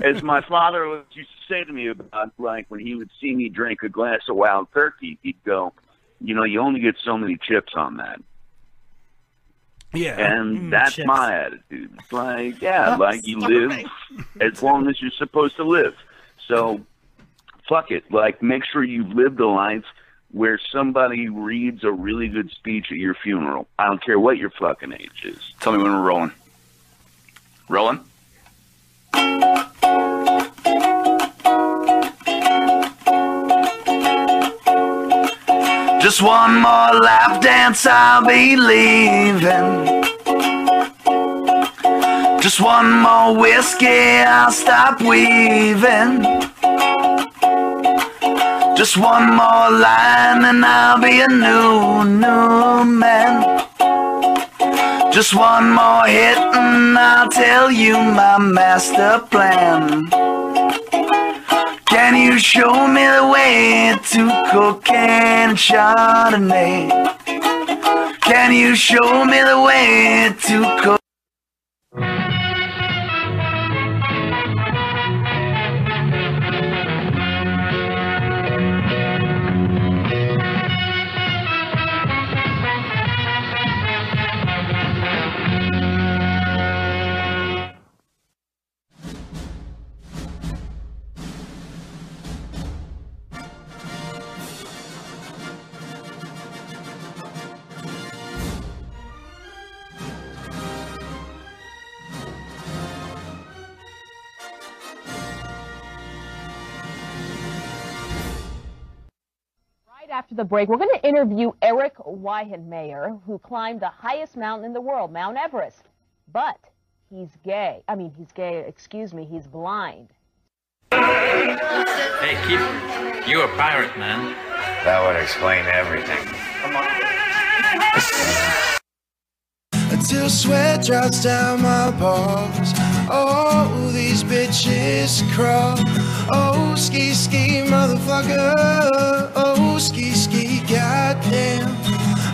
as my father was used to say to me about, like when he would see me drink a glass of wild turkey, he'd go, "You know, you only get so many chips on that." Yeah. And Mm, that's chips. my attitude. It's like, yeah, I'm like you live as long as you're supposed to live. So fuck it. Like make sure you've lived a life where somebody reads a really good speech at your funeral. I don't care what your fucking age is. Tell me when we're rolling. Rolling? Just one more lap dance, I'll be leaving. Just one more whiskey, I'll stop weaving. Just one more line, and I'll be a new, new man. Just one more hit and I'll tell you my master plan. Can you show me the way to cocaine and Chardonnay? Can you show me the way to cocaine? Right after the break, we're going to interview Eric Weihenmayer, who climbed the highest mountain in the world, Oh, Mount Everest. But he's gay. I mean, he's gay, excuse me, he's blind. Hey, keep. You a pirate, man. That would explain everything. Until sweat drops down my balls. Oh, these bitches crawl. Oh, ski ski, motherfucker. Oh, ski ski, goddamn.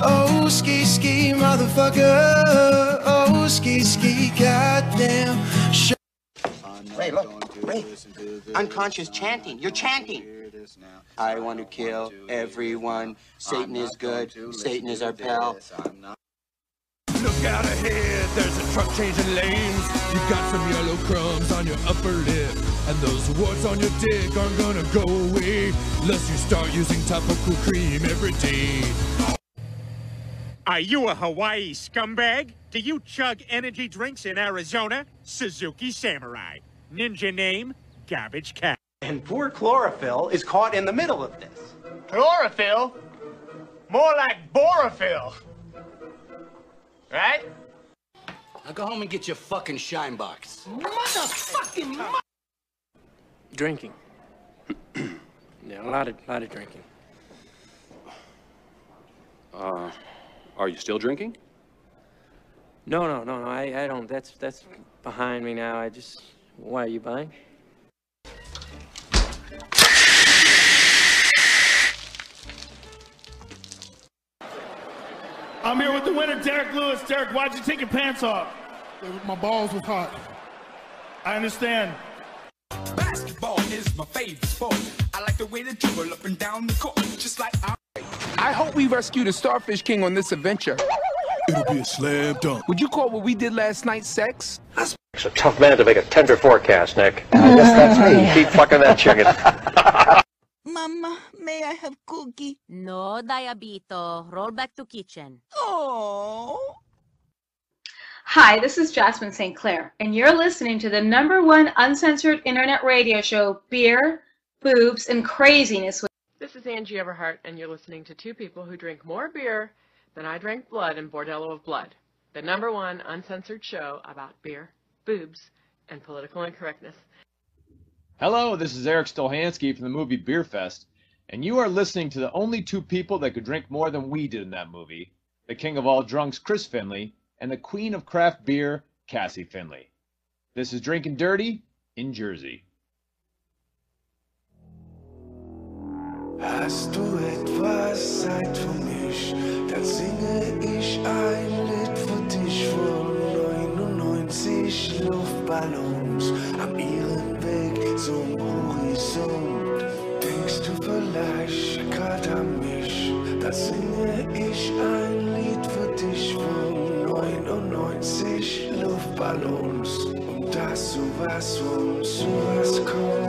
Oh, ski ski, motherfucker. Oh, ski ski, goddamn. Sh- Ray, look. Ray. Unconscious chanting. You're chanting. I want to kill everyone. Satan is good. Satan is our pal. Look out ahead, there's a truck changing lanes. You got some yellow crumbs on your upper lip, and those warts on your dick aren't gonna go away unless you start using topical cream every day. Are you a Hawaii scumbag? Do you chug energy drinks in Arizona? Suzuki Samurai. Ninja name, Garbage Cat. And poor chlorophyll is caught in the middle of this. Chlorophyll? More like borophyll. Right? Now go home and get your fucking shine box. Motherfucking Drinking. yeah, a lot of, lot of drinking. Uh, are you still drinking? No, no, no, no. I, I don't. That's, that's behind me now. I just. Why are you buying? I'm here with the winner, Derek Lewis. Derek, why'd you take your pants off? My balls was hot. I understand. Basketball is my favorite sport. I like the way they dribble up and down the court, just like I. I hope we rescue the Starfish King on this adventure. It'll be a slam dunk. Would you call what we did last night sex? It's a tough man to make a tender forecast, Nick. I guess that's me. Keep fucking that chicken. Mama, may I have cookie? No, Diabito. Roll back to kitchen. Oh. Hi, this is Jasmine St. Clair, and you're listening to the number one uncensored internet radio show, Beer, Boobs, and Craziness. With- This is Angie Everhart, and you're listening to two people who drink more beer than I drank blood in Bordello of Blood, the number one uncensored show about beer, boobs, and political incorrectness. Hello, this is Eric Stolhansky from the movie Beer Fest, and you are listening to the only two people that could drink more than we did in that movie the king of all drunks, Chris Finley, and the queen of craft beer, Cassie Finley. This is Drinking Dirty in Jersey. Hast du etwas Zeit für mich? Dann singe ich ein Lied für dich von 99. ich Luftballons am ihren Weg zum Horizont. Denkst du vielleicht gerade an mich? Da singe ich ein Lied für dich von 99 Luftballons. um Und dass sowas von sowas kommt.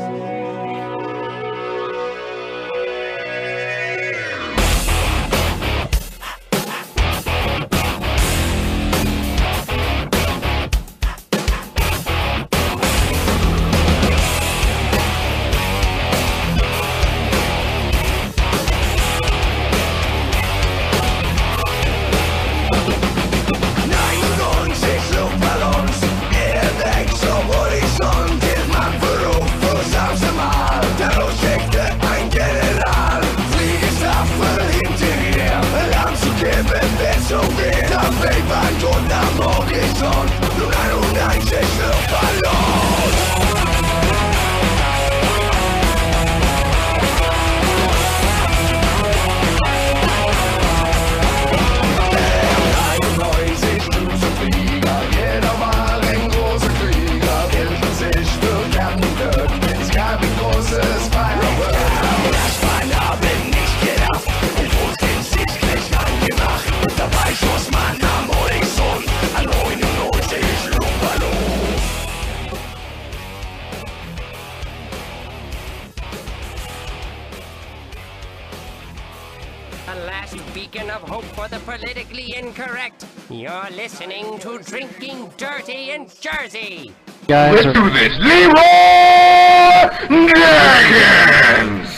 The last beacon of hope for the politically incorrect. You're listening to Drinking Dirty in Jersey. Let's do this. Leroy Jenkins!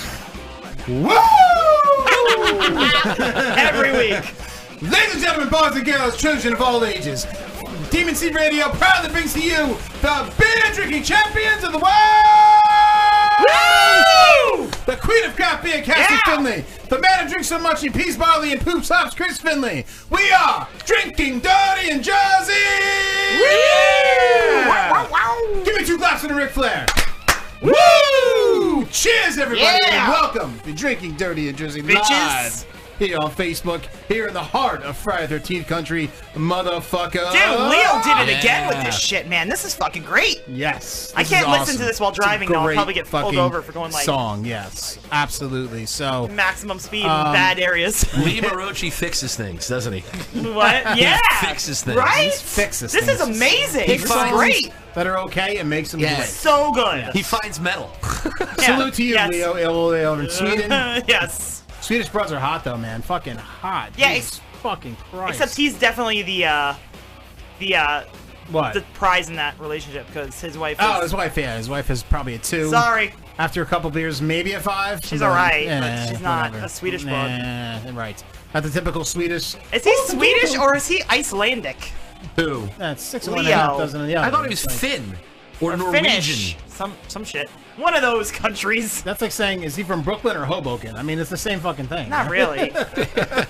Every week. Ladies and gentlemen, boys and girls, children of all ages, Demon Seed Radio proudly brings to you the beer drinking champions of the world! The Queen of Craft Beer, Cassie Finley. The man who drinks so much he pees barley and poops hops, Chris Finley. We are drinking dirty and Jersey! Give me two glasses of Ric Flair. Woo! Cheers, everybody, Yeah! and welcome to Drinking Dirty in Jersey Bitches. Live here on Facebook, here in the heart of Friday Thirteenth Country, motherfucker. Dude, Leo did it again with this shit, man. This is fucking great. Yes, I this can't is listen awesome. to this while It's a driving. though. I'll great probably get pulled fucking over for going like song. Yes, absolutely. So maximum speed in Um, bad areas. Lee Marucci fixes things, doesn't he? what? Yeah. He fixes things. Right? fixes This is things. amazing. He This is finds great. That are okay and makes them Yes. great. So good. He finds metal. Salute to you, Leo, Leo, Leo in Sweden. yes. Swedish broads are hot though, man. Fucking hot. Yeah, Jesus ex- fucking Christ. Except he's definitely the uh the uh What? the prize in that relationship because his wife is Oh, his wife, yeah. His wife is probably a two. Sorry. After a couple beers, maybe a five. She's but, alright, eh, but she's not whatever. a Swedish broad. Nah, right. Not the typical Swedish. Is he Swedish or is he Icelandic? Who? That's six of one and Leo. a half dozen of the other. I thought he was It's like- Finn or Finnish. Some some shit. One of those countries. That's like saying, is he from Brooklyn or Hoboken? I mean, it's the same fucking thing. Not really. I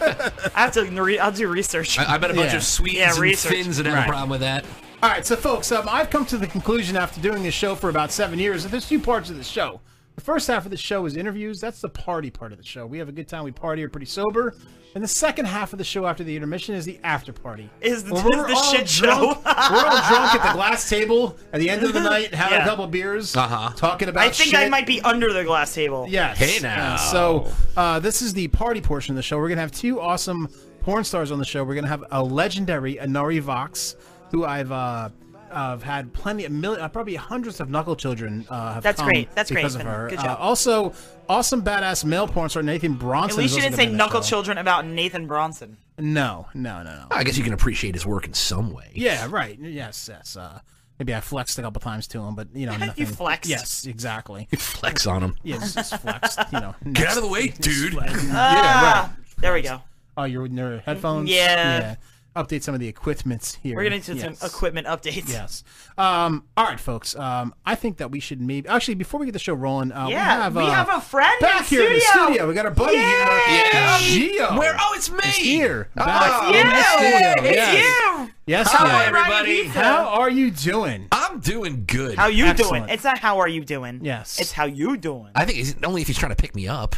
have to. Re- I'll do research. I- I bet a bunch Yeah. of Swedes yeah, and research. Finns would have a Right. problem with that. All right, so folks, um, I've come to the conclusion after doing this show for about seven years that there's two parts of the show. The first half of the show is interviews. That's the party part of the show. We have a good time. We party. We're pretty sober. And the second half of the show after the intermission is the after party. Is the, When is we're the all shit drunk- show? we're all drunk at the glass table at the end of the night, having Yeah. a couple beers, uh-huh. talking about. I think I shit. might be under the glass table. Yes. Yeah, so uh, this is the party portion of the show. We're gonna have two awesome porn stars on the show. We're gonna have a legendary Anari Vox, who I've uh, I've had plenty of million, uh, probably hundreds of knuckle children. Uh, have That's come great. That's great, because Finn. of her. Good Uh, job. also, awesome badass male porn star Nathan Bronson. At least is you also didn't gonna say be on the knuckle show. children about Nathan Bronson. No, no, no, no. I guess you can appreciate his work in some way. Yeah, right. Yes, yes. Uh, maybe I flexed a couple times to him, but you know, nothing. flexed. Yes, exactly. Flex on him. Yes, it's flexed. You know, Get out of the way, dude. Ah, There we go. Oh, your, your headphones. Yeah. Update some of the equipments here. We're gonna do Yes. some equipment updates. Yes. Um, all right, folks. Um, I think that we should maybe actually before we get the show rolling, uh, yeah, we have we uh, have a friend back in here in the studio. studio. We got our buddy here, Yeah. Gio. Where? Oh, it's me. He's here. Oh, Back it's in the you. studio. It's yes. you. Yes. Hi, Gio. everybody. How are you doing? I'm I'm doing good. How you Excellent. doing? It's not how are you doing. Yes. It's how you doing. I think it's only if he's trying to pick me up.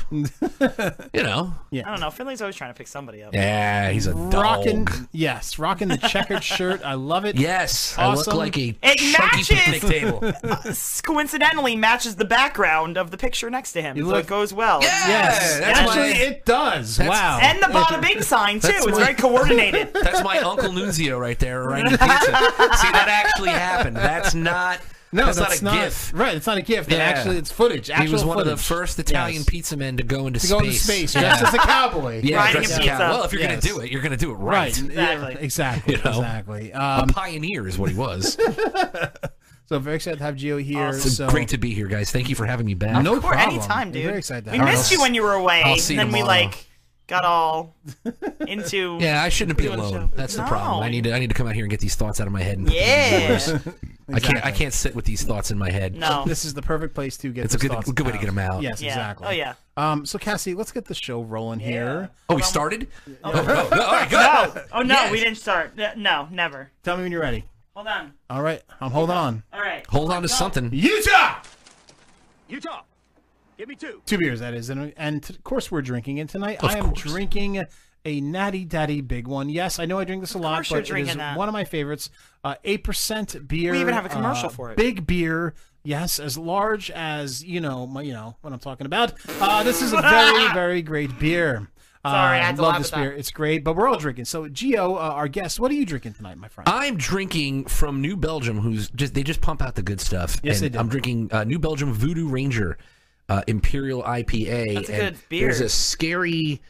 you know. I don't know. Finley's always trying to pick somebody up. Yeah, he's a dog. Rocking, yes, rocking the checkered shirt. I love it. Yes, I look awesome. like a It chunky picnic matches. table. uh, s- coincidentally, matches the background of the picture next to him, You so look- it goes well. Yes, actually, it does. That's- Wow. And the bada bing sign too. That's It's my- very coordinated. That's my Uncle Nunzio right there, right? See, that actually happened. That's not. No, that's, that's not a not- gif. right, it's not a gif, that actually- it's footage, he was actual one of the footage. first Italian Yes. pizza men to go into To space. go into space, dressed as a cowboy. Yeah, Riding dressed a as pizza. cowboy. Well, if you're Yes. gonna do it, you're gonna do it right. Right, yeah, exactly, You know? exactly. Um, a pioneer is what he was. So very excited to have Gio here. It's So great to be here, guys. Thank you for having me back. No Of course, problem. Anytime, I'm dude. very excited to we have missed you. you when you were away, I'll and see then we tomorrow. like got all into. Yeah, I shouldn't be doing the alone. show. That's the No. problem. I need to I need to come out here and get these thoughts out of my head. And put them into Yeah. words. I can't I Exactly. can't sit with these thoughts in my head. This is the perfect place to get It's a those good- thoughts good way to get 'em out. Yes, Yeah. exactly. Oh, yeah. Um, so Cassie, let's get the show rolling here. Oh, we started? Oh, oh, oh, all right, go. No. Oh no, Yes. we didn't start. N- No, never. Tell me when you're ready. Hold on. All right, I'm holding on. All right. Hold on to something. Utah! Utah, give me two. Two beers, that is. And, and t- of course, we're drinking. And tonight, Of I am drinking a Natty Daddy Big One. Yes, I know I drink this a lot, course you're but it is drinking that. one of my favorites. Uh, 8% beer. We even have a commercial uh, for it. Big beer. Yes, as large as, you know, my, you know what I'm talking about. Uh, this is a very, very great beer. Sorry, I Uh, had to love laugh this at that. beer. It's great, but we're all drinking. So, Gio, uh, our guest, what are you drinking tonight, my friend? I'm drinking from New Belgium, who's just they just pump out the good stuff. Yes, and they do. I'm drinking uh, New Belgium Voodoo Ranger uh, Imperial IPA. That's a and good beer. There's a scary,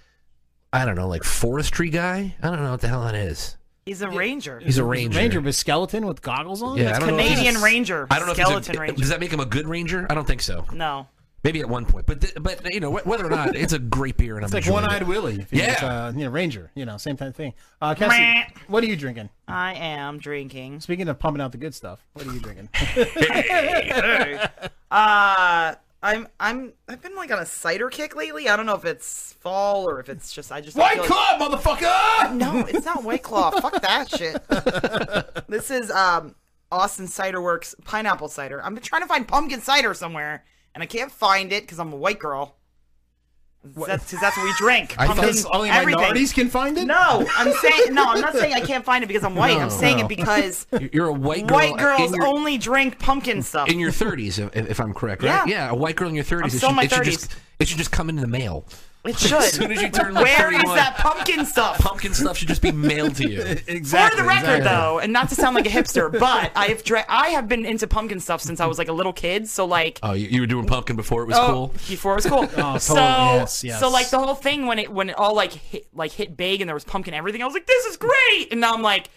I don't know, like forestry guy. I don't know what the hell that is. He's a ranger. He's a ranger. Ranger with skeleton with goggles on? Yeah, I That's don't know if he's a- Canadian ranger, I don't know if he's a- skeleton ranger. Does that make him a good ranger? I don't think so. No. Maybe at one point, but th- but you know wh- whether or not it's a great beer and It's I'm like enjoying one-eyed it. Willie. If you Yeah, get, uh, you know, Ranger. You know, same type of thing. Uh, Cassie, Meh. what are you drinking? I am drinking. Speaking of pumping out the good stuff, what are you drinking? Uh I'm I'm I've been like on a cider kick lately. I don't know if it's fall or if it's just I just White feel Claw, motherfucker! No, it's not White Claw. Fuck that shit. This is um Austin Cider Works pineapple cider. I'm trying to find pumpkin cider somewhere and I can't find it because I'm a white girl. That's because that's what we drink. I thought Pumpkin, only everything. minorities can find it. No, I'm saying no. I'm not saying I can't find it because I'm white. No, I'm saying no. it because You're a white girl. white girls in your, only drink pumpkin stuff. in your 30s, if, if I'm correct, right? Yeah. a white girl in your 30s. I'm it still should- in my it should just it should just come in the mail. It should. As soon as you turn like Where is 31, that pumpkin stuff? pumpkin stuff should just be mailed to you. For the record, though, and not to sound like a hipster, but I have dra- I have been into pumpkin stuff since I was like a little kid. So like. Oh, you, you were doing pumpkin before it was oh, cool. Before it was cool. Oh, so, totally. Yes, yes. so like the whole thing when it when it all like hit like hit big and there was pumpkin everything, I was like, this is great. And now I'm like,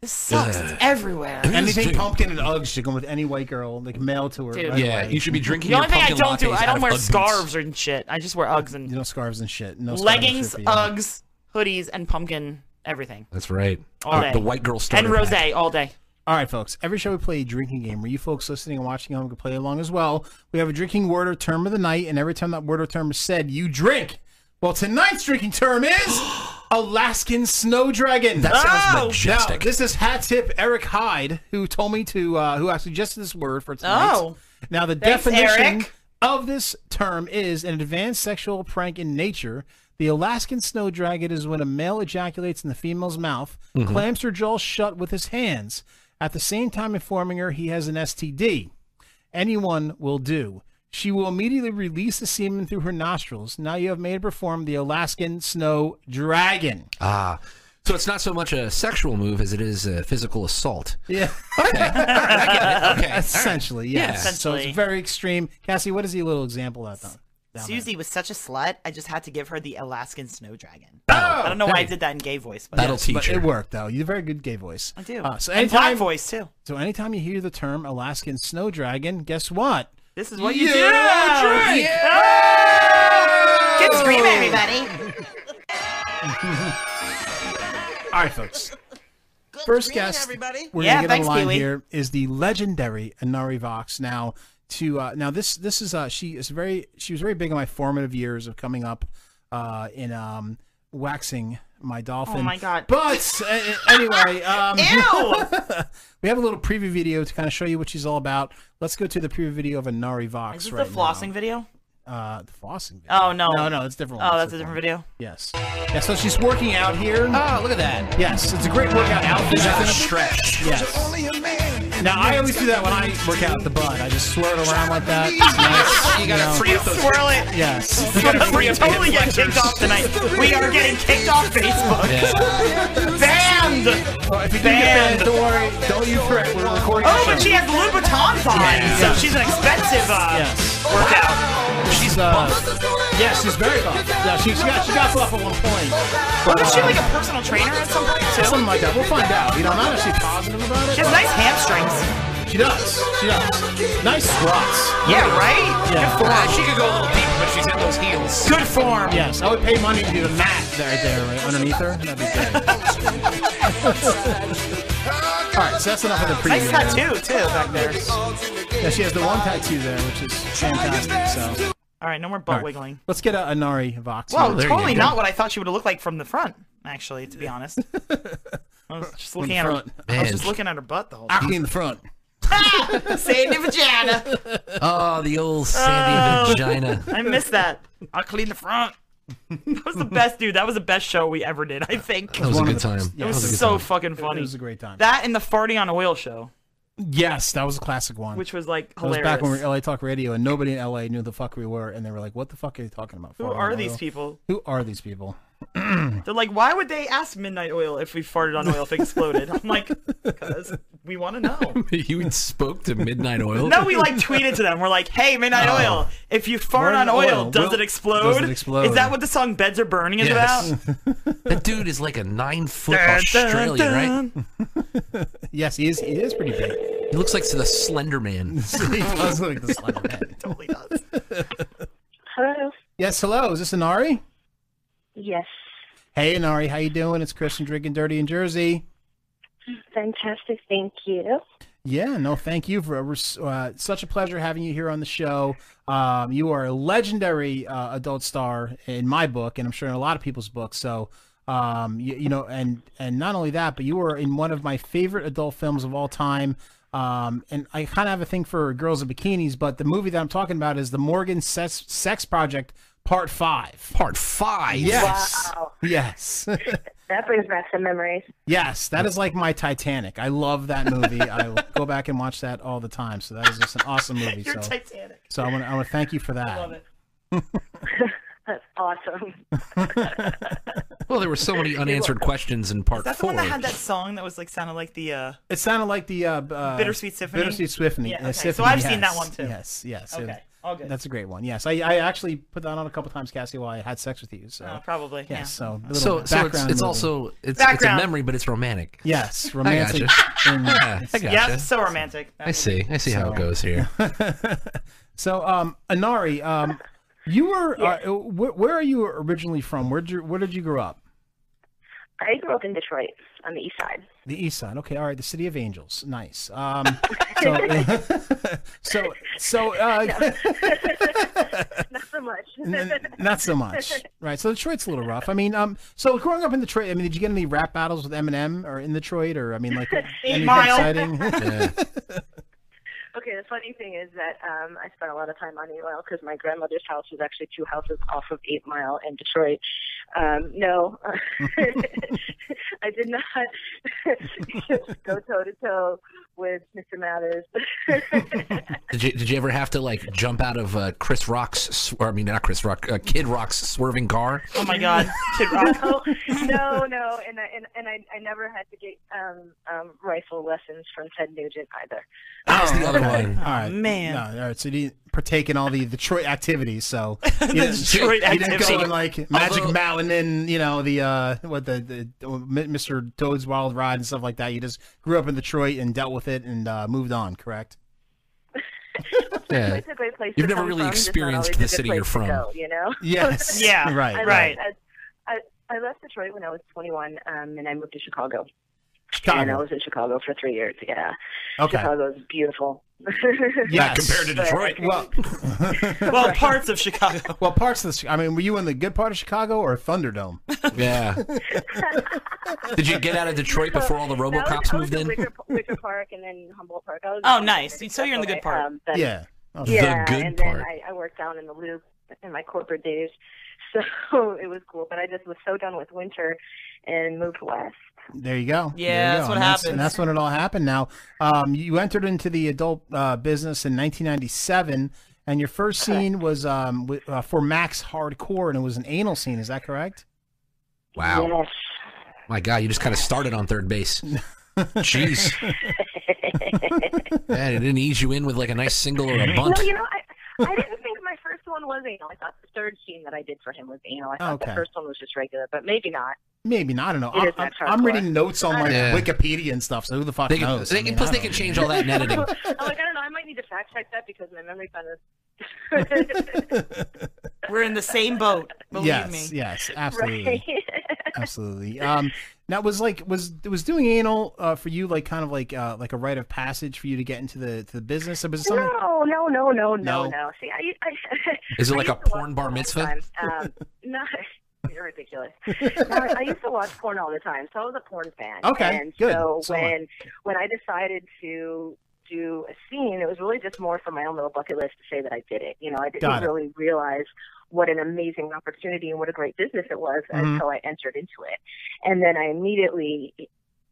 this sucks. It's Ugh. everywhere. Anything pumpkin and Uggs should go with any white girl, like mail to her. Dude. right Yeah, away. you should be drinking The only your thing I pumpkin don't do- lattes I don't out of wear Ugg boots. scarves or shit. I just wear Uggs and you know scarves and shit. No scarves and leggings, shit for you. Uggs, hoodies, and pumpkin everything. That's right. Uh, All day. The white girl starter and rose pack. all day. All right, folks. Every show we play a drinking game where you folks listening and watching at home can play along as well. We have a drinking word or term of the night, and every time that word or term is said, you drink. Well, tonight's drinking term is Alaskan snow dragon. That sounds Now, majestic. this is hat tip Eric Hyde, who told me to, uh, who actually suggested this word for tonight. Oh. Now, the Thanks, definition Eric. of this term is an advanced sexual prank in nature. The Alaskan snow dragon is when a male ejaculates in the female's mouth, Mhm. clamps her jaw shut with his hands, at the same time informing her he has an STD. Anyone will do. She will immediately release the semen through her nostrils. Now you have made her perform the Alaskan snow dragon. Ah, so it's not so much a sexual move as it is a physical assault. Yeah. Okay, Essentially, all right. yes. Yeah. So it's very extreme. Cassie, what is the little example of that? Down Susie was such a slut. I just had to give her the Alaskan snow dragon. Oh, I don't know why I hey. did that in gay voice, but Yes, but It worked though. You have a very good gay voice. I do. Uh, so And anytime, black voice too. So anytime you hear the term Alaskan snow dragon, guess what? This is what you Yeah, do. drink! Yeah! Get screaming, screaming, everybody. All right, folks. First guest we're yeah, gonna get thanks, on the line Pee-wee. here is the legendary Anari Vox. Now, to uh, now this this is uh, she is very she was very big in my formative years of coming up uh, in um, waxing my dolphin. Oh my God. But uh, uh, anyway, um, Ew! we have a little preview video to kind of show you what she's all about. Let's go to the preview video of Anari Vox Is this right the flossing video? now. Uh, the flossing. Video. Oh no. No, no, it's a different. one. Oh, It's that's a different video. Yes. Yeah, so she's working out here. Oh, look at that. Yes, it's a great workout outfit. stretch. Yes. Now I always do that when I work out at the bud. I just swirl it around like that. Yes, You gotta free up those- Swirl it. Yes. You gotta free up the totally get kicked off tonight. We are getting kicked off Facebook. Banned. if you do get Banned. banned, don't worry. Don't you fret. We're recording. Oh, the but show. she has Louboutins on, Yeah. so she's an expensive uh, Yes. workout. She's uh, yeah, she's very buff. Yeah, she, she got she got buff at one point. But, Wasn't she uh, like a personal trainer at some point too? Something like that. We'll find out. You know, I'm not actually positive about it. She has but- nice hamstrings. She does. She does. Nice squats. Yeah, right? Yeah. Good form. Uh, she could go a little deep, but she's in those heels. Good form. Yes, I would pay money to do a mat right there, right underneath her. That'd be great. All right, so that's enough of the Nice preview. tattoo too back there. Yeah, she has the one tattoo there, which is fantastic. So. All right, no more All butt right, wiggling. Let's get a Anari Vox. Well, Well, there you totally go. not what I thought she would have looked like from the front. Actually, to be honest, I was just From looking the at her. front. I was Man. just looking at her butt the whole time. Acne in the front. Sandy vagina. Oh, the old Oh, sandy vagina. I miss that. I'll clean the front. That was the best, dude. That was the best show we ever did. I think. That was a good time. It was, so fucking funny. It was a great time. That and the farting on oil show, Yes, that was a classic one. which was like That was hilarious. back when we were LA Talk Radio, and nobody in LA knew the fuck we were, and they were like, "What the fuck are you talking about? Who Farting are oil? these people? Who are these people?" They're like, why would they ask Midnight Oil if we farted on oil if it exploded? I'm like, because we want to know. you spoke to Midnight Oil. No, we like tweeted to them. We're like, hey, Midnight Oh. Oil, if you fart Burn on oil, oil. does, Will- it explode? does it explode? Is that what the song Beds Are Burning is Yes. about? that dude is like a nine foot Dun, dun, Australian, dun. right? yes, he is. He is pretty big. He looks like the Slender Man. he does look like the Slender Man. totally does. Hello. Yes, hello. Is this Anari? Yes. Hey, Anari, how you doing? It's Chris from Drinking Dirty in Jersey. Fantastic. Thank you. Yeah, no, thank you for uh, such a pleasure having you here on the show. Um, you are a legendary uh, adult star in my book, and I'm sure in a lot of people's books. So, um, you, you know, and and not only that, but you were in one of my favorite adult films of all time. Um, and I kind of have a thing for girls in bikinis, but the movie that I'm talking about is the Morgan Sex, Sex Project Part Five. Part Five. Yes. Wow. Yes. That brings back some memories. Yes, that is like my Titanic. I love that movie. I will go back and watch that all the time. So that is just an awesome movie. Your so, Ah. Titanic. So I want to I want to thank you for that. That's awesome. Well, there were so many unanswered questions in part Is that the four. one that had that song that was like sounded like the uh, It sounded like the uh, b- uh, Bittersweet Symphony? Bittersweet Symphony. Yeah, uh, okay. So Symphony, I've seen that yes, one, too. Yes, yes. Okay, all good. That's a great one. Yes, I, I actually put that on a couple times, Cassie, while I had sex with you. So Oh, probably, Yes. yeah. So a little so, so it's, background it's movie. also it's, it's a Background. memory, but it's romantic. Yes, I romantic. gotcha. and- Yeah, I gotcha. yeah, so romantic. I see. I see how it So- goes here. So, um, Anari, um, you were uh, where, where are you originally from? Where did you Where did you grow up? I grew up in Detroit on the east side. The East Side. Okay, all right. The City of Angels. Nice. Um, so, so, so, uh, Not so much. n- not so much, right? So Detroit's a little rough. I mean, um, so growing up in Detroit, I mean, did you get any rap battles with Eminem or in Detroit, or I mean, like anything Mile. exciting? Okay, the funny thing is that um, I spent a lot of time on Eight Mile because my grandmother's house was actually two houses off of Eight Mile in Detroit. Um, no, I did not go toe to toe with Mr. Mathers. Did you, did you ever have to like jump out of uh, Chris Rock's? sw- Or, I mean, not Chris Rock. Uh, Kid Rock's swerving car. Oh my God, Kid Rock. Oh, no, no, and I, and, and I, I never had to get um, um, rifle lessons from Ted Nugent either. That's the other one. All right, man. No, all right, so you didn't partake in all the Detroit activities. So you didn't- Detroit you didn't go activity. in like Magic Although- Mountain and you know the uh, what the, the Mr. Toad's Wild Ride and stuff like that. You just grew up in Detroit and dealt with it and uh, moved on. Correct? It's a great place. You've to never come really from, just not experienced always the a good city place you're to from. Go, you know. Yes. Yeah, right, I left- right. I, I, I left Detroit when I was 21, um, and I moved to Chicago. And I Chicago. was in Chicago for three years. Yeah. Okay. Chicago's beautiful. Yes. But- Well, well, parts of Chicago. Well, parts of the. I mean, were you in the good part of Chicago or Thunderdome? Yeah. Did you get out of Detroit before all the RoboCops moved in? Wicker, Wicker Park and then Humboldt Park. I was Oh, nice. So you're in the good part. Um, but- Yeah. Oh, yeah, the good and part. then I, I worked down in the loop in my corporate days, so it was cool. But I just was so done with winter and moved west. There you go. There Yeah, you that's go. what and That's, happens. and that's when it all happened. Now, um, you entered into the adult uh, business in 1997, and your first scene was um, wi- uh, for Max Hardcore, and it was an anal scene. Is that correct? Wow. My God, you just kind of started on third base. Jeez. Man, it didn't ease you in with like a nice single or a bunt. No, you know, I, I didn't think my first one was anal. I thought the third scene that I did for him was anal. I thought Okay. the first one was just regular, but maybe not. Maybe not. I don't know. It I'm, is Max I'm- I'm Hardcore. reading notes on like Yeah. Wikipedia and stuff, so who the fuck They can- knows? they can- plus I they don't can know. change all that in editing. I'm like, I don't know. I might need to fact check that because my memory kind of. We're in the same boat. Believe yes, me. yes, absolutely. Right? absolutely um now was like was was doing anal uh for you like kind of like uh like a rite of passage for you to get into the to the business or was it something No, no, no, no, No. no, no. See, I, I Is it I like a used to porn watch bar porn all the mitzvah? time. Um, no, you're ridiculous. No, I, I used to watch porn all the time, so I was a porn fan. Okay, and good. So, So am I. when when I decided to do a scene, it was really just more for my own little bucket list to say that I did it. You know, I didn't Got it. really realize what an amazing opportunity and what a great business it was Mhm. until I entered into it, and then I immediately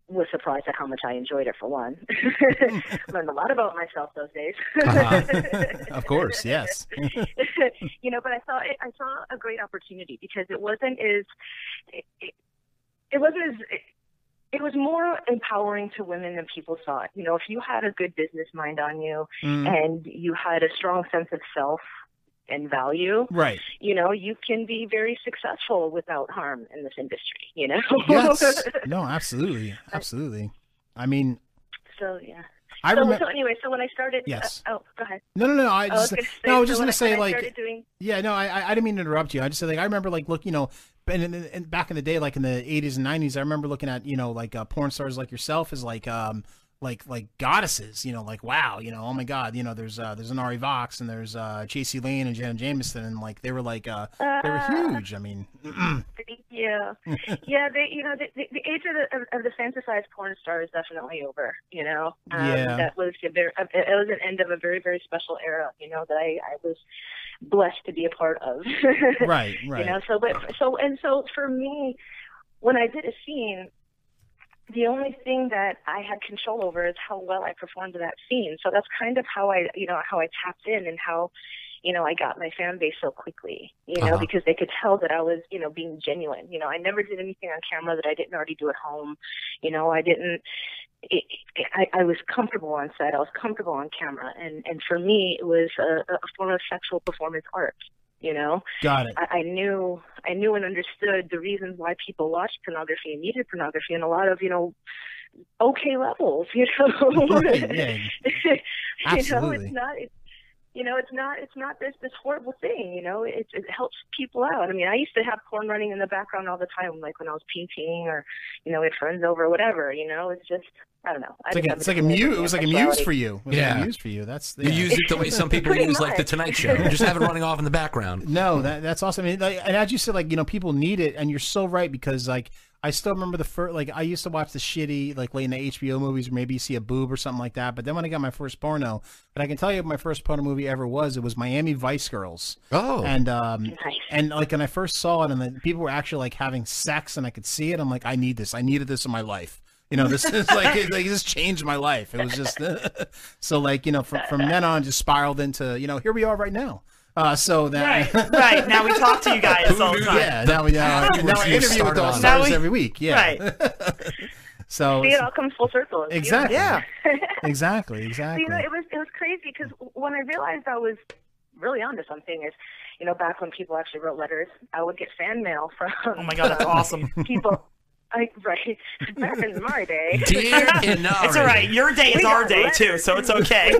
was surprised at how much I enjoyed it for one. Learned a lot about myself those days. Uh-huh. of course yes you know, but I saw it, I saw a great opportunity because it wasn't as it, it, it wasn't as it, it was more empowering to women than people thought. You know, if you had a good business mind on you Mm. and you had a strong sense of self and value, Right. you know, you can be very successful without harm in this industry, you know? yes no absolutely absolutely i mean so, yeah. I so, remem- so anyway, so when I started, Yes. uh, oh, go ahead. no no no i Oh, I just was gonna no i was so just when gonna say when I like started doing Yeah, no, I- I I didn't mean to interrupt you. I just said like I remember like look, you know, and, and, and back in the day, like in the eighties and nineties, I remember looking at you know like uh, porn stars like yourself as like um like like goddesses, you know, like wow, you know, oh my god, you know, there's uh there's an Ari Vox and there's uh JC Lane and Janet Jameson and like they were like uh they were huge. I mean, Yeah, yeah. They, you know, the, the, the age of the of, of the fantasized porn star is definitely over. You know, um, Yeah. that was a very, it was an end of a very very special era. You know that I I was blessed to be a part of. Right, You right. know, so but so and so for me, when I did a scene, the only thing that I had control over is how well I performed that scene. So that's kind of how I, you know, how I tapped in and how, you know, I got my fan base so quickly, you know, Uh-huh. because they could tell that I was, you know, being genuine. You know, I never did anything on camera that I didn't already do at home. You know, I didn't, it, it, I, I was comfortable on set. I was comfortable on camera. And, and for me, it was a, a form of sexual performance art, you know? Got it. Oh I, I knew I knew and understood the reasons why people watched pornography and needed pornography and a lot of, you know, okay levels, you know. Right, yeah. You know, Absolutely. it's not it's you know, it's not it's not this this horrible thing, you know. It it helps people out. I mean, I used to have porn running in the background all the time, like when I was painting or, you know, we had friends over, whatever, you know, it's just I don't know. I it's like just a, have it's like a different muse. It opinion was on like a muse for sexuality. you. It was like Yeah. a muse for you. That's You yeah. use it the way some people Pretty use like the much. Tonight Show. Just have it running off in the background. No, that that's awesome. I mean, like, and as you said, like you know, people need it, and you're so right because like I still remember the first like I used to watch the shitty like late in the HBO movies, where maybe you see a boob or something like that. But then when I got my first porno, but I can tell you what my first porno movie ever was. It was Miami Vice Girls. Oh, and um, and like when I first saw it, and the people were actually like having sex, and I could see it. I'm like, I need this. I needed this in my life. You know, this is like, it, like this changed my life. It was just so like you know from from then on just spiraled into you know here we are right now. Uh, so that Right, right. Now we talk to you guys all the time. Yeah, now we uh, now, The now I path interview you with all started on. stars Now we- every week. Yeah, Right. so See, it all comes full circle. It's exactly, beautiful. exactly, So, exactly. You know, it was it was crazy because when I realized I was really onto something is, you know, back when people actually wrote letters, I would get fan mail from. Oh my god, that's awesome. People. I, right, back in my day. it's all right. Your day is We our got day letters. too, so it's okay.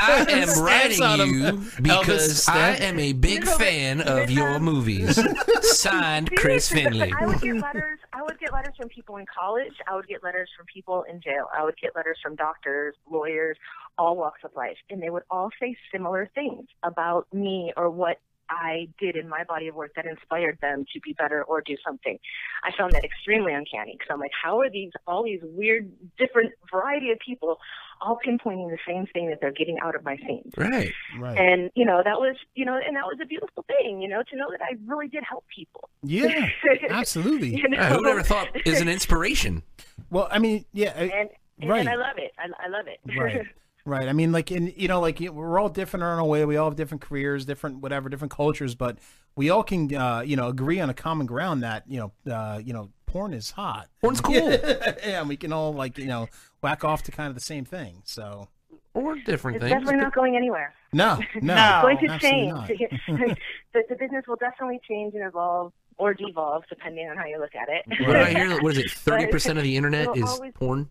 I am writing you because I am a big fan of your movies. Signed, Chris Seriously, but Finley. I would get letters. I would get get letters from people in college. I would get letters from people in jail. I would get letters from doctors, lawyers, all walks of life. And they would all say similar things about me or what I did in my body of work that inspired them to be better or do something. I found that extremely uncanny because I'm like, how are these, all these weird, different variety of people all pinpointing the same thing that they're getting out of my scenes? Right. Right. And you know that was you know, and that was a beautiful thing, you know, to know that I really did help people. Yeah, absolutely. You know? Yeah, who never thought is an inspiration. Well, I mean, yeah, I- And, and right, I love it. I, I love it. right, right. I mean, like, in you know, like you- we're all different in our own way. We all have different careers, different whatever, different cultures, but we all can, uh, you know, agree on a common ground that you know, uh, you know, porn is hot. Porn's cool. yeah, and we can all like you know whack off to kind of the same thing. So or different it's definitely not going anywhere. No, no, it's going to absolutely change. the, the business will definitely change and evolve or devolve depending on how you look at it. What did I hear? What is it? But Thirty percent of the internet it'll is always- Oh, porn.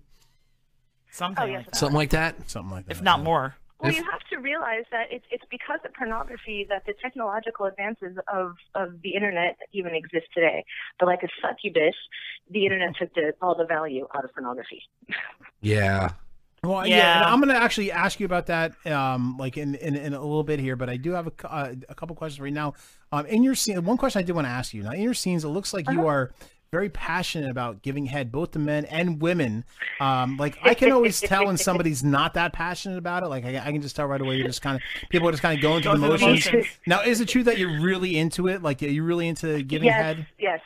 Something. yes, Something like that. Something like that. if not more. Well, you have to realize that it's it's because of pornography that the technological advances of of the internet even exist today. But like a succubus, the internet took the, all the value out of pornography. Yeah. Well, yeah, Yeah. and I'm going to actually ask you about that, um, like in, in in a little bit here, but I do have a, cou- uh, a couple questions right now. Um, in your scene, one question I did want to ask you now in your scenes, it looks like you Uh-huh. are very passionate about giving head both to men and women. Um, like I can always tell when somebody's not that passionate about it. Like I, I can just tell right away. You're just kind of people are just kind of going through the Going through the motions. motions. Now, is it true that you're really into it? Like are you really into giving yes, head? Yes.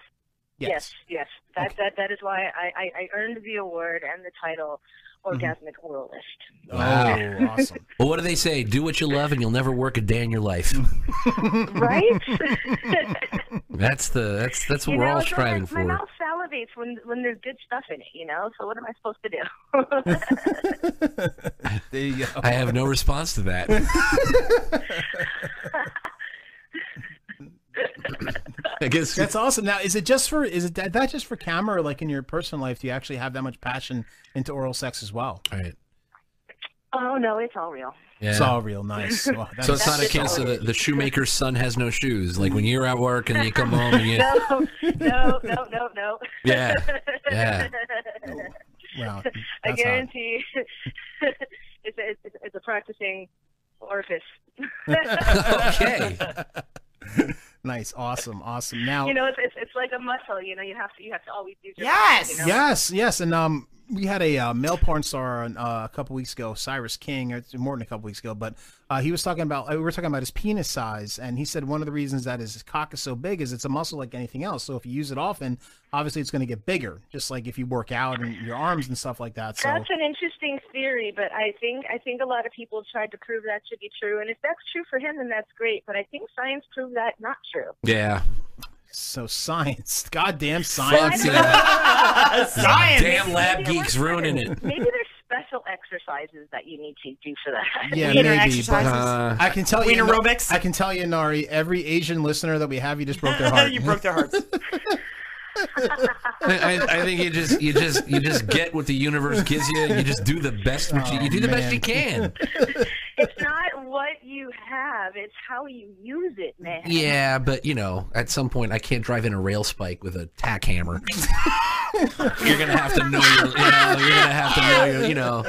Yes. Yes. Yes. That that that is why I I, I earned the award and the title Mm-hmm. Orgasmic Oralist. Wow. Oh, awesome. Well, what do they say? Do what you love, and you'll never work a day in your life. Right? That's the that's that's what You we're know, all it's like striving My for. mouth salivates when when there's good stuff in it, you know. So what am I supposed to do? There you go. I have no response to that. I guess that's awesome. Now, is it just for is it that, that just for camera? Or like in your personal life, do you actually have that much passion into oral sex as well? All right. oh no, it's all real. Yeah. It's all real nice. Wow, that so is it's not a case of the, the shoemaker's son has no shoes. Like when you're at work and you come home and you, No, no, no, no, no. Yeah. Yeah. Wow, I that's hot. guarantee it's, a, it's, a- it's a practicing orifice. Okay. nice, awesome, awesome. Now, You know, it's, it's it's like a muscle. You know, you have to you have to always use your muscle, you know? yes, yes, and um, we had a uh, male porn star on, uh, a couple weeks ago, Cyrus King, or more than a couple weeks ago, but uh, he was talking about uh, we were talking about his penis size, and he said one of the reasons that his cock is so big is it's a muscle like anything else. So if you use it often, obviously it's going to get bigger, just like if you work out and your arms and stuff like that. So That's an interesting theory, but I think I think a lot of people have tried to prove that to be true. And if that's true for him, then that's great. But I think science proved that not true. yeah. So science, goddamn science. yeah. Science. Damn lab geeks ruining it. Maybe there's special exercises that you need to do for that. Yeah, Wiener maybe. But exercises. Uh, I can tell you, Wiener Na- aerobics. I can tell you, Nari. Every Asian listener that we have, you just broke their heart. you broke their hearts. I, I- I think you just you just you just get what the universe gives you. And you just do the best with you, you do the Oh, best man. you can. It's not what you have; it's how you use it, man. Yeah, but you know, at some point, I can't drive in a rail spike with a tack hammer. you're gonna have to know your, you know, you're gonna have to know your, you know.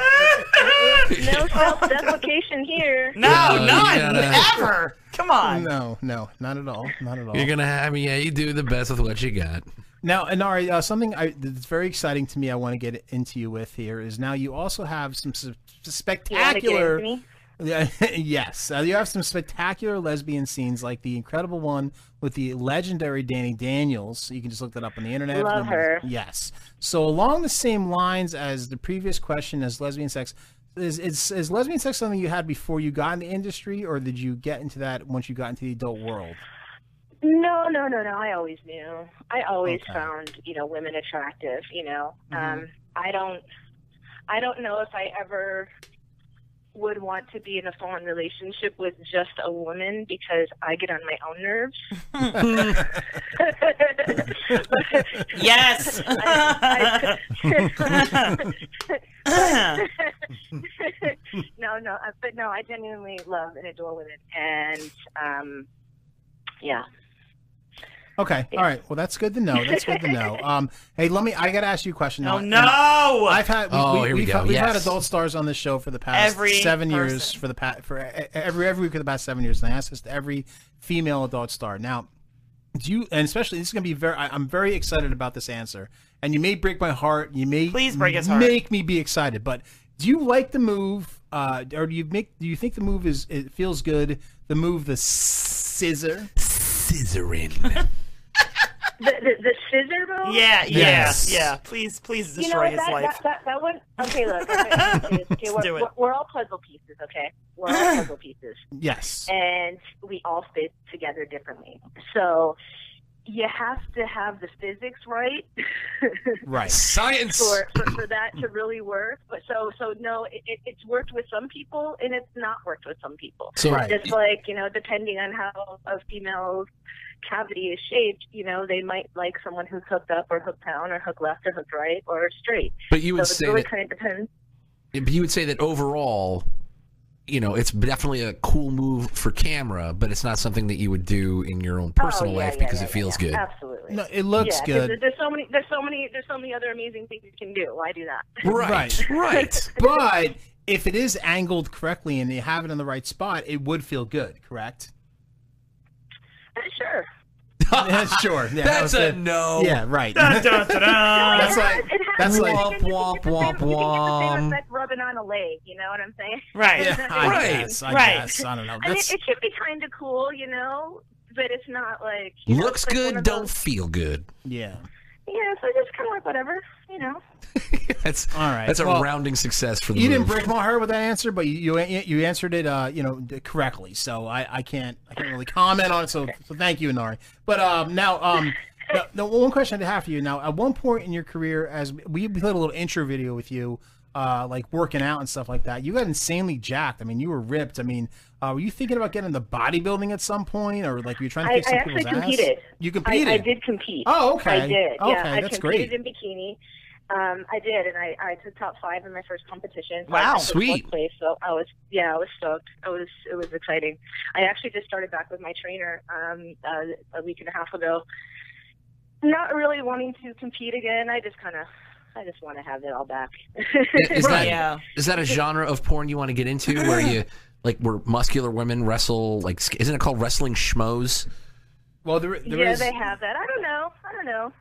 No self-deprecation here. No, Yeah, Oh, you none. gotta- Ever. Come on. No, no, not at all, not at all. You're gonna have, yeah, you do the best with what you got. Now, Anari, uh, something I, that's very exciting to me. I want to get into you with here is now you also have some s- spectacular. You wanna Yeah, yes, uh, you have some spectacular lesbian scenes, like the incredible one with the legendary Danny Daniels. You can just look that up on the internet. Love her. Yes. So along the same lines as the previous question, as lesbian sex, is, is is lesbian sex something you had before you got in the industry, or did you get into that once you got into the adult world? No, no, no, no. I always knew. I always Okay. found, you know, women attractive, you know. Mhm. Um I don't I don't know if I ever would want to be in a full-on relationship with just a woman because I get on my own nerves. Oh, Yes. I- I- no, no, I- but no, I genuinely love and adore women, and um, yeah, Okay. All right. Well, that's good to know. That's good to know. Um, hey, let me. I got to ask you a question. Oh, now. no! I've had. We, Oh, we, here we have go. Had, we've had Yes. adult stars on this show for the past Every seven years. person. For the past for e- e- every every week of the past seven years, and I asked this to every female adult star. Now, do you? And especially, this is going to be very. I, I'm very excited about this answer, and you may break my heart. You may please break his heart. Make me be excited, but do you like the move? Uh, or do you make? Do you think the move is? It feels good. The move, the scissor, scissoring. The, the, the scissor move? Yeah, yeah, Yes. yeah. Please, please you know destroy what, his that, life. That, that, that one, okay, look. Okay, okay, we're, do it. we're, we're all puzzle pieces, okay? We're all puzzle pieces. Yes. And we all fit together differently. So you have to have the physics right Right. Science. for, for, for that to really work. But so so no, it, it, it's worked with some people and it's not worked with some people. So- Right. just like you know, depending on how a female's cavity is shaped, you know, they might like someone who's hooked up or hooked down or hooked left or hooked right or straight. But you would so say it really that- kind of depends. But you would say that overall, you know, it's definitely a cool move for camera, but it's not something that you would do in your own personal Oh, yeah, life yeah, because yeah, it feels yeah, good. Absolutely. No, it looks Yeah, 'cause good. there- There's so many. There's so many. There's so many other amazing things you can do. Why do that? Right. Right. but if it is angled correctly and you have it in the right spot, it would feel good, correct? Uh, Sure. Yeah, sure. Yeah, that That's was a it. no. Yeah, right. Dun, dun, dun, dun. That's like It has- that's like Womp, womp, womp It's like rubbing on a leg. You know what I'm saying? Yeah, I Right. Guess, I Right. guess. I don't know. I mean, Oh, That's, it should be kind of cool, you know, but it's not like you know, Looks it's like one good, of don't those- feel good. yeah. Yeah, so just kind of like whatever, you know. That's all right. That's a well, rounding success for the You move. didn't break my heart with that answer, but you you, you answered it, uh, you know, d- correctly. So I, I can't I can't really comment on it. So, so thank you, Inari. But um, now um, now, now one question I did have for you now. At one point in your career, as we we played a little intro video with you, uh, like working out and stuff like that, you got insanely jacked. I mean, you were ripped. I mean, uh, were you thinking about getting into bodybuilding at some point, or like you were trying to I, kick I some actually people's ass? competed. You I- competed. I, did compete. Oh, okay. I did. Okay, yeah, I that's competed great. in bikini. Um, I did, and I, I took top five in my first competition. Wow. I took Sweet. fourth Place, so I was, yeah, I was stoked. I was, it was exciting. I actually just started back with my trainer um, uh, a week and a half ago. Not really wanting to compete again. I just kind of, I just want to have it all back. Is that, is that a genre of porn you want to get into where you like where muscular women wrestle like sk- isn't it called wrestling schmoes? Well, there, yeah, they have that. I don't know. I don't know.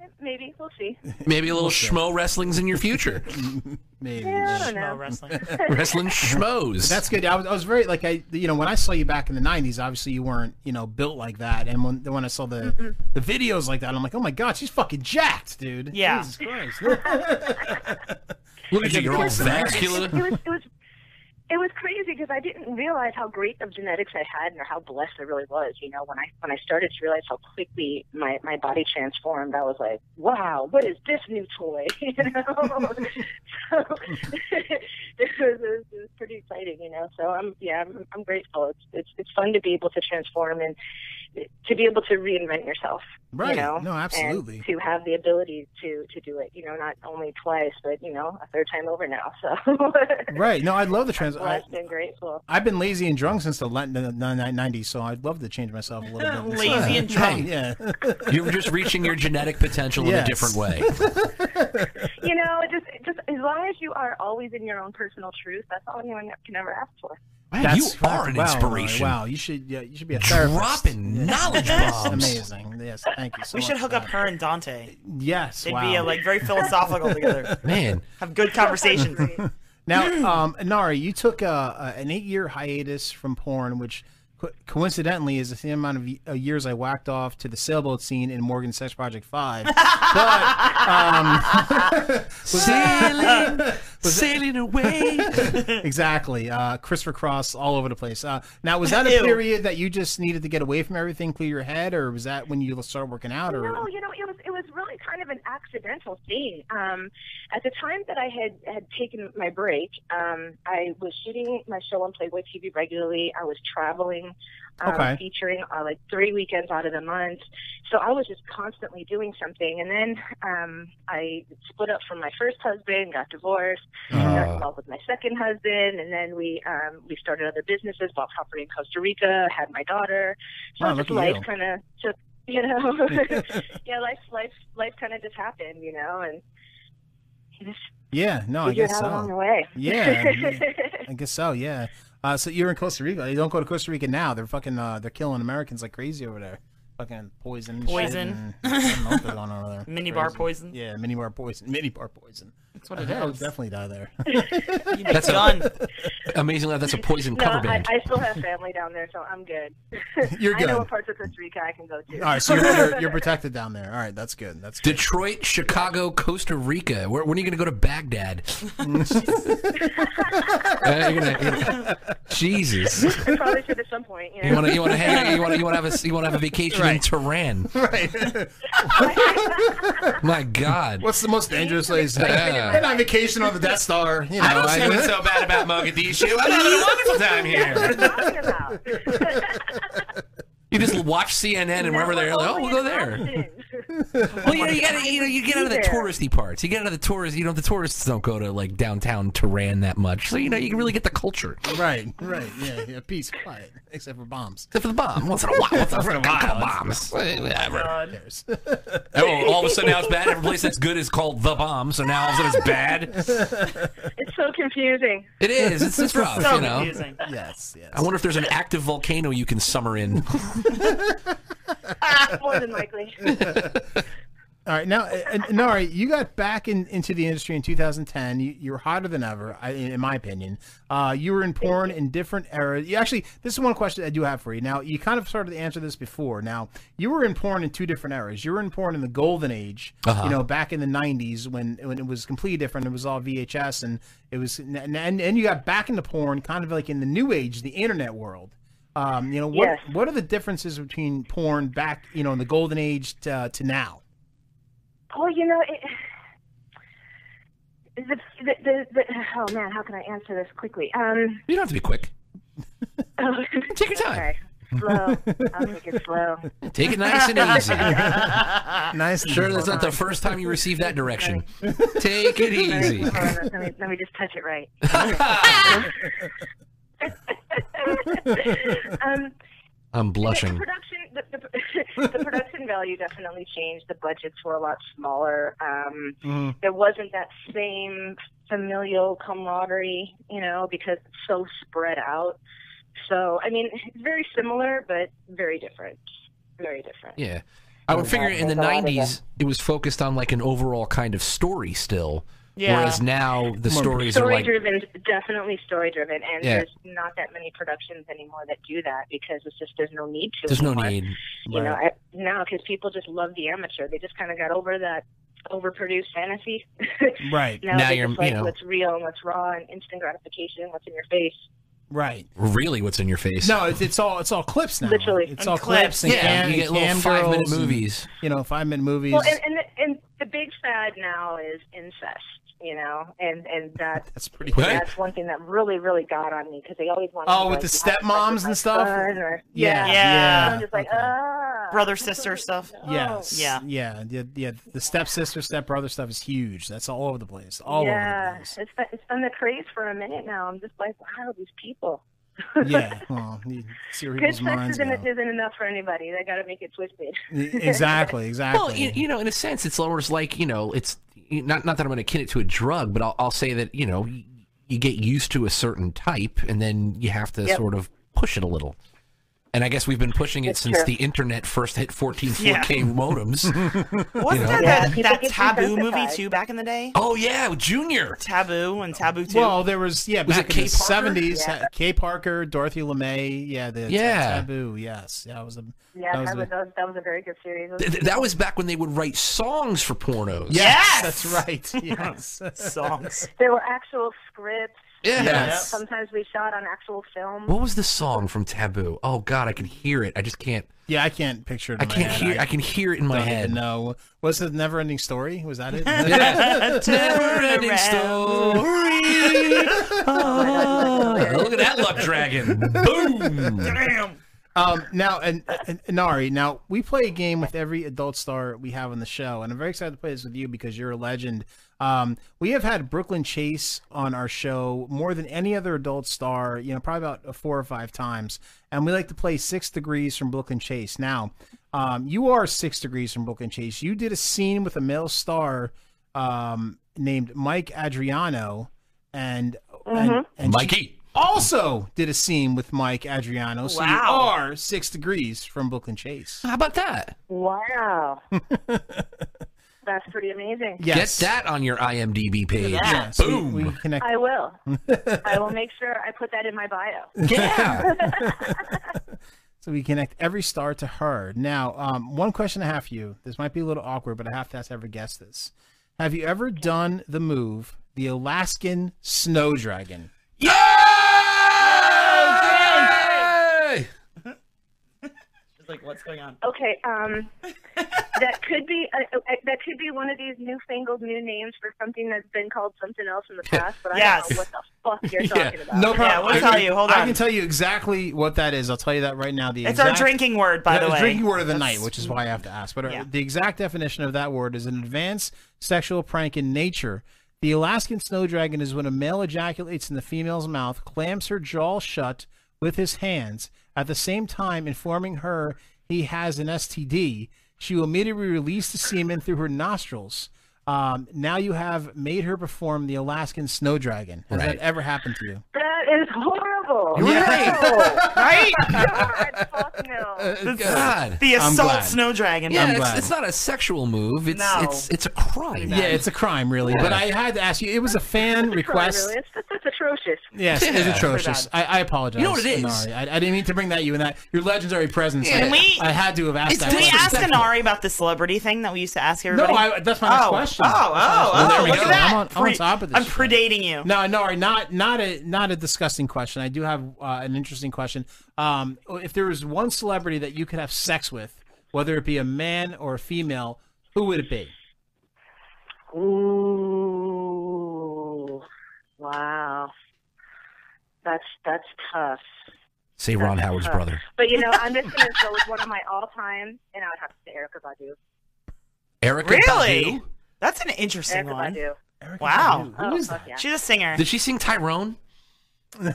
Eh, Maybe we'll see. Maybe a little schmo wrestling's in your future. Maybe. Yeah, I don't know. Wrestling. wrestling schmoes. That's good. I was, I was very like I, you know, when I saw you back in the '90s, obviously you weren't, you know, built like that. And when when I saw the the videos like that, I'm like, oh my god, she's fucking jacked, dude. Yeah. Jesus Christ. Uh, Look at you, you're all vascular. It was, it was, it was crazy because I didn't realize how great of genetics I had and or how blessed I really was. You know, when I when I started to realize how quickly my my body transformed, I was like, wow, what is this new toy? you know, so it, was, it, was, it was pretty exciting. You know, so I'm yeah, I'm, I'm grateful. It's, it's it's fun to be able to transform and to be able to reinvent yourself. Right. You know? No, absolutely. And to have the ability to to do it, you know, not only twice, but you know, a third time over now. So Right. No, I love the trans. I, blessed and grateful. I've been lazy and drunk since the late the- the 90s, so I'd love to change myself a little bit. Lazy and drunk. Yeah. You're just reaching your genetic potential in Yes. a different way. You know, it just just as long as you are always in your own personal truth, that's all anyone can ever ask for. you are an wow, Laurie, inspiration. Wow, you should yeah, you should be a therapist. Dropping Yeah. knowledge That's bombs. Amazing. Yes, thank you so we much. should hook up her and Dante. Yes, They'd wow. be uh, like very philosophical together. Man. Have good conversations. Hmm. Now, um, Nari, you took uh, uh, an eight-year hiatus from porn, which co- coincidentally is the same amount of y- uh, years I whacked off to the sailboat scene in Morgan Sex Project Five. but um, Sailing, was that- sailing away. exactly. Uh, Christopher Cross all over the place. Uh, now, was that a Ew. period that you just needed to get away from everything, clear your head, or was that when you started working out? Or No, you know, it was it was really kind of an accidental thing. Um, at the time that I had had taken my break, um, I was shooting my show on Playboy TV regularly. I was traveling, um, Okay. featuring uh, like three weekends out of the month, so I was just constantly doing something. And then um, I split up from my first husband, got divorced, got involved with my second husband, and then we um, we started other businesses, bought property in Costa Rica, had my daughter. So Wow, just look at life you. kind of took you know. yeah, life, life, life kind of just happened, you know, and you just Yeah, no, I figured guess out so. along the way. Yeah, I guess so. Yeah. Uh, so you're in Costa Rica. You don't go to Costa Rica now. They're fucking. Uh, they're killing Americans like crazy over there. Fucking poison. and shit Poison. and- I don't know what's going on over there. Mini bar Crazy. poison. Yeah, mini bar poison. Mini bar poison. That's what it I would is. definitely die there. That's a, amazingly, that's a poison No, cover I, band. I still have family down there, so I'm good. You're I know good. what parts of Costa Rica I can go to. All right, so you're, under, you're protected down there. All right, that's good. That's good. Detroit, Chicago, Costa Rica. Where, when are you going to go to Baghdad? Uh, you're gonna- you're gonna- Jesus. I probably should at some point. You, know? You want to you want to hang, you want to you want to have a you want to have a vacation in Tehran. Right. My God. What's the most dangerous place? to Yeah. And on vacation on the Death Star. You know, I don't see I- what's so bad about Mogadishu. I'm having a wonderful time here. You just watch CNN and wherever they're like, oh, we'll go there. Well, you, know, you gotta you know you get out of the touristy parts. You get out of the tourist. You know the tourists don't go to like downtown Tehran that much, so you know you can really get the culture. Right, right, yeah, yeah, peace, quiet, except for bombs. Except for the bomb. Once in a while, once in a Once in a fucking couple while. bombs. Eh, Whatever. Cares. Oh, all of a sudden now it's bad. Every place that's good is called the bomb. So now all of a sudden it's bad. It's so confusing. It is. It's just rough, so you know. confusing. Yes, yes. I wonder if there's an active volcano you can summer in. More than likely. All right, now uh, uh, Nari, you got back in, into the industry in 2010. You, you were hotter than ever, I, in in my opinion. Uh, you were in porn in different eras. You actually, this is one question I do have for you. Now, you kind of started to answer this before. Now, you were in porn in two different eras. You were in porn in the golden age, Uh-huh. you know, back in the 90s when when it was completely different. It was all VHS, and it was and and, and you got back into porn kind of like in the new age, the internet world. Um, you know, what Yes. what are the differences between porn back, you know, in the golden age to, uh, to now? Well, you know, it, the, the, the, the, oh man, how can I answer this quickly? Um, You don't have to be quick. take your time. Oh, Slow. I'll take it slow. Take it nice and easy. nice. Sure, that's not the first time you receive that direction. Take it easy. Hold on, let, me, let me just touch it right. um, I'm blushing. The production, the, the, the production value definitely changed. The budgets were a lot smaller. Um, Mhm. There wasn't that same familial camaraderie, you know, because it's so spread out. So, I mean, it's very similar, but very different. Very different. Yeah. I would figure in the 90s, it was focused on like an overall kind of story still. Yeah. Whereas now the stories are story like. driven, definitely story driven, and Yeah. there's not that many productions anymore that do that because it's just there's no need to. There's no anymore. need. you know, I, now because people just love the amateur. They just kind of got over that overproduced fantasy. Right. now Now they you're- just like you know. what's real and what's raw and instant gratification, what's in your face. Right. Really, what's in your face? No, it's, it's all it's all clips now. Literally. it's And all clips. clips, and yeah. cam, You get little cam five-minute girls and, movies. you know, five minute movies. Well, and and the, and the big fad now is incest. You know, and and that that's pretty. What? That's one thing that really really got on me because they always want. Oh, to, with like, the have sex with stepmoms my and stuff? son Or, Yeah, yeah, yeah. I'm just like, ah, Brother sister stuff. oh, yes. Yeah. Yeah. Yeah. Yeah. The stepsister, stepbrother stuff is huge. That's all over the place. All yeah, it's been, it's been the craze for a minute now. I'm just like, wow, these people. over. The place. Yeah. Well, you see where Good people's sex minds isn't, go. isn't enough for anybody. They got to make it twisted. Exactly. Exactly. Well, you, you know, in a sense, it's almost like you know, it's not not that I'm going to kid it to a drug, but I'll, I'll say that you know, y- you get used to a certain type, and then you have to Yep. sort of push it a little. And I guess we've been pushing it That's since true. the internet first hit 14 Yeah. 4K modems. you Wasn't know? there that, people that get taboo movie desensitized. too back in the day? Oh yeah, Junior. Taboo and Taboo too. Well, there was yeah Was back it in Kay the Parker? seventies. Uh, Yeah. Kay Parker, Dorothy LeMay. Yeah, the Yeah. taboo. Yes, yeah, it was a Yeah, that was, that a, was, that was, that was a very good series. It was- Th- that was back when they would write songs for pornos. Yes! That's right. Yes. Songs. There were actual scripts. Yes. Yes. Sometimes we shot on actual film. What was the song from Taboo? Oh God, I can hear it. I just can't. yeah. I can't picture it. In I my can't head. hear. I, can hear it in my don't even head. know. was it never ending story? Was that it? Yeah. Never-ending story. Look at that luck dragon. Boom. Damn. Um, now and, and and Nari, now we play a game with every adult star we have on the show, and I'm very excited to play this with you because you're a legend. Um, we have had Brooklyn Chase on our show more than any other adult star, uh, you know, probably about four or five times, and we like to play Six Degrees from Brooklyn Chase. Now, Um, you are six degrees from Brooklyn Chase. You did a scene with a male star um, named Mike Adriano, and and, Mhm. and she Mikey. also did a scene with Mike Adriano. Oh, So you Wow. are six degrees from Brooklyn Chase. How about that? Wow. That's pretty amazing. Get that on your IMDb page. that. Yes, we- Boom. I will. I will make sure I put that in my bio. So we connect every star to her. Now, um, one question I have for you. This might be a little awkward, but I have to ask every guest this. Have you ever done the move, the Alaskan snow dragon? She's like, what's going on? Okay, um, that could be uh, uh, that could be one of these newfangled new names for something that's been called something else in the past, but Yes. I don't know what the fuck you're talking about. No problem. we'll tell you. Hold I on. can tell you exactly what that is. I'll tell you that right now. The It's our exact- drinking word, by Yeah, the it's way. Drinking word of the That's- night, which is why I have to ask. But uh, the exact definition of that word is an advanced sexual prank in nature. The Alaskan snow dragon is when a male ejaculates in the female's mouth, clamps her jaw shut with his hands, at the same time informing her he has an STD. She will immediately release the semen through her nostrils. Um, now you have made her perform the Alaskan snow dragon. Has that ever happened to you? That is horrible. right? God. The I'm assault glad. snow dragon. Yeah, it's, it's not a sexual move. It's No. it's it's a crime. Yeah, it's a crime, really. Yeah. But I had to ask you. It was a fan request. Really, it's, that's atrocious. Yes, it is atrocious. I, I apologize. You know what it is? Inari. I, I didn't mean to bring that you and that your legendary presence. Yeah. I, Can we- I had to have asked that. Did we ask question. Anari about the celebrity thing that we used to ask No, everybody? I, that's my next oh. question. Oh, oh, Well, there oh, we look go. at that. I'm on, I'm on Pre- top of this. I'm predating you. No, no, not not a not a disgusting question. I do have uh, an interesting question. Um, if there was one celebrity that you could have sex with, whether it be a man or a female, who would it be? Ooh, wow. That's that's tough. Say Ron Howard's Uh, tough. brother. But you know, I'm just gonna go with one of my all time, and I would have to say Erica Badu. Erica Really? Badu? That's an interesting Erica one. Badu. Wow. Badu. Who Oh, is fuck that? yeah. She's a singer. Did she sing Tyrone? Oh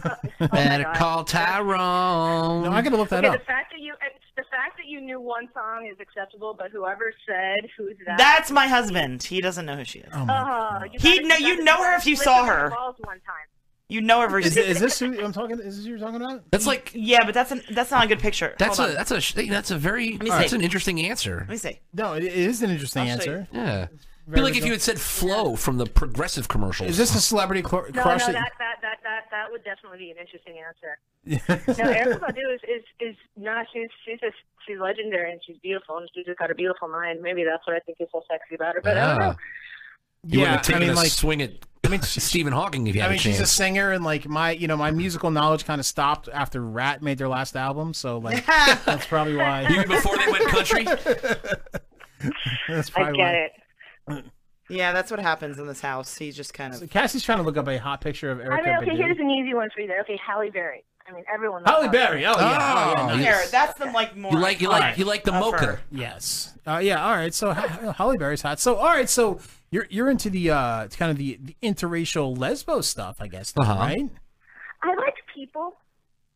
Better God. call Tyrone. No, I gotta look okay, the fact that you the fact that you knew one song is acceptable, but whoever said who's that? That's my husband. He doesn't know who she is. Oh, you He'd gotta- know- gotta- you know her if you gotta saw lick her. the balls one time. You know every. Is, is this who I'm talking? Is this who you're talking about? That's like yeah, but that's an that's not a good picture. That's Hold a on. that's a sh- that's a very Let me that's see. an interesting answer. Let me see. No, it, it is an interesting I'll show you. answer. Yeah. Very Be like if you had said Flo from the progressive commercials. Is this a celebrity cl- No, crush? no, that that, that, that, that, that would definitely be an interesting answer. no, Erica Badu is, is, is no, she's she's just she's legendary and she's beautiful and she's just got a beautiful mind. Maybe that's what I think is so sexy about her. But I don't know. Yeah, You wouldn't have I taken mean, a like- swing at Stephen Hawking if you I had mean, a chance. she's a singer, and like my, you know, my musical knowledge kind of stopped after Rat made their last album, so like that's probably why. Even before they went country. that's probably why. Yeah, that's what happens in this house. He's just kind of. So Cassie's trying to look up a hot picture of I Erica mean, okay, Badu. here's an easy one for you there. Okay, Halle Berry. I mean, everyone. loves Halle Berry. Oh yeah. Oh, Oh, yeah, nice. Here, that's the like more. You like you like Alright. you like the Of mocha. her. Yes. Uh, yeah. All right. So Ha- Halle Berry's hot. So all right. So you're you're into the uh it's kind of the, the interracial lesbo stuff, I guess, then, Uh-huh. right? I like people.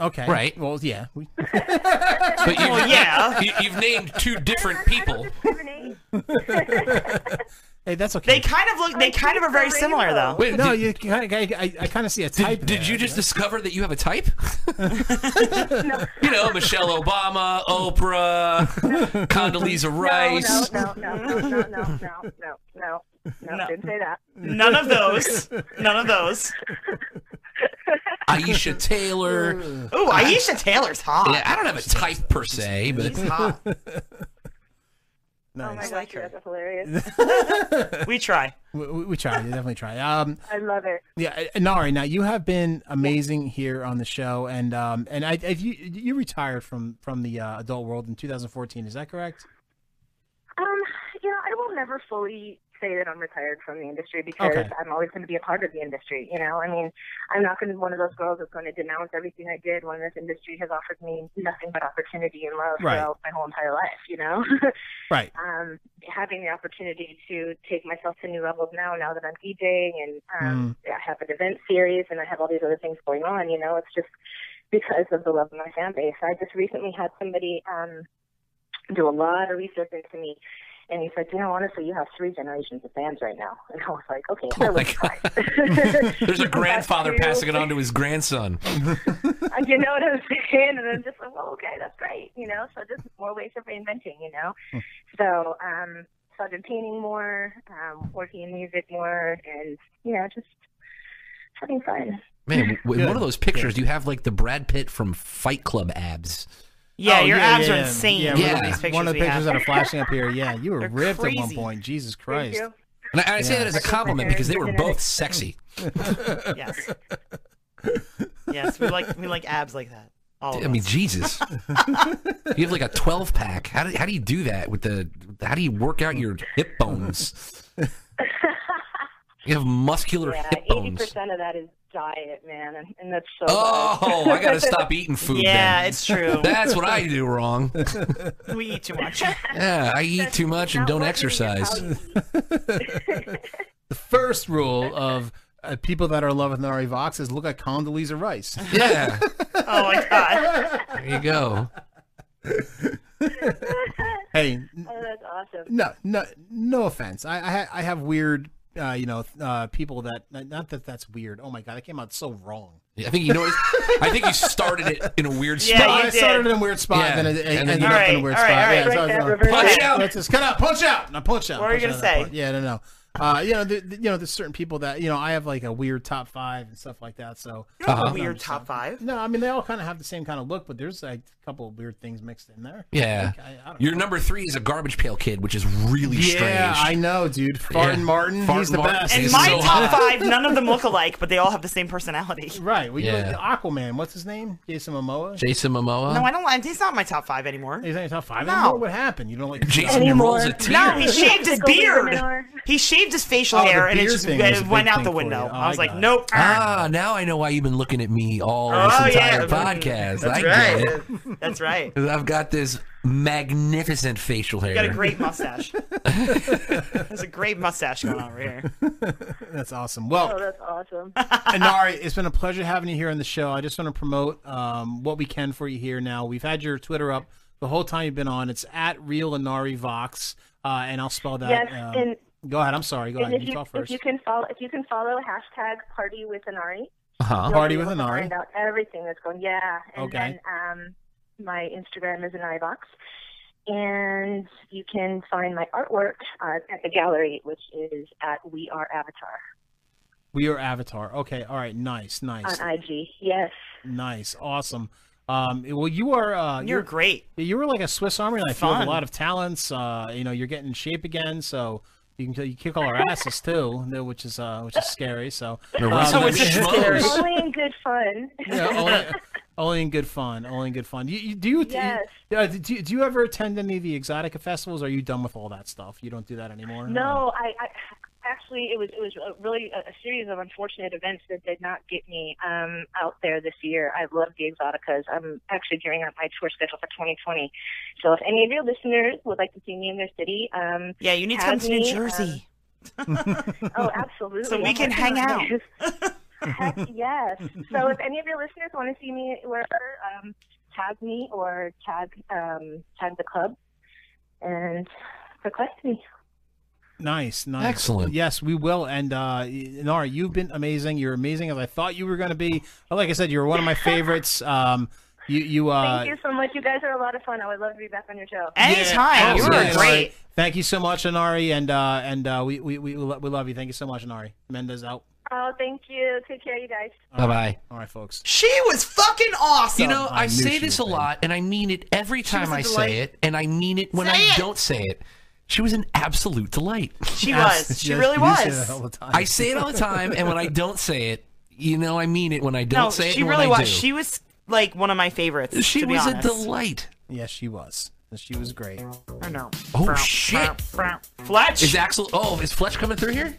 Okay. Right. Well, yeah. We, But you, Well, Oh, yeah. you, you've named two different people. hey, that's okay. They kind of look. They kind of are very similar though. Wait, no, did- you kind of, I, I kind of see a type. Did, did you just discover that you have a type? You know, Michelle Obama, Oprah, Condoleezza Rice. No, no, no, no, no, no, no, no, no, no, No. Didn't say that. None of those. None of those. Aisha Taylor. Ooh, Aisha Taylor's hot. Yeah, I don't have a type per se, but She's hot. Oh my gosh, like you guys are hilarious. we try. We, we we try. We definitely try. Um, I love it. yeah, uh, Nari. Now you have been amazing here on the show, and um, and I, I you you retired from from the uh, adult world in 2014. Is that correct? Um, you know, I will never fully say that I'm retired from the industry because Okay. I'm always going to be a part of the industry. You know, I mean, I'm not going to be one of those girls that's going to denounce everything I did when this industry has offered me nothing but opportunity and love Right. throughout my whole entire life. You know, Right. um, having the opportunity to take myself to new levels now, now that I'm DJing and um, I have an event series and I have all these other things going on. You know, it's just because of the love of my fan base. I just recently had somebody um, do a lot of research into me. And he's like, you know, honestly, you have three generations of fans right now. And I was like, okay, I was There's a grandfather passing it on to his grandson. Uh, you know what I'm saying? And I'm just like, well, okay, that's great, you know. So just more ways of reinventing, you know. Hmm. So, um, so I've been painting more, um, working in music more, and you know, just having fun. Man, w- in one of those pictures, you have like the Brad Pitt from Fight Club abs. Yeah, Oh, your yeah, abs yeah, are insane. Yeah, Look Yeah. at these pictures one of the we have. pictures that are flashing up here. Yeah, you were They're ripped at one crazy. point. Jesus Christ. you. And I, and I say Yeah. that as a compliment because they were both sexy. yes. Yes, we like we like abs like that. All of I mean, us. Jesus, you have like a twelve pack. How do how do you do that with the? How do you work out your hip bones? You have muscular Yeah, hip eighty bones. percent of that is diet, man, and, and that's so. Oh, bad. I gotta stop eating food. Yeah, then. it's true. That's what I do wrong. we eat too much. Yeah, I eat too much and don't exercise. The first rule of uh, people that are in love with Nari Vox is look like Condoleezza Rice. Yeah. oh my god. There you go. hey, Oh, that's awesome. No, no, no offense. I, I, ha- I have weird, uh, you know, uh, people that not that that's weird. Oh my god, that came out so wrong. Yeah, I think you know. I think you started it in a weird Yeah, spot. you I started did. in a weird spot, then it- it ended up in a weird spot. Yeah, so I was like, punch out. Let's just cut out. Punch out. Now punch out. What were you punch gonna out that say? part. Yeah, I don't know. Uh, you know, the, the- you know, there's certain people that you know. I have like a weird top five and stuff like that. So You don't have a Uh-huh. weird top five. No, I mean they all kind of have the same kind of look, but there's like a couple of weird things mixed in there. Yeah. Like, I, I don't Your number three is a garbage pail kid, which is really yeah, strange. I know, dude. Fartin Yeah. Martin, Fartin he's the Martin. best. And He's my so top hot. Top five, none of them look alike, but they all have the same personality. Right. Well, Yeah. you Aquaman. Oh, What's his name? Jason Momoa. Jason Momoa. No, I don't. like- He's not in my top five anymore. He's not in your top five no. anymore? What happened? You don't like Jason, you rolls a tear. No, he shaved his Go leave him an beard. He shaved his facial Oh, the hair, and it beard just thing was a it went big out thing the for window. you. Oh, I was I like, got it. nope. Ah, now I know why you've been looking at me all this Oh, yeah. entire podcast. That's I right. get it. That's right. 'Cause I've got this magnificent facial hair. You got a great mustache. There's a great mustache going on over here. That's awesome. Well, oh, that's awesome. Anari, it's been a pleasure having you here on the show. I just want to promote um, what we can for you here now. We've had your Twitter up the whole time you've been on. It's at Real Anari Vox, uh, and I'll spell that. Yes, um, and- go ahead. I'm sorry. Go and ahead. if You you, talk if first. you can follow, if you can follow hashtag Party with Anari, Uh-huh. you'll Party be with able to Anari. Find out everything that's going. Yeah, and Okay. then um, my Instagram is Anaribox, and you can find my artwork uh, at the gallery, which is at We Are Avatar we are Avatar. Okay. All right. Nice. Nice. on IG. Yes. Nice, awesome. Um, well, you are uh, You're great. You were like a Swiss Army knife. You have Fun. a lot of talents. Uh, you know, you're getting in shape again, so you can you kick all our asses too, no- which is uh, which is scary. So, You're right. um, Which is scary. Only in good fun. Yeah, only, only in good fun. Only in good fun. You, you, do you, Yes. you uh, do, you- do you ever attend any of the Exotica festivals? Or are you done with all that stuff? You don't do that anymore. No, I, I actually it was it was a really a, a series of unfortunate events that did not get me um, out there this year. I love the Exoticas. I'm actually gearing up my tour schedule for 2020. So if any of your listeners would like to see me in their city, um, Yeah, you need to tag come to New me, um, Jersey. oh, absolutely. So we I'm working can hang on out. that. Heck yes. So if any of your listeners want to see me wherever, um, tag me or tag um, tag the club and request me. Nice, nice, Excellent. Yes, we will. And uh, Nara, you've been amazing. You're amazing as I thought you were going to be. But like I said, you're one of my favorites. Um, you, you. Uh, Thank you so much. You guys are a lot of fun. I would love to be back on your show. Yeah, Anytime. you absolutely, were Inari. great. Thank you so much, Anari, and uh, and uh, we, we we lo- we love you. Thank you so much, Anari. Mendez out. Oh, thank you. Take care, you guys. Bye bye. All right, folks. She was fucking awesome. You know, I, I knew say she this a would be. lot, and I mean it every time was a I delight. say it, and I mean it when Say I it. don't say it. She was an absolute delight. She was. She really was. I say it all the time, and when I don't say it, you know, I mean it when um, I don't no, say it. she and really when I was. do. She was like one of my favorites. She to be was a honest. delight. Yes, she was. She was great. I know. Oh Brow, shit! brow, brow. Fletch. Is Axel? Oh, is Fletch coming through here?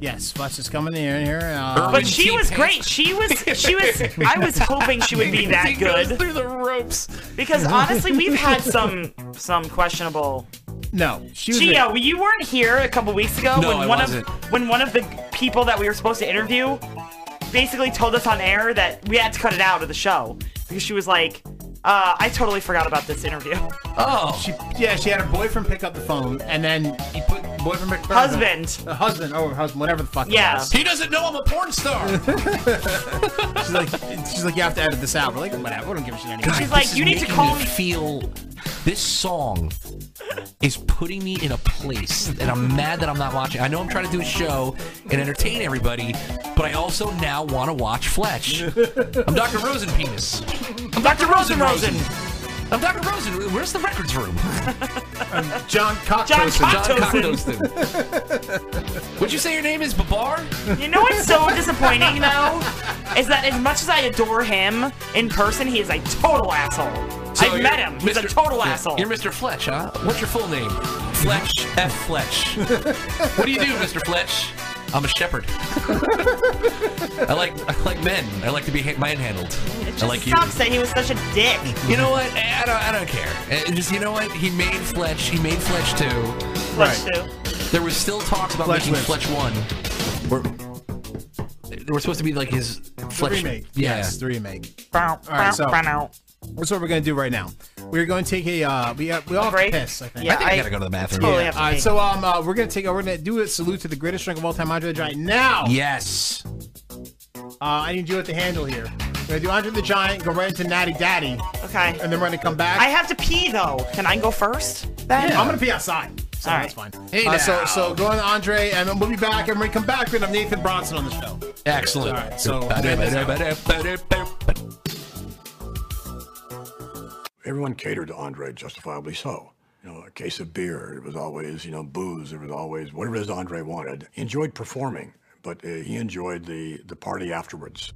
Yes, Fletch is coming in here. Um, Uh, But she was great. She was. She was. I was hoping she would be that He goes good through the ropes. because honestly, we've had some some questionable. no, she was. Gia, great. well, you weren't here a couple weeks ago No, when I one wasn't. of when one of the people that we were supposed to interview basically told us on air that we had to cut it out of the show because she was like, Uh, I totally forgot about this interview. Oh, she yeah, she had her boyfriend pick up the phone, and then he put boyfriend picked up Husband. the husband, oh husband, whatever the fuck. it Yeah. was. He doesn't know I'm a porn star. she's like, she's like, you have to edit this out. We're like, whatever, we don't give a shit anymore. God, this is making Feel this song is putting me in a place, and I'm mad that I'm not watching. I know I'm trying to do a show and entertain everybody, but I also now want to watch Fletch. I'm Dr. Rosen Penis. I'm Dr. Rosen Rosen. I'm Dr. Rosen. Where's the records room? John Cocktoasten. John John Cocktoasten. Would you say your name is Babar? You know what's so disappointing though is that as much as I adore him in person, he is a total asshole. So I've you're met him. He's a total yeah, asshole. You're Mr. Fletch, huh? What's your full name? Fletch F. Fletch. what do you do, Mr. Fletch? I'm a shepherd. I like I like men. I like to be ha- manhandled. It just I like you. sucks that he was such a dick. You know what? I I don't, I don't care. Uh, Just you know what? He made Fletch. He made Fletch two. Fletch Right. There was still talks about Fletch making lives. Fletch one. Or, there were supposed to be like his Fletch remake. Yeah. Yes, the remake. All right, so that's what we're gonna do right now. We're gonna take a uh, we have, we all have to piss. I think. Yeah, I think I I gotta go to the bathroom. totally have to All right, pee. so um, uh, we're gonna take we're gonna do a salute to the greatest drink of all time, Andre the Giant. Oh. Now, Yes. uh, I need you at the handle here. We're gonna do Andre the Giant, go right into Natty Daddy. Okay. And then we're gonna come back. I have to pee though. Can I go first? Then I'm gonna pee outside. So All that's right. fine. Hey, Uh, now. so so go on to Andre, and then we'll be back. And when we come back, we're gonna have Nathan Bronson on the show. Excellent. All right, so- Everyone catered to Andre, justifiably so. You know, a case of beer, it was always, you know, booze, it was always whatever it is Andre wanted. He enjoyed performing, but uh, he enjoyed the, the party afterwards.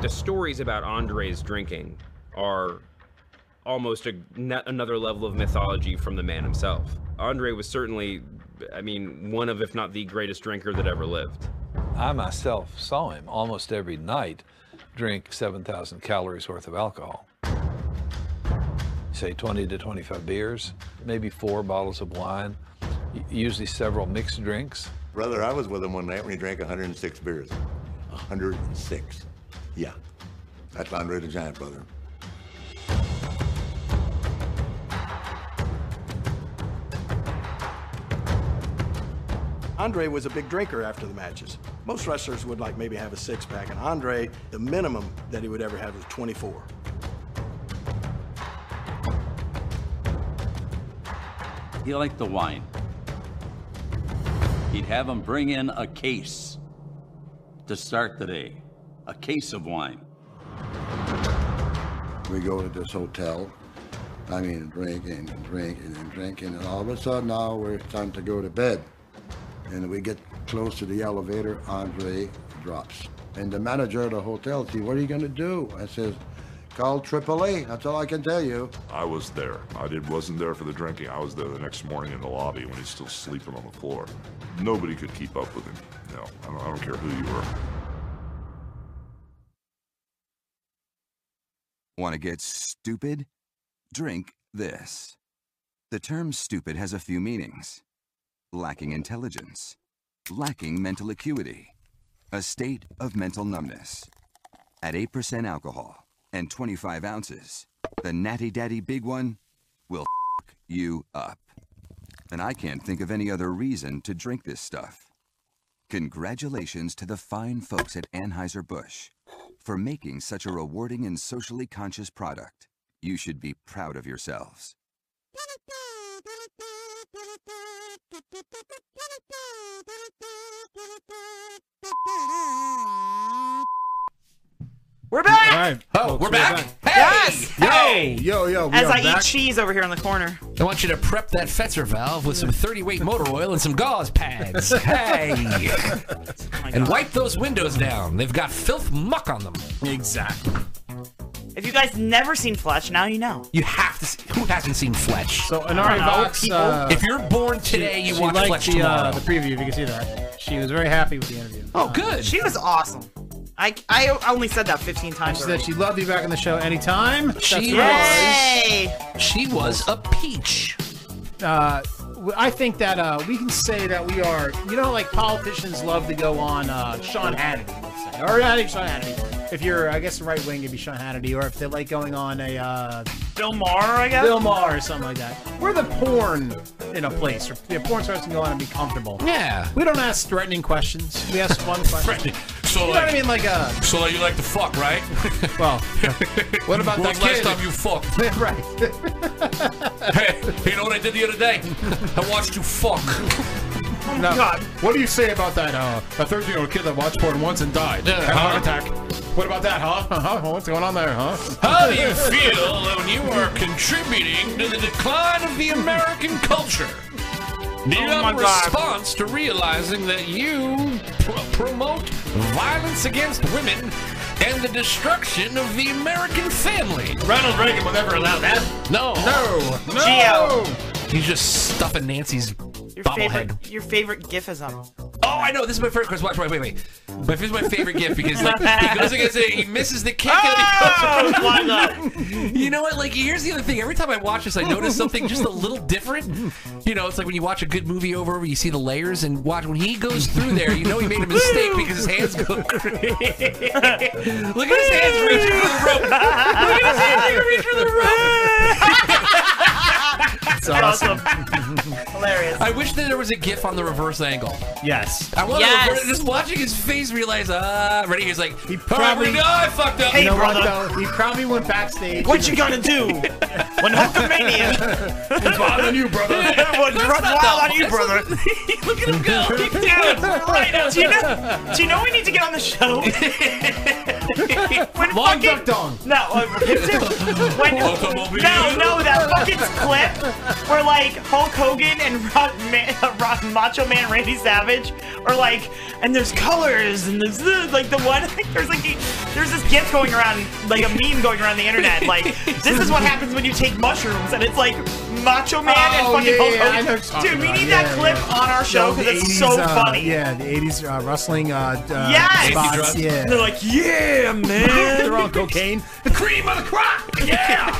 the stories about Andre's drinking are almost a, n- another level of mythology from the man himself. Andre was certainly, I mean, one of, if not the greatest drinker that ever lived. I myself saw him almost every night drink 7,000 calories worth of alcohol. Say 20 to 25 beers, maybe four bottles of wine, u- usually several mixed drinks. Brother, I was with him one night when he drank 106 beers. 106. Yeah. That's Andre the Giant, brother. Andre was a big drinker after the matches. Most wrestlers would like maybe have a six pack, and Andre, the minimum that he would ever have was 24. He liked the wine. He'd have him bring in a case to start the day. A case of wine. We go to this hotel. I mean, drinking and drinking and drinking, and all of a sudden now we're time to go to bed. And we get close to the elevator, Andre drops. And the manager of the hotel says, what are you going to do? I says, call AAA. That's all I can tell you. I was there. I did, wasn't there for the drinking. I was there the next morning in the lobby when he's still sleeping on the floor. Nobody could keep up with him. No, I don't, I don't care who you were. Want to get stupid? Drink this. The term stupid has a few meanings lacking intelligence, lacking mental acuity, a state of mental numbness. At 8% alcohol and 25 ounces, the Natty Daddy Big One will f you up. And I can't think of any other reason to drink this stuff. Congratulations to the fine folks at Anheuser-Busch for making such a rewarding and socially conscious product. You should be proud of yourselves. We're back. Oh, we're back. Yes. Hey! Yo, yo, we As are I back. eat cheese over here in the corner. I want you to prep that Fetzer valve with some 30 weight motor oil and some gauze pads. Hey! and wipe those windows down. They've got filth muck on them. Exactly. If you guys never seen Fletch, now you know. You have to. See, who hasn't seen Fletch? So Inari Vox, uh, if you're born today, you watch liked Fletch the, tomorrow. Uh, the preview, if you can see that. She was very happy with the interview. Oh, good. She was awesome. I, I only said that 15 And times. she said already. she loved you back on the show anytime. She That's was. She was a peach. right. Uh, w- I think that uh, we can say that we are, you know, like politicians love to go on uh, Sean Hannity, let's say, or Hannity, Sean Hannity. If you're, I guess, the right wing, it'd be Sean Hannity, or if they like going on a uh, Bill Maher, I guess? Bill Maher or something like that. We're the porn in a place, or the porn stars can go on and be comfortable. Yeah. we don't ask threatening questions. We ask fun questions. Threatening. So you know like- what I mean? Like uh, So like, you like to fuck, right? well, what about when that was kid? last time you fucked? right. hey, you know what I did the other day? I watched you fuck. Now, What do you say about that? Uh, a 13 year old kid that watched porn once and died. Had a heart attack. What about that, huh? Uh-huh. What's going on there, huh? How do you feel when you are contributing to the decline of the American culture? Do you Oh have my a God. response to realizing that you pr- promote violence against women and the destruction of the American family? Ronald Reagan would never allow that. No. No. No. He's just stuffing Nancy's Your bobblehead. favorite, your favorite GIF is on. Oh, I know. This is my favorite. Chris, watch. Wait, wait, wait. But this is my favorite gift because like he goes against it, he misses the kick. and he Line You know what? Like, here's the other thing. Every time I watch this, I notice something just a little different. You know, it's like when you watch a good movie over, where you see the layers, and watch when he goes through there, you know he made a mistake because his hands go. Look at his hands reaching for the rope. Look at his hands reaching for the rope. It's awesome. Hilarious. I wish that there was a GIF on the reverse angle. Yes. I want Yes. to just watching his face realize, ah, ready? He's like, he probably- no, I fucked up. you know What, though? He probably went backstage. What you gonna do? when Hulkamania. it's wild on you, brother. What's wild on you, brother? Look at him go. Deep down, right now. Do you know? Do you know we need to get on the show? when Long fucking, duck dong. No, uh, when, no, no, that fucking clip where like Hulk Hogan and Rock, Man, Rock Macho Man Randy Savage are like, and there's colors and there's this," like the one there's like a- there's this gift going around like a meme going around the internet like this is what happens when you take mushrooms and it's like Macho Man Oh, and fucking yeah, Hulk yeah, I Hogan. know what you're talking Dude, we about. need Yeah, that clip yeah. on our show No, the because it's 80s, so uh, funny. Yeah, the 80s uh, wrestling uh, d- uh, Yes! spots. Drugs. Yeah. They're like, yeah, man. They're on cocaine. The cream of the crop. Yeah.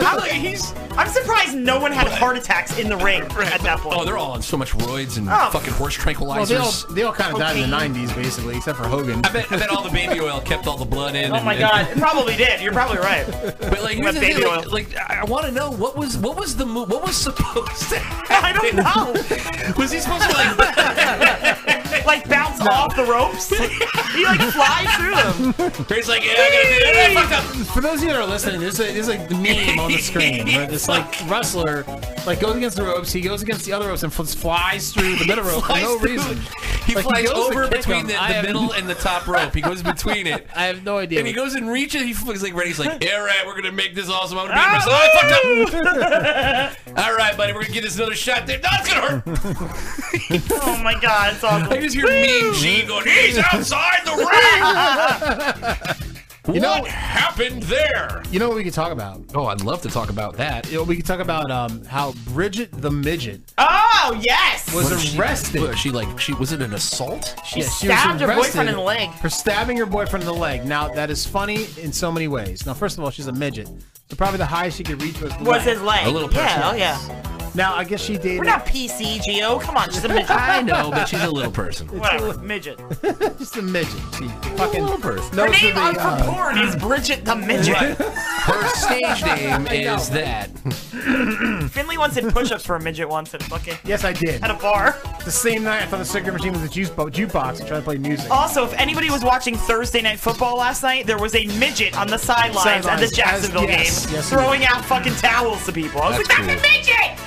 I'm like, he's. I'm surprised no one had heart attacks in the ring at that point. Oh, they're all on so much roids and Oh. fucking horse Well, they all, tranquilizers. they all kind of died in the Cocaine. 90s, basically, except for Hogan. I bet, I bet all the baby oil kept all the blood in. Oh and- my and- God. It probably did. You're probably right. But like, here's With the thing, baby like, like, I want to know what was what was the mo- what was supposed to I don't know. was he supposed to like like bounce off the ropes? he like flies through them. He's like, yeah, I gotta do that. I fucked up. For those of you that are listening, there's a there's like the meme on the screen where this like wrestler like goes against the ropes, he goes against the other ropes and fl- flies through the middle rope for Flies no through- reason. He Like, flies goes to over kick between him. the, I the have- middle and the top rope. He goes between it. I have no idea. And he goes and reaches. He looks like ready. He's like, "Yeah, right. We're gonna make this awesome. I'm gonna beat Ah! myself. Oh, I fucked up. All right, buddy. We're gonna give this another shot. There. No, it's gonna hurt. oh my god, it's awful. I just hear Mean Gene going, "He's outside the ring!" You know- what happened there? You know what we could talk about? Oh, I'd love to talk about that. You know, we could talk about um, how Bridget the midget Oh yes. was What if she- arrested. what if She, like she was it an assault? She stabbed her boyfriend in the leg. For stabbing her boyfriend in the leg. Now that is funny in so many ways. Now, first of all, she's a midget, so probably the highest she could reach was the Was his leg. A little Yeah, person. oh, yeah. Now I guess she dated. We're not PC, Geo. Come on, she's a midget. I know, but she's a little person. Whatever, midget. Just a midget. She fucking little person. Her name on for uh, porn is Bridget the midget. Her stage name is that. Finley once did push-ups for a midget once at a fucking. Yes, I did. At a bar. The same night I found the cigarette machine with the juice bo- jukebox and tried to play music. Also, if anybody was watching Thursday Night Football last night, there was a midget on the sidelines at Sidelines, the Jacksonville as- yes, game yes, he throwing out fucking towels to people. I was That's like, that's a midget!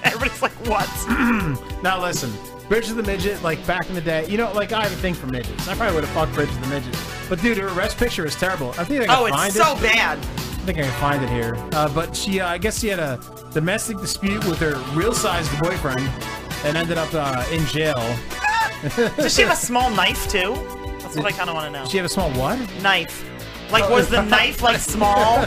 Everybody's like, what? now listen, Bridget the Midget, like back in the day, you know, like I have a thing for midgets. I probably would have fucked Bridget the Midget. But dude, her arrest picture is terrible. I think I can Oh, it's find so it. bad. I think I can find it here. Uh, but she, uh, I guess she had a domestic dispute with her real-sized boyfriend and ended up uh, in jail. Does she have a small knife too? That's what I kind of want to know. She have a small what? knife. Like, was the knife like small?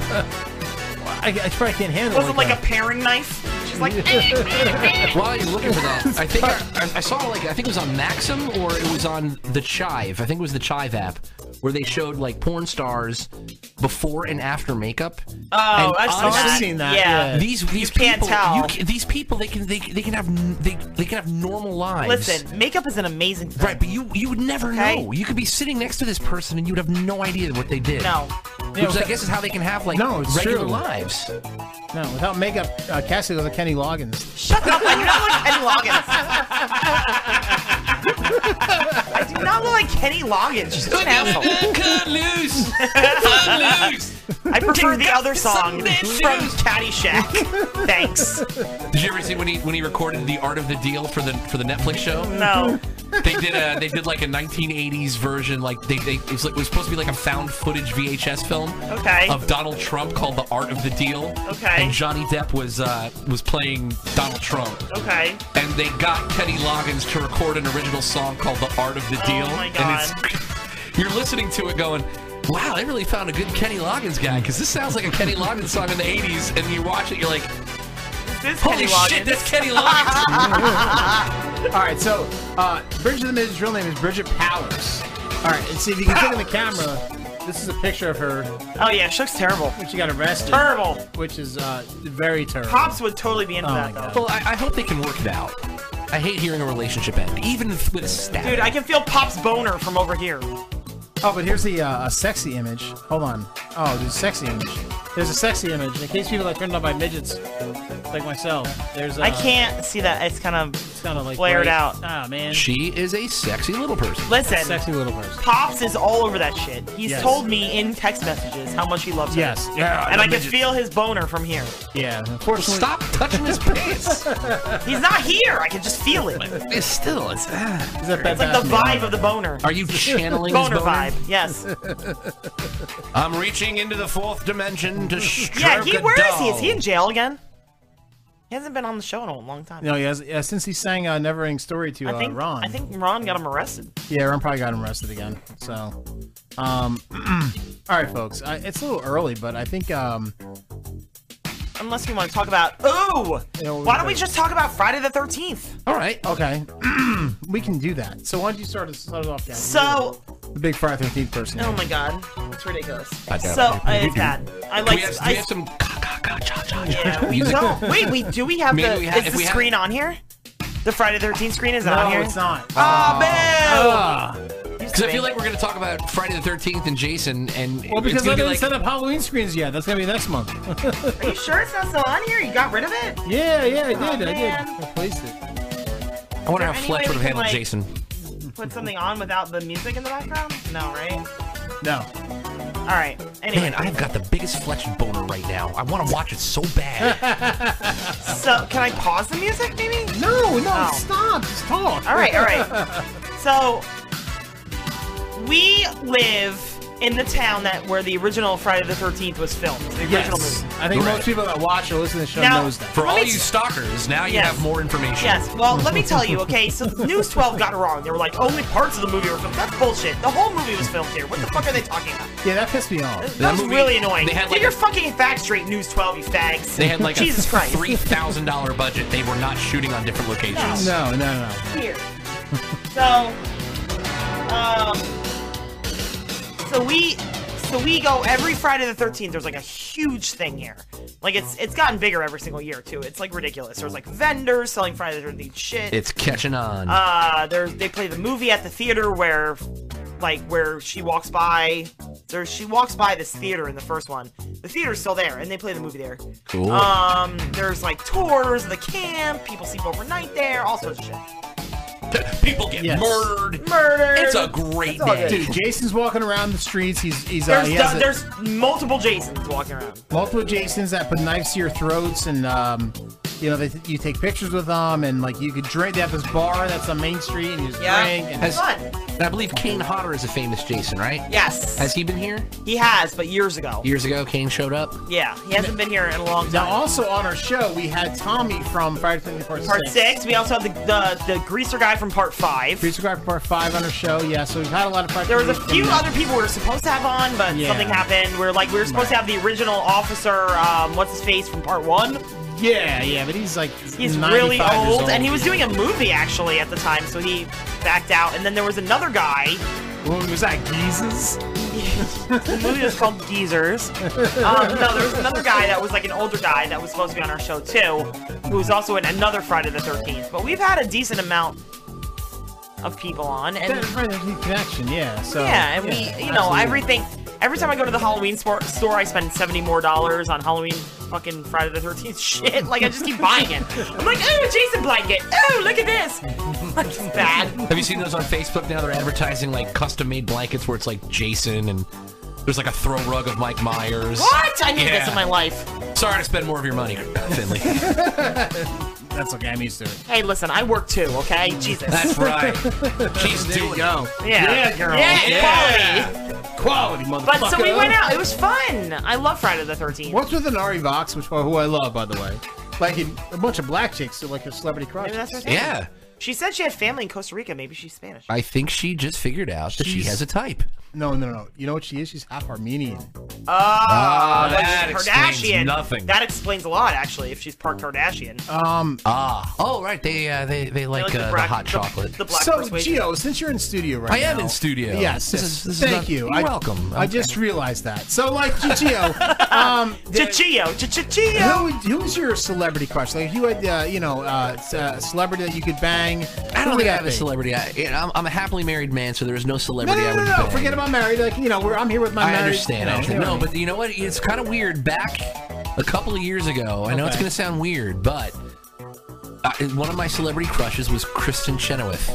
I, I probably can't handle Was it like "Eh." a paring knife? She's like, While Oh, you're looking for that, I think I, I saw like I think it was on Maxim or it was on the Chive. I think it was the Chive app where they showed like porn stars before and after makeup. Oh, And I've seen honestly, that. I've seen that, yeah. These You these can't people, tell. you ca- these people they can they, they can have n- they, they can have normal lives. Listen, makeup is an amazing thing. Right, but you you would never know. You could be sitting next to this person and you'd have no idea what they did. No. Which I guess is how they can have like no, it's regular true. lives. No, without makeup, uh, Cassie goes like Kenny Loggins. Shut up! I do not look like Kenny Loggins. I do not look like Kenny Loggins. She's an asshole. Cut loose. I prefer the other song from Caddyshack. Thanks. Did you ever see when he when he recorded the art of the deal for the for the Netflix show? No. They did a they did like a 1980s version like they, they it, was like, it was supposed to be like a found footage VHS film Okay. of Donald Trump called The Art of the Deal. Okay. And Johnny Depp was uh, was playing Donald Trump. Okay. And they got Kenny Loggins to record an original song called The Art of the Oh Deal. my And it's you're listening to it going Wow, they really found a good Kenny Loggins guy because this sounds like a Kenny Loggins song in the 80s. And you watch it, you're like, Holy Kenny shit, Loggins. that's Kenny Loggins. All right, so uh, Bridget the Miz's real name is Bridget Powers. All right, and see if you can click on the camera. This is a picture of her. Oh yeah, she looks terrible. When she got arrested. Terrible. Which is uh, very terrible. Pops would totally be into Oh that my though. Well, I, I hope they can work it out. I hate hearing a relationship end, even if- with a stab. Dude, I can feel Pop's boner from over here. Oh, but here's the uh, a sexy image. Hold on. Oh, there's a sexy image. There's a sexy image. In case people are turned on by midgets, like myself, there's. Uh, I can't see that. It's kind of It's kind of like flared bright. out. Ah man. She is a sexy little person. Listen. Sexy little person. Pops is all over that shit. He's Yes. told me in text messages how much he loves her. Yes. Yeah, And the I can midget. feel his boner from here. Yeah. Unfortunately. Stop touching his pants. He's not here. I can just feel it. It's still. It's, Is that Bed it's like the Bath & vibe of the boner. Are you channeling his boner, boner? vibe? Yes. I'm reaching into the fourth dimension to stroke yeah. He. a Where is he? doll. Is he in jail again? He hasn't been on the show in a long time. No, yes, yeah, since he sang uh, "Never Ending Story" to uh, I think Ron. I think Ron got him arrested. Yeah, Ron probably got him arrested again. So, um, all right, folks, I, it's a little early, but I think um, Unless we want to talk about. Ooh! Why don't we just talk about Friday the 13th? All right. Okay. we can do that. So why don't you start us start us off, Dan? So, the Big Friday Thirteenth person. oh my god, it's ridiculous. I doubt So it. I- it's bad. I Do like. we have- do I, we have some Yeah, we music? don't. Wait, we do we have Maybe the? we have- is if the we have- screen on here? The Friday the 13th screen is it No, on here. it's not. Oh, boo! Because Ah. I feel like we're going to talk about Friday the 13th and Jason, and Well, because it's I going to didn't be like. set up Halloween screens yet. That's gonna be next month. Are you sure it's not still on here? You got rid of it? yeah, yeah, I did, Aw, I did. man. I placed it. I wonder how Is there any Fletch way would have we can, handled like, Jason. Put something on without the music in the background? No, right? No. All right. Anyway. Man, I've got the biggest Fletch boner right now. I want to watch it so bad. So, can I pause the music, maybe? No, no, Oh. stop. Just talk. All right, all right. So, we live in the town that where the original Friday the 13th was filmed. The original Yes. movie. I think Right. most people that watch or listen to the show Now- knows that. For Let all me you t- stalkers, now you Yes. have more information. Yes, well, let me tell you, okay? So, News 12 got it wrong. They were like, oh, only parts of the movie were filmed. That's bullshit. The whole movie was filmed here. What the fuck are they talking about? Yeah, that pissed me off. That, was really annoying. they had, Get like, your a- fucking facts straight, News 12, you fags. They had like Jesus a Christ. three thousand dollar budget. They were not shooting on different locations. No, no, no. here. So, um, so we, so we go every Friday the 13th. There's like a huge thing here. Like it's it's gotten bigger every single year too. It's like ridiculous. There's like vendors selling Friday the 13th shit. It's catching on. Uh, there's they play the movie at the theater where, like, where she walks by. There, she walks by this theater in the first one. The theater's still there, and they play the movie there. Cool. Um, there's like tours of the camp. People sleep overnight there. All sorts of shit. People get murdered. Murdered. It's a great It's all day. good. Dude, Jason's walking around the streets. He's he's uh, There's, he has du- a- there's multiple Jasons walking around. multiple Jasons that put knives to your throats, and um, you know they, you take pictures with them, and like you could drink. They have this bar that's on Main Street, and you just drink. And Has- and I believe Kane Hodder is a famous Jason, right? Yes. Has he been here? He has, but years ago. Years ago, Kane showed up. Yeah, he hasn't been here in a long Now, time. also on our show, we had Tommy from Friday the 13th Part, Part six. We also have the, the the greaser guy from part five. Greaser guy from Part five on our show. Yeah, so we've had a lot of. Friday There was a 13th few from- other people we were supposed to have on, but Yeah. something happened. We're like we were supposed to have the original officer, um, what's his face from part one. Yeah, yeah, but he's like He's really 95 years old, and he was doing a movie actually at the time, so he backed out. And then there was another guy. What was that? Geezers. the movie was called Geezers. Um, no, there was another guy that was like an older guy that was supposed to be on our show too, who was also in another Friday the Thirteenth. But we've had a decent amount of people on, and That's right, there's a connection, yeah. So yeah, and we, you know, absolutely. everything. Every time I go to the Halloween sport, store, I spend seventy more dollars on Halloween fucking Friday the Thirteenth shit. Like I just keep buying it. I'm like, oh, a Jason blanket. Oh, look at this. Like it's bad. Have you seen those on Facebook now? They're advertising like custom made blankets where it's like Jason and there's like a throw rug of Mike Myers. What? I need this in my life. Sorry to spend more of your money, Finley. That's okay. I'm used to it. Hey, listen, I work too. Okay, Jesus. That's right. She's doing go. Yeah. yeah, girl. Yeah, quality, quality, motherfucker. But so we went out. It was fun. I love Friday the Thirteenth. What's with an Ari Vox, which who I love, by the way? Like in- a bunch of black chicks, are like a celebrity crush. Maybe that's her thing. She said she had family in Costa Rica. Maybe she's Spanish. I think she just figured out that she She's- has a type. No, no, no. You know what she is? She's half Armenian. Oh, Ah, that's that explains Kardashian. nothing. That explains a lot, actually, if she's part Kardashian. Um. Ah. Oh, right. They uh, they they like, like the uh, the, black- hot the- chocolate. the black so, persuasion. Gio, since you're in studio right I now, am in studio. Yes, This yes. is- this is thank not- you. you're I, welcome. I just realized that. So, like Gio, um, Gio, Gio. Who, who was your celebrity crush? Like, who had uh, you know uh, s- uh, celebrity that you could bang? Who I don't would think I that have a be? celebrity. I, you know, I'm, I'm a happily married man, so there is no No, celebrity no, I no, would no, no. bang. Forget about married. Like, you know, we're, I'm here with my I married. understand. you know, I understand. you know. No, but you know what? It's kind of weird. Back a couple of years ago, I know it's Okay. going to sound weird, but uh, one of my celebrity crushes was Kristen Chenoweth.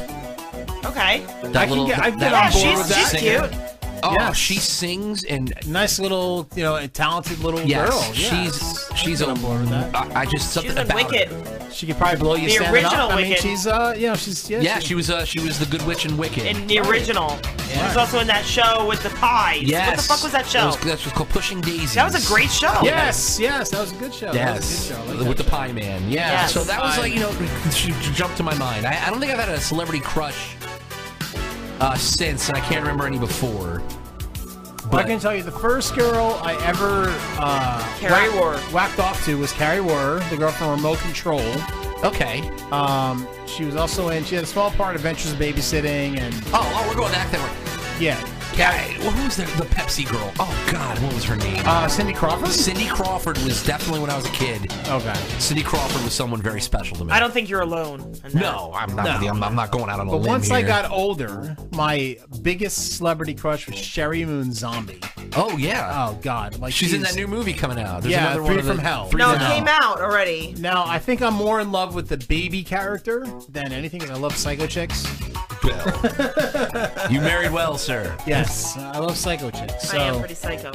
Okay. That little- that yeah, little she's, singer. she's cute. Oh, Yes. she sings and nice little, you know, talented little Yes, girl. she's she's on board with that. I, I just something in about Wicked. her. She could probably blow you The standing up. original I mean, Wicked. she's uh, you know, she's yeah. Yeah, she was uh, she was the Good Witch in Wicked. In the original. She was also in that show with the pies. What the Yes. fuck was that show? That was, that was called Pushing Daisies. That was a great show. Yes, yes, that was a good show. That was Yes, a good show. I like with that the Pie Man. Yeah. Yes. So that was Pie like you know, she jumped to my mind. I, I don't think I've had a celebrity crush uh, since, and I can't remember any before. I can tell you the first girl I ever uh, Carrie whack- whacked off to was Carrie War, the girl from Remote Control. Okay. Um, she was also in. She had a small part in Adventures of Babysitting, and Oh, oh, we're going back that way. yeah, Yeah. Well, who was the, the Pepsi girl? Oh God, what was her name? Uh, Cindy Crawford. Cindy Crawford was definitely when I was a kid. Okay. Cindy Crawford was someone very special to me. I don't think you're alone. in that. No, I'm not. No. I'm, I'm not going out on a But limb once I here. got older, my biggest celebrity crush was Sherry Moon Zombie. Oh yeah. Oh God, like she's in that new movie coming out. There's yeah, another Three one of from the- Hell. Three from Hell. out already. Now I think I'm more in love with the baby character than anything. 'cause I love Psycho Chicks. Well, you married well, sir. Yes, I love Psycho Chicks. So I am pretty psycho.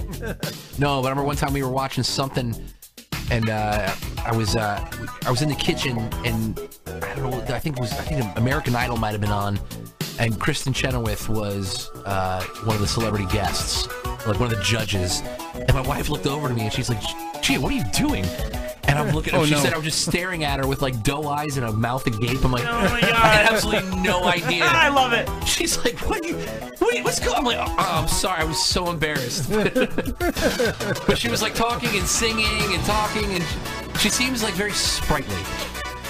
No, but I remember one time we were watching something, and uh, I was uh, I was in the kitchen, and I don't know. I think it was I think American Idol might have been on, and Kristen Chenoweth was uh, one of the celebrity guests, like one of the judges. And my wife looked over to me, and she's like, "Gee, what are you doing?" And I'm looking. Oh, she no. said I was just staring at her with like doe eyes and a mouth agape. I'm like, Oh, my I had absolutely no idea. I love it. She's like, "What? Are you, what are you- what's going?" I'm like, oh, "I'm sorry. I was so embarrassed." but she was like talking and singing and talking, and she, she seems like very sprightly.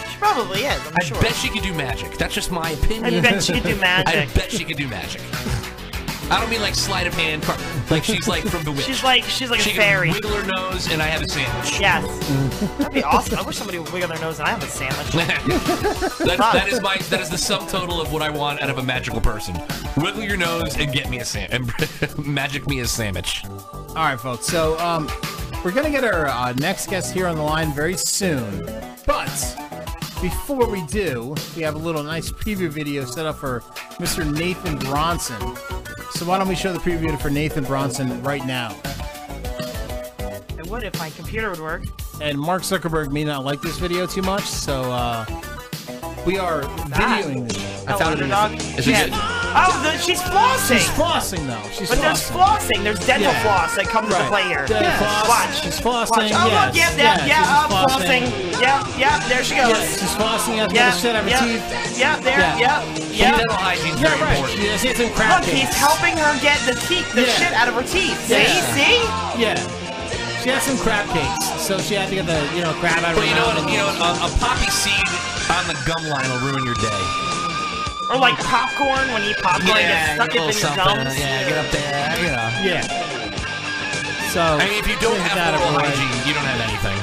She probably is, I'm I sure. bet she could do magic. That's just my opinion. I bet she could do magic. I bet she could do magic. I don't mean like sleight of hand, car- like she's like from Bewitched. She's like she's like she a fairy. Can wiggle her nose, and I have a sandwich. Yes. That'd be awesome. I wish somebody would wiggle their nose and I have a sandwich. That, that is my that is the sum total of what I want out of a magical person. Wiggle your nose and get me a sam and magic me a sandwich. All right, folks. So um, we're gonna get our uh, next guest here on the line very soon, but before we do, we have a little nice preview video set up for Mr. Nathan Bronson. So why don't we show the preview for Nathan Bronson right now? I would if my computer would work. And Mark Zuckerberg may not like this video too much, so uh, we are videoing this. Oh, underdog. Is Yeah. Oh, the, she's flossing. She's flossing though. She's but there's flossing. flossing. There's dental Yeah. floss that comes Right. to play here. Dental floss. Watch. She's Watch. flossing, Oh, look. yes. Yep, yep, Yeah, yeah. she's oh, flossing. flossing. Yep, yep. There she goes. Yes, she's flossing out Yep, the shit out of her yep, teeth. Yep, there. Yeah. Yep, She- yep. dental hygiene's Yeah, very right. important. Yes, it's in crap Look, he's cakes. helping her get the teeth, the Yeah. shit out of her teeth. See? Yeah. See? Yeah. She had some crab cakes, so she had to get the you know crab out of her But you know mouth what? and- You know what? A, a poppy seed on the gum line will ruin your day. Or like popcorn when you eat popcorn Yeah, and get stuck get a up in little something, your gums. yeah, get up there, you know. Yeah. So I mean, if you don't get have that out of oral her way. hygiene, you don't have anything.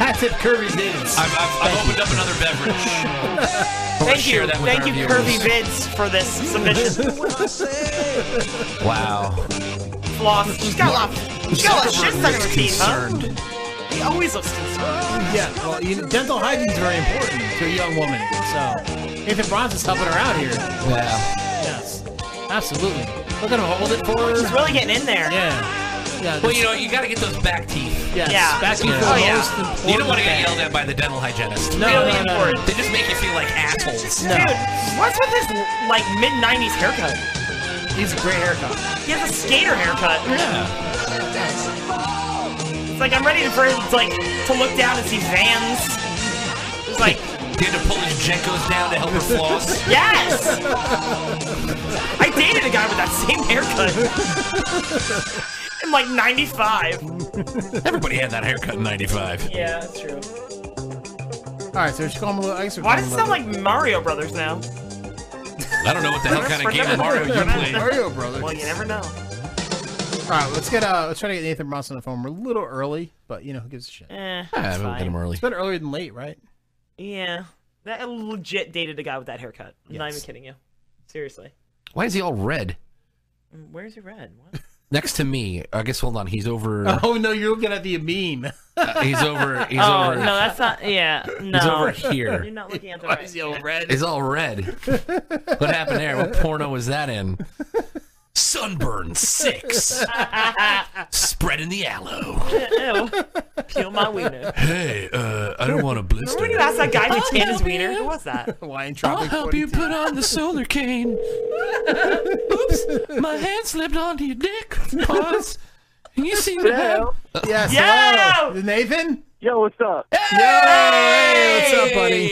Hat tip Kirby Vids. I've, I've, I've opened up another beverage. I wanna Thank share you, that with thank our you, viewers. Kirby Vids, for this submission. Wow. Floss. She's got a lot. She's got a lot of shit stuck in her teeth, huh? He always looks concerned. Yeah, well, you know, dental hygiene is very important to a young woman. So, Nathan Bronson's helping her out here. Yeah. Yes, absolutely. Look at him hold it for her. She's really getting in there. Yeah. yeah Well, you know, you got to get those back teeth. Yes, Yeah. back teeth are the most important You don't want to get thing. yelled at by the dental hygienist. No, Really no, no. important. They just make you feel like assholes. Dude, what's with his like mid '90s haircut? He's a great haircut. He has a skater haircut. Yeah. It's like I'm ready for him like to look down and see Vans. It's like He had to pull his Jenkos down to help her floss. yes. I dated a guy with that same haircut in like '95. Everybody had that haircut in 95. Yeah, that's true. All right, so just call him a little ice. Why does it sound like Mario Brothers now? I don't know what the hell kind of game of Mario you play. Mario Brothers. Well, you never know. All right, let's get uh, let's try to get Nathan Bronson on the phone. We're a little early, but you know who gives a shit. Eh, Yeah, Ah, we'll get him early. It's been earlier than late, right? Yeah, that I legit dated a guy with that haircut. I'm not even Yes. kidding you. Seriously. Why is he all red? Mm, Where's your red? What? Next to me, I guess. Hold on, he's over. Oh no, you're looking at the meme. Uh, he's over. He's oh over. no, that's not. Yeah, no. over here. You're not looking at the right. Is yellow red? It's all red. what happened there? What porno was that in? Sunburn six. Spreading the aloe. Ew. Peel my wiener. Hey, uh, I don't want a blister. When you asked that guy to I'll tan his help wiener, you. who was that? Hawaiian I'll help you put on the solar cane. Oops, my hand slipped onto your dick. Pause. You Uh, seem to have. Yes. Yo! hello. Nathan. Yo, what's up? Hey! what's up, buddy?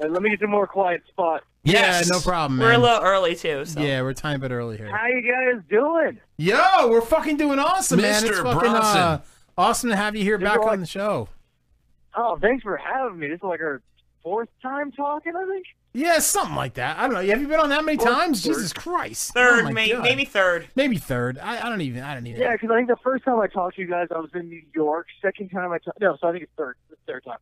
Hey, let me get to a more quiet spot. Yeah, no problem. We're a man. little early too. So. Yeah, we're a tiny bit early here. How you guys doing? Yo, we're fucking doing awesome, man. It's Mr. fucking uh, Bronson. awesome to have you here This back is like- on the show. Oh, thanks for having me. This is like our fourth time talking, I think. Yeah, something like that. I don't know. Have you been on that many Fourth, times? third. Jesus Christ! Oh Third, my may- God. maybe third. Maybe third. I, I don't even. I don't even. Yeah, because I think the first time I talked to you guys, I was in New York. Second time I talked, no, so I think it's third, the third time.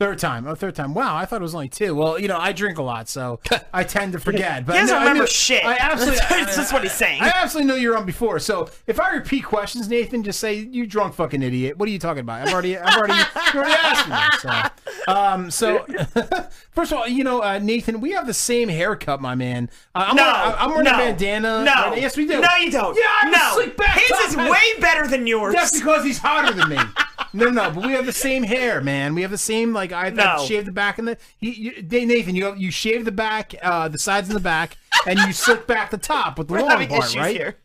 Third time. Oh, third time. Wow, I thought it was only two. Well, you know, I drink a lot, so I tend to forget. But He I doesn't know- I remember know- shit. I absolutely. That's just what he's saying. I absolutely know you were on before. So if I repeat questions, Nathan, just say you drunk fucking idiot. What are you talking about? I've already, I've already, you already asked me. So, um, so first of all, you know, uh, Nathan, we have the same haircut, my man. Uh, I'm no, wearing, I'm wearing no, a bandana. No, Right? Yes, we do. No, you don't. Yeah, I'm no. slick back. His is top. way better than yours. That's because he's hotter than me. No, no, but we have the same hair, man. We have the same like I No. I shaved the back and the you, you, Dave Nathan. You you shave the back, uh, the sides and the back, and you slick back the top with the We're long having part, issues right? here.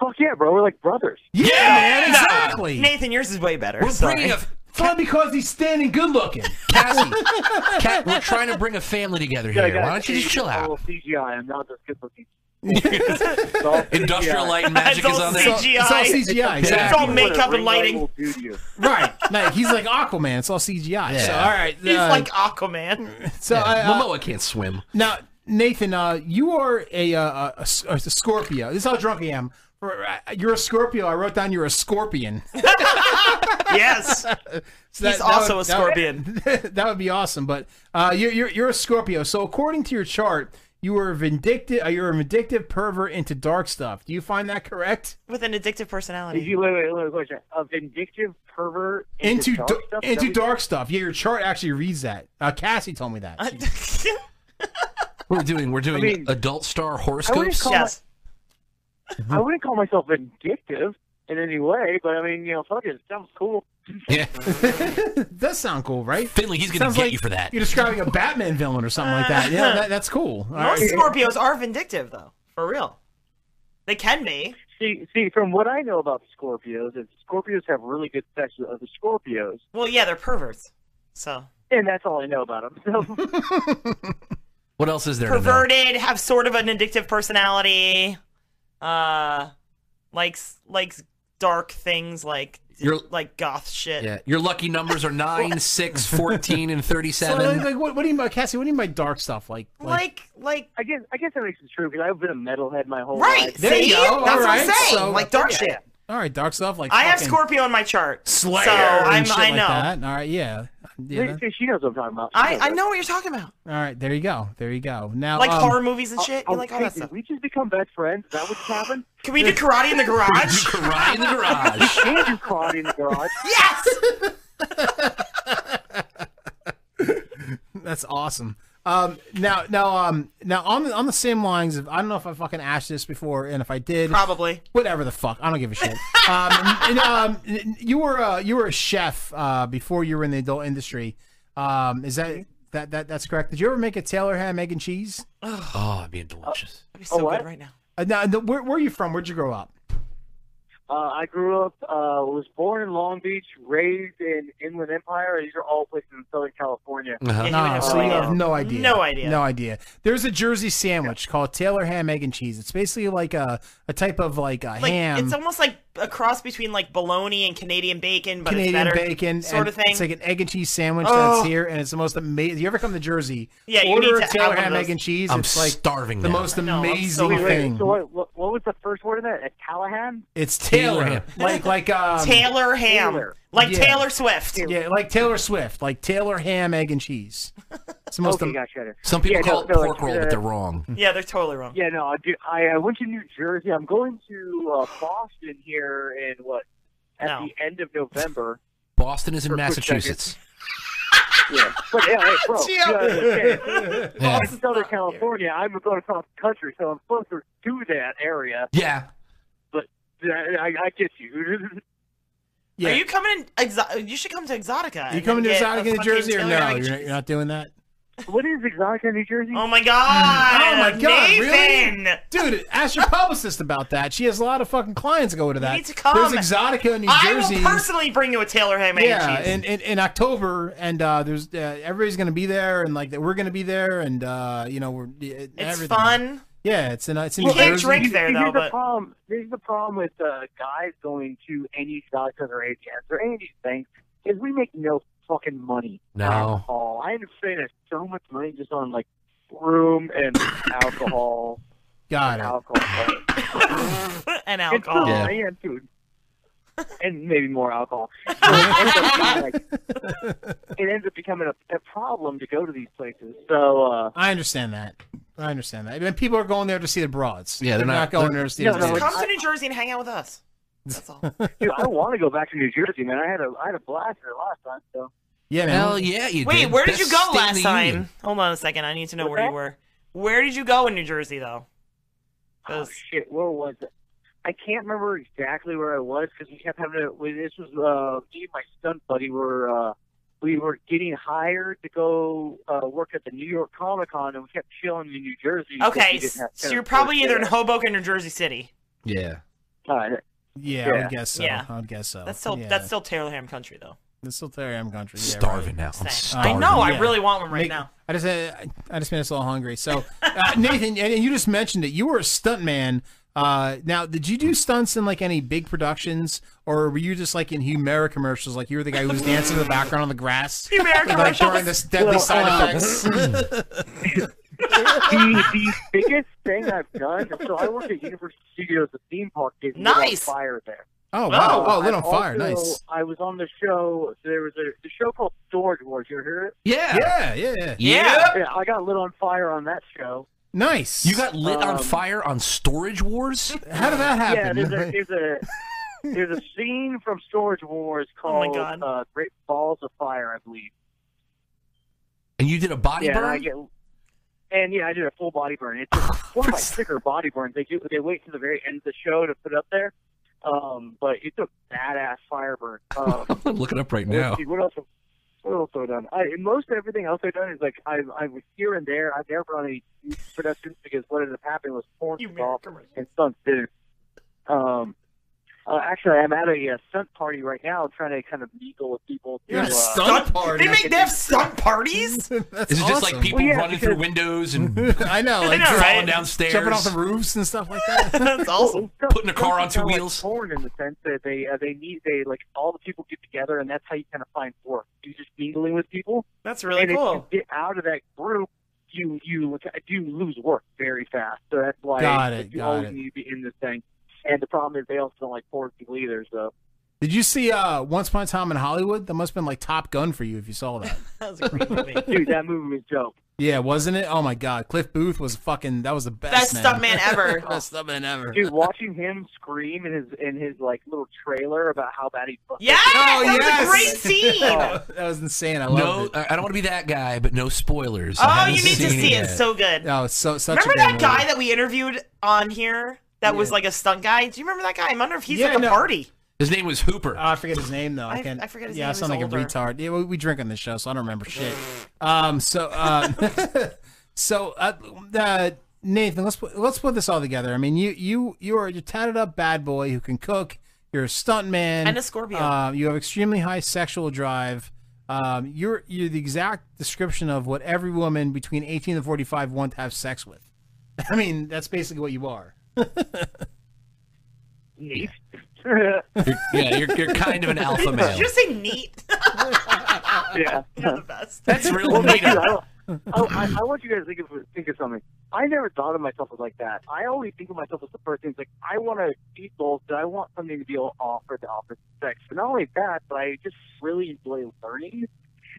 Fuck yeah, bro. We're like brothers. Yeah, man, No. exactly. Nathan, yours is way better. We're Sorry. bringing a- It's only because he's standing good looking. Cassie, Cat, we're trying to bring a family together Yeah, I here. gotta Why don't you change just chill the out? whole CGI. I'm not this good looking. Industrial CGI. light and magic It's is all on there. CGI. It's all CGI, It's exactly. all makeup What a and ring light lighting. will do to you. right? Like he's like Aquaman. It's all CGI. So all right, He's uh, like Aquaman. so I, uh, Momoa can't swim. Now, Nathan, uh, you are a, uh, a, a, a Scorpio. This is how drunk I am. You're a Scorpio. I wrote down you're a scorpion. yes. He's also a scorpion. That would, be awesome. But uh, you're, you're you're a Scorpio. So according to your chart, you are vindictive. Uh, you're a vindictive pervert into dark stuff. Do you find that correct? With an addictive personality. Did you wait, wait, wait, wait, wait, a vindictive pervert Into dark dark d- stuff? Is that into what you- dark stuff. Yeah, your chart actually reads that. Uh, Cassie told me that. We're doing we're doing mean, adult star I wouldn't horoscopes. call my- I wouldn't call myself vindictive in any way, but I mean, you know, fuck it, sounds cool. does sound cool, right? Finley, he's gonna Sounds get like you for that. You're describing a Batman villain or something like that. Yeah, that, that's cool. All right. Most Scorpios are vindictive, though. For real. They can be. See, see, from what I know about Scorpios, is Scorpios have really good sex with other Scorpios, Well, yeah, they're perverts. So. and that's all I know about them. So, What else is there? to know? Perverted, have sort of an addictive personality. Uh, likes likes dark things like You're- like goth shit. Yeah, your lucky numbers are 9, 6, 14, and So, like, 37. like, what, what do you mean, by- Cassie? What do you mean by dark stuff? Like, like, like. I guess I guess that makes it true because I've been a metalhead my whole Right, life. There you see? go, That's all what I'm right, saying, Oh, so- like dark yeah. shit. all right, dark stuff. Like, I have fucking Scorpio on my chart, Slayer so I'm, and shit I like know. that. All right, yeah, yeah. that- she knows what I'm talking about. I, I know what you're talking about. All right, there you go. There you go. Now, Like um, horror movies and shit. Oh, You like all hey, that did stuff. we just become best friends? Is that what just happened? Can we do karate in the garage? karate in the garage. Can do karate in the garage. Yes. That's awesome. Um, now, now, um, now on the on the same lines of I don't know if I fucking asked this before, and if I did, probably whatever the fuck, I don't give a shit. um, and, um, n- you were uh, you were a chef uh, before you were in the adult industry. Um, is that that that that's correct? Did you ever make a Taylor ham egg and cheese? Oh, it'd be delicious. That'd be so good right now. Uh, now, the- where, where are you from? Where'd you grow up? Uh, I grew up, uh, was born in Long Beach, raised in Inland Empire. These are all places in Southern California. Ah, so you have no idea. No idea. No idea. There's a Jersey sandwich called Taylor ham egg and cheese. It's basically like a a type of like a Like ham. it's almost like a cross between like bologna and Canadian bacon, but Canadian it's better bacon sort and of thing. It's like an egg and cheese sandwich Oh. that's here, and it's the most amazing. You ever come to Jersey? Yeah, you order need a to Taylor have one ham of egg those. and cheese. I'm it's like starving The now. most I know, I'm so amazing hungry. thing. So what, what, what was the first word in that? A Callahan? it's Taylor, Taylor. like like um, Taylor ham, like Taylor Swift. Yeah, like Taylor Swift, like Taylor ham, egg and cheese. It's the most. Okay, am- gotcha. Some people Yeah, call no, it no, pork it's, roll, uh, but they're wrong. Yeah, they're totally wrong. Yeah, no, dude, I, I went to New Jersey. I'm going to uh, Boston here in what? At No. the end of November. Boston is in For a quick second. Massachusetts. Yeah. But yeah, hey, bro. Gee, you know, I'm- okay. Yeah. I'm in Southern California. I'm going across the country, so I'm closer to that area. Yeah. But I, I, I get you. Yeah. Are you coming in? Exo- you should come to Exotica. you and coming to get a Exotica, New fucking Jersey, or Taylor no? ham and You're not, you're not doing that. What is Exotica, New Jersey? Oh my god! Oh my god, Nathan! really? Dude, ask your publicist about that. She has a lot of fucking clients that go to that. need to come. There's Exotica in New I Jersey. will personally bring you a Taylor ham egg yeah, and cheese. in, in, in October, and uh, there's uh, everybody's gonna be there, and like that we're gonna be there, and uh, you know we're it's fun. Yeah, it's in uh, it's in You New can't Jersey. drink there, See, though, Here's the but- problem. Here's the problem with uh, guys going to any doctors or ATMs or any of these things is we make no fucking money. No. on Alcohol. I understand there's so much money just on like room and alcohol. Got it. Alcohol. and And alcohol. food, Yeah. and food. And maybe more alcohol. So it, ends up being, like, it ends up becoming a, a problem to go to these places. So uh, I understand that. I understand that. I mean, people are going there to see the broads. Yeah, they're not- going they're- there to see. No, the no, dudes. Come to New Jersey and hang out with us. That's all. dude, I want to go back to New Jersey, man. I had a I had a blast there last time. So Yeah, man. Hell yeah, you Wait, did. where did Best you go state in last the time? union. Hold on a second. I need to know What's where that? you were. Where did you go in New Jersey, though? Oh, shit, where was it? I can't remember exactly where I was because we kept having to. We, this was uh, me and my stunt buddy were uh, we were getting hired to go uh, work at the New York Comic Con, and we kept chilling in New Jersey. because we Okay, didn't have so tennis you're probably courts either in there. Hoboken or Jersey City. Yeah. Uh, Yeah, I would guess so. Yeah. I would guess so. That's still yeah. that's still Taylor Ham country, though. That's still Terry M country. Yeah, Starving now. right. I'm I starving. know. I Yeah. really want one right Make- now. I just uh, I just made us all hungry. So uh, Nathan, and and you just mentioned it. You were a stuntman. Uh, now, did you do stunts in like any big productions, or were you just like in Humera commercials? Like you were the guy who was dancing in the background on the grass, Humera like, during commercials. this deadly Well, side uh, effects. the, the biggest thing I've done. So I worked at Universal Studios, the theme park. Did Lit on Nice. fire there. Oh, wow. Wow, Lit I've on Fire. also- Nice. I was on the show. There was a the show called Storage Wars. You heard it? Yeah. Yeah, yeah, yeah. Yeah, I got lit on fire on that show. Nice. You got lit on Um, fire on Storage Wars? How did that Yeah, there's a there's a, there's a scene from Storage Wars Oh my called God. uh, Great Balls of Fire, I believe. And you did a body yeah, and I burn? get, and yeah, I did a full body burn. It's just one of my sicker body burns. They do they wait to the very end of the show to put up there. Um, but it's a badass fire burn. Um, I'm looking up right Let's now. see, what else? have- What else have I done? I, most everything else I've done is like I, I was here and there. I've never done any huge productions because what ended up happening was porn was off and stunts didn't. Um, Uh, actually, I'm at a uh, stunt party right now, trying to kind of mingle with people. to, You're at a uh, stunt party? They make- they have stunt parties? Is Is it just like people Well, yeah, running because- through windows and I know, like falling right? downstairs, jumping off the roofs and stuff like that. That's awesome. putting a car on It's two kinda like wheels. porn in the sense that they uh, they need they like all the people get together, and that's how you kind of find work. You just mingling with people. That's really and cool. If you get out of that group, you you do lose work very fast. So that's why Got it, you got always it. need to be in this thing. And the problem is they also don't like porn people either. So Did you see uh, Once Upon a Time in Hollywood? That must have been like Top Gun for you if you saw that. dude, that movie was dope. yeah, wasn't it? Oh my God, Cliff Booth was fucking. That was the best. Best man. stuntman ever. best stuntman ever. Dude, watching him scream in his in his like little trailer about how bad he fucked. Yeah, Oh, yes! Oh, that was insane. I no, loved it. I I don't want to be that guy, but no spoilers. Oh, I haven't you need to seen see it. yet. It's so good. Oh, it's so such remember a good that movie. guy that we interviewed on here that was like a stunt guy? Do you remember that guy? I wonder if he's at the party. His name was Hooper. Oh, I forget his name though. I, I- can't. I forget his yeah, name. I sound He's like older. a retard. Yeah, we, we drink on this show, so I don't remember shit. Um. So. Um, so. Uh, uh, Nathan, let's put, let's put this all together. I mean, you you you are a tatted up bad boy who can cook. You're a stuntman And a Scorpio. Uh, you have extremely high sexual drive. Um, you're you're the exact description of what every woman between 18 and 45 want to have sex with. I mean, that's basically what you are. Neat. You're, yeah, you're, you're kind of an alpha Did male. you just say neat? yeah. You're the best. That's real. Well, no, dude, I, don't- oh, I, I want you guys to think of think of something. I never thought of myself as like that. I always think of myself as the person who's like, I want to be both, but I want something to be able to offer the opposite sex. But not only that, but I just really enjoy learning,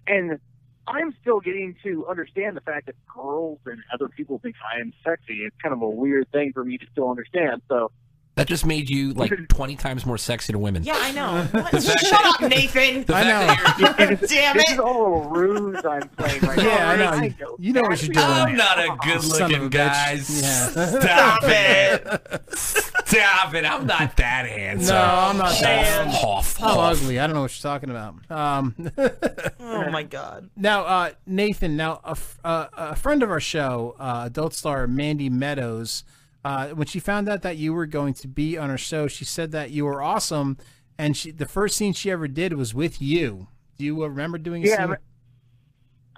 and I'm still getting to understand the fact that girls and other people think I am sexy. It's kind of a weird thing for me to still understand. So. That just made you like 20 times more sexy to women. Yeah, I know. What? The fact Shut that- up, Nathan. The I fact know. Damn This it. is all a ruse I'm playing right now. Yeah, I know. I You- You know what you're doing. Oh, I'm not a good Son of a looking bitch. guy. Yeah. Stop it. Stop it. I'm not that handsome. No, I'm not that. Huff, How huff. ugly. I don't know what you're talking about. Um, Oh my god. now, uh, Nathan, now a, f- uh, a friend of our show, uh, adult star Mandy Meadows, uh, when she found out that you were going to be on her show, she said that you were awesome. And she, the first scene she ever did was with you. Do you uh, remember doing a Yeah, scene? but-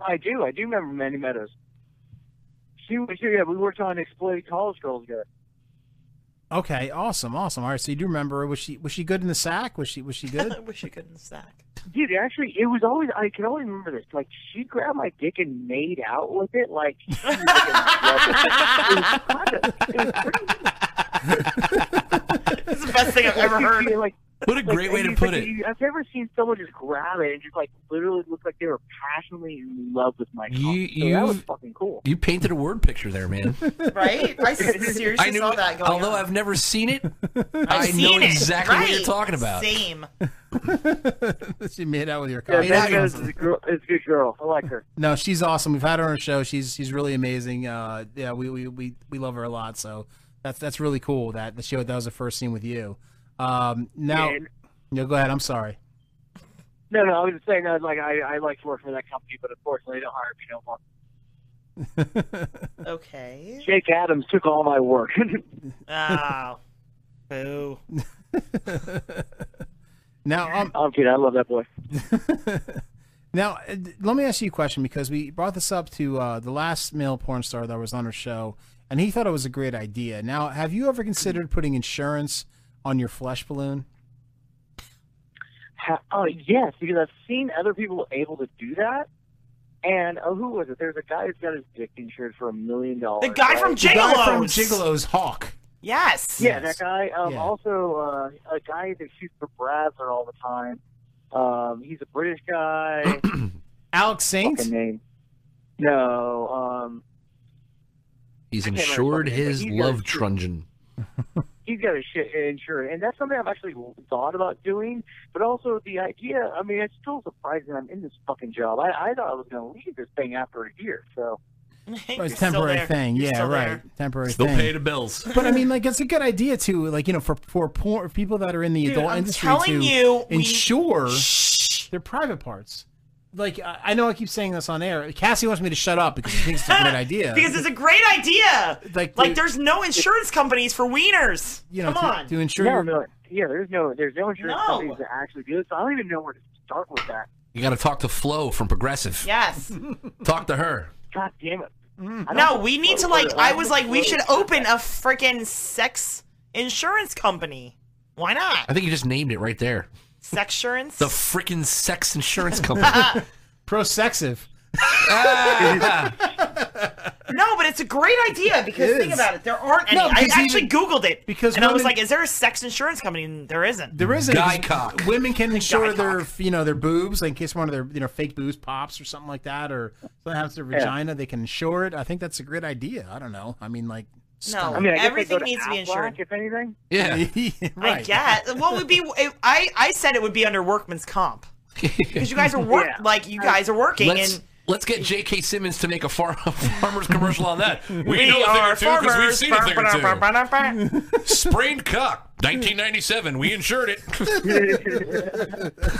I do. I do remember Mandy Meadows. She was here. Yeah, we worked on Exploited College Girls together. Okay, awesome, awesome. All right, so you do remember her. Was she was she good in the sack? Was she was she good? wish you couldn't sack. Dude, actually, it was always. I can always remember this. Like she grabbed my dick and made out with it. Like, she was, like, in love with it. It was kinda- it was pretty- the best thing I've ever heard. Like, what a like, great way to it's put like it. you- I've never seen someone just grab it and just like literally look like they were passionately in love with my. You, cock. So that was you, fucking cool. you painted a word picture there, man. Right? I s- seriously I knew- saw that going although on. I've never seen it, I've I seen know it. exactly what you're Right. talking about. Same. she made out with your Yeah, cock. Mandy Meadows is a, girl, is a good girl. I like her. No, she's awesome. We've had her on our show. She's she's really amazing. Uh, yeah, we, we, we, we love her a lot. So that's that's really cool that the show that was the first scene with you. Um, now, And- no, go ahead. I'm sorry. No, no, I was just saying that like I I like to work for that company, but unfortunately they don't hire me no more. Okay. Jake Adams took all my work. Oh. Boo. Now, um, I'm kidding. I love that boy. Now, uh, d- let me ask you a question because we brought this up to uh, the last male porn star that was on our show, and he thought it was a great idea. Now, have you ever considered putting insurance on your flesh balloon? Ha- Oh yes, because I've seen other people able to do that. And oh, who was it? There's a guy who's got his dick insured for a million dollars. The guy from right? The guy Guy from Gigolos. Gigolo's Hawk. Yes. Yeah, that guy. Um, Yeah. Also, uh, a guy that shoots for Bradford all the time. Um, he's a British guy. Alex Saint. Fucking name. No. Um, He's I can't remember insured his fucking name, his but he's got love a- trungeon. he's got a shit insurance, and that's something I've actually thought about doing. But also the idea. I mean, it's still surprising I'm in this fucking job. I, I thought I was going to leave this thing after a year. So. Or it's temporary thing. yeah, right. Temporary Still thing. pay the bills. but I mean, like, it's a good idea to, like, you know, for for porn, people that are in the Dude, adult I'm industry telling to you, we- insure their private parts. Like, I, I know I keep saying this on air. Cassie wants me to shut up because she thinks it's a great idea. Because it's a great idea. Like, Like, dude- there's no insurance companies for wieners. you know, Come to, on. to ensure your, yeah, there's no there's no insurance No. companies that actually do this. I don't even know where to start with that. You got to talk to Flo from Progressive. Yes. Talk to her. God damn it. No, we need to like. I was like, we should open a freaking sex insurance company. Why not? I think you just named it right there. Sex insurance. The frickin' sex insurance company. Prosexive. No, but it's a great idea because It think is. about it. There aren't any. No, I because actually even- Googled it because and I was women- like, is there a sex insurance company? And there isn't. There isn't because Women can insure their, you know, their boobs, like in case one of their, you know, fake boobs pops or something like that, or something happens to their Yeah. vagina, they can insure it. I think that's a great idea. I don't know. I mean, like, No, stunning. I mean, everything needs to be insured. If anything, yeah, right. I guess. What would be? I I said it would be under workman's comp because you guys are work like you guys are working Let's, and let's get J.K. Simmons to make a far- farmer's commercial on that. We, We know are a thing or two because we've farmers. seen a thing or two. Sprained cock, 1997. We insured it.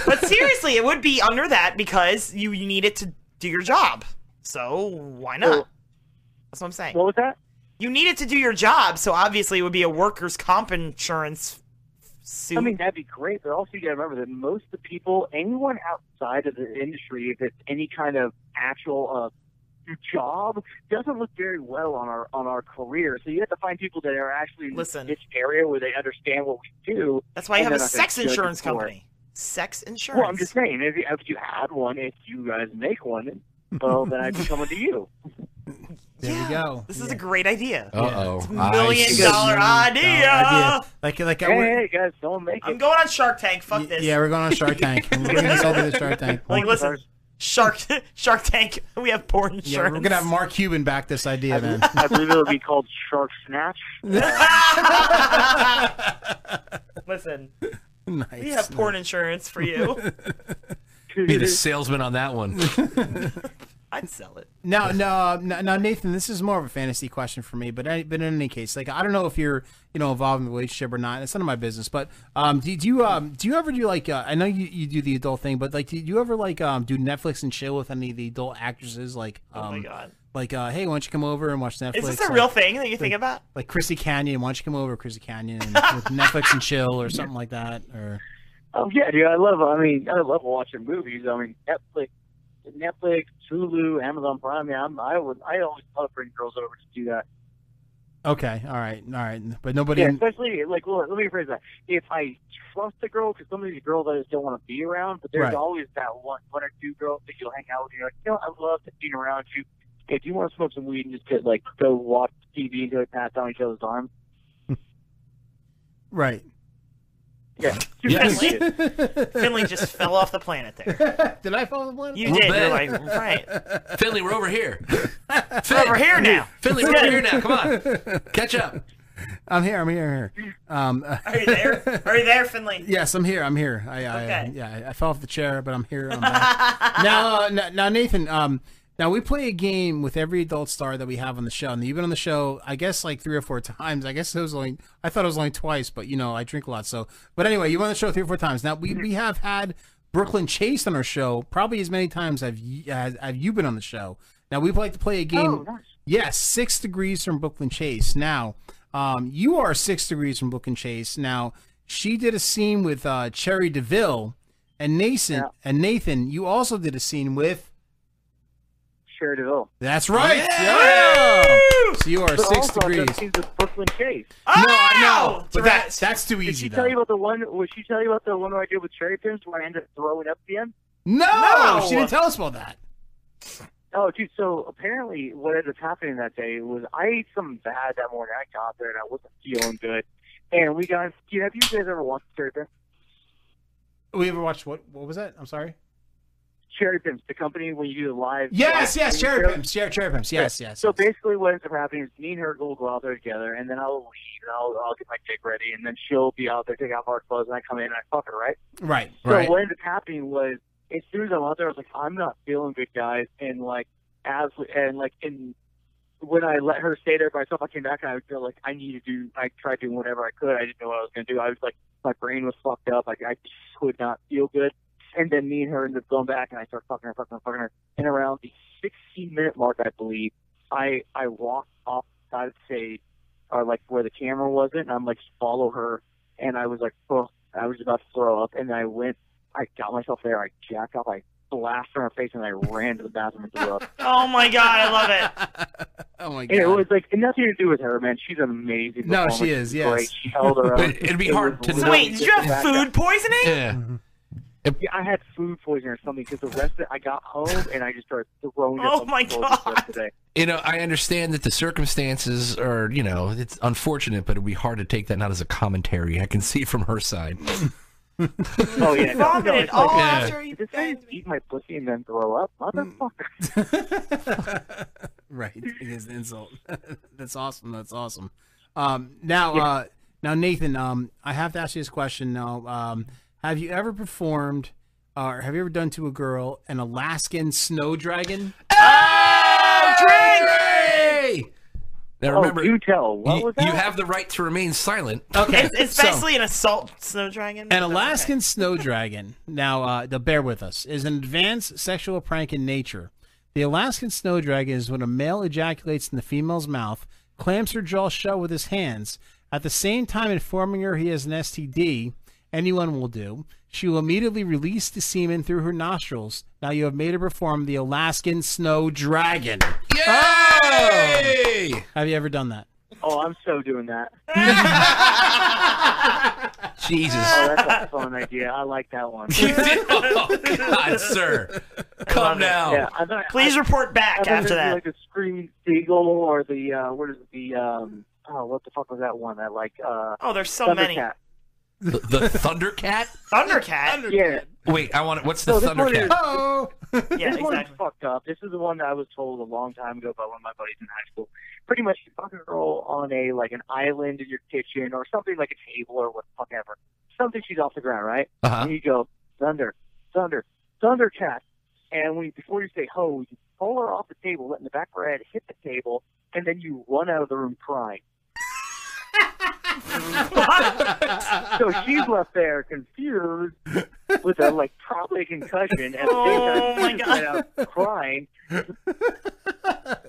but seriously, it would be under that because you you need it to do your job. So why not? That's what I'm saying. What was that? You need it to do your job, so obviously it would be a workers' comp insurance suit. I mean, that'd be great, but also you got to remember that most of the people, anyone outside of the industry, if it's any kind of actual uh, job, doesn't look very well on our on our career. So you have to find people that are actually in this area where they understand what we do. That's why you and have a then I think sex judge it insurance for it. company. Sex insurance. Well, I'm just saying, if you, if you had one, if you guys make one, well, then I'd be coming to you. There we go. This is a great idea. Uh-oh. It's a I million see. dollar idea. Million dollar idea. Like, like I went- hey, guys, don't make I'm going on Shark Tank. Fuck this. yeah, we're going on Shark Tank. we're bringing this over to Shark Tank. Like, listen, Shark Shark Tank. We have porn insurance. yeah, we're gonna have Mark Cuban back this idea, man. I believe it would be called Shark Snatch. Listen, nice. we have porn insurance for you. Be the salesman on that one. I'd sell it. Now, no, no, now, Nathan, this is more of a fantasy question for me, but I, but in any case, like I don't know if you're you know involved in a relationship or not. It's none of my business. But um, do, do you um do you ever do like uh, I know you, you do the adult thing, but like do you ever like um do Netflix and chill with any of the adult actresses? Like um, Oh my God. Like uh, hey, why don't you come over and watch Netflix? Is this a like- real thing that you think like- about? Like Chrissy Canyon, why don't you come over, Chrissy Canyon, and with Netflix and chill or something like that? Or Oh yeah, dude. I love. I mean, I love watching movies. I mean, Netflix, Netflix, Hulu, Amazon Prime. Yeah, I'm, I would. I always love bringing girls over to do that. okay, all right, all right, but nobody. yeah, especially like. Well, let me rephrase that. If I trust a girl, because some of these girls I just don't want to be around. But there's Right. always that one, one or two girls that you'll hang out with. And you're like, you know, I love being around you. If you want to smoke some weed and just get like go watch TV and go pass down each other's arms. right. Yeah. Finley, Finley just fell off the planet there. Did I fall off the planet? You A did. little You're bit. like, right. Finley, we're over here. We're over here now. Finley, we're over here now. Come on. Catch up. I'm here. I'm here. I'm here. Um, Are you there? Are you there, Finley? Yes, I'm here. I'm here. I, I, Okay. yeah, I- I fell off the chair, but I'm here. I'm back. now, uh, n- now, Nathan. Um, now we play a game with every adult star that we have on the show, and you've been on the show, I guess, like three or four times. I guess it was only, I thought it was only twice, but you know, I drink a lot, so. But anyway, you have been on the show three or four times. Now we, we have had Brooklyn Chase on our show probably as many times have y- as have you been on the show. Now we like to play a game. Yes, six degrees from Brooklyn Chase. Now, um, you are six degrees from Brooklyn Chase. Now, she did a scene with uh, Cherry Deville, and Nathan. And Nathan, you also did a scene with. Sure do. That's right. Yeah! So you are But six also, degrees. I've done scenes with Brooklyn Chase. No, I know, but that, Oh! that's too Did easy she though. tell you about the one? Was she tell you about the one where I did with cherry pins where I ended up throwing up at the end? no, No! she didn't tell us about that. Oh, dude. So apparently, what ended up happening that day was I ate something bad that morning. I got there and I wasn't feeling good. And we got. Dude, have you guys ever watched cherry pins? We ever watched what? What was that? I'm sorry. Cherry pins, the company when you do the live. Yes, live yes, stream cherry show. pimps, cherry, cherry pimps. Yes, yes. So basically, what ends up happening is me and her will go out there together, and then I'll leave and I'll, I'll get my dick ready, and then she'll be out there taking off our clothes, and I come in and I fuck her, right? Right, So right. what ended up happening was, as soon as I'm out there, I was like, I'm not feeling good, guys. And like, as and like, and when I let her stay there by herself, I came back and I feel like I need to do. I tried doing whatever I could. I didn't know what I was gonna do. I was like, my brain was fucked up. Like I just could not feel good. And then me and her ended up going back, and I started fucking her, fucking her, fucking her. And around the 16 minute mark, I believe, I I walked off the side of the stage, or like where the camera wasn't, and I'm like, follow her and I was like, oh, I was about to throw up, and I went, I got myself there, I jacked off, I blasted her face, and I ran to the bathroom and threw up. Oh my god, I love it. Oh my And it was like nothing to do with her, man. She's an amazing. No, she performer. is, She's yes. great. She held her up. But it'd be hard was to literally know- Wait, did you just have the fact food that- poisoning? Yeah. Yeah, I had food poisoning or something because the rest of it, I got home and I just started throwing up. Oh on my the toilet the rest of the day. You know, I understand that the circumstances are, you know, it's unfortunate, but it'd be hard to take that not as a commentary. I can see it from her side. Oh yeah, no, no, Vomited it's like, all Yeah. after you This guy eat my pussy and then throw up, motherfucker. right against insult. That's awesome. That's awesome. Um, now, uh, now Nathan, um, I have to ask you this question now. Um, have you ever performed, uh, or have you ever done to a girl an Alaskan snow dragon? Oh, Hey! Now remember, you Oh, tell. you, you have the right to remain silent. Okay, It's, it's so- basically an assault snow dragon. An Alaskan snow dragon, now uh, the bear with us, is an advanced sexual prank in nature. The Alaskan snow dragon is when a male ejaculates in the female's mouth, clamps her jaw shut with his hands, at the same time informing her he has an STD. Anyone will do. She will immediately release the semen through her nostrils. Now you have made her perform the Alaskan snow dragon. Yay! Have you ever done that? Oh, I'm so doing that. Jesus. Oh, that's a fun idea. I like that one. oh, God, sir. Calm down. Yeah, I thought- Please I- report back I thought after it'd be that. Like the screaming seagull or the uh, what is it, the um oh what the fuck was that one that like uh Oh, there's so many. Thundercat. The, the Thundercat? Thundercat. Yeah. Wait, I want. What's the No, this one is- Thundercat? yeah, this one is exactly. fucked up. This is the one that I was told a long time ago by one of my buddies in high school. Pretty much, you fuck a girl on a like an island in your kitchen or something like a table or what fuck ever. Something she's off the ground, right? Uh-huh. And you go thunder, thunder, thundercat, and when before you say ho, you pull her off the table, letting the back of her head hit the table, and then you run out of the room crying. so she's left there confused with a like probably a concussion and Oh, oh, my my God. out crying.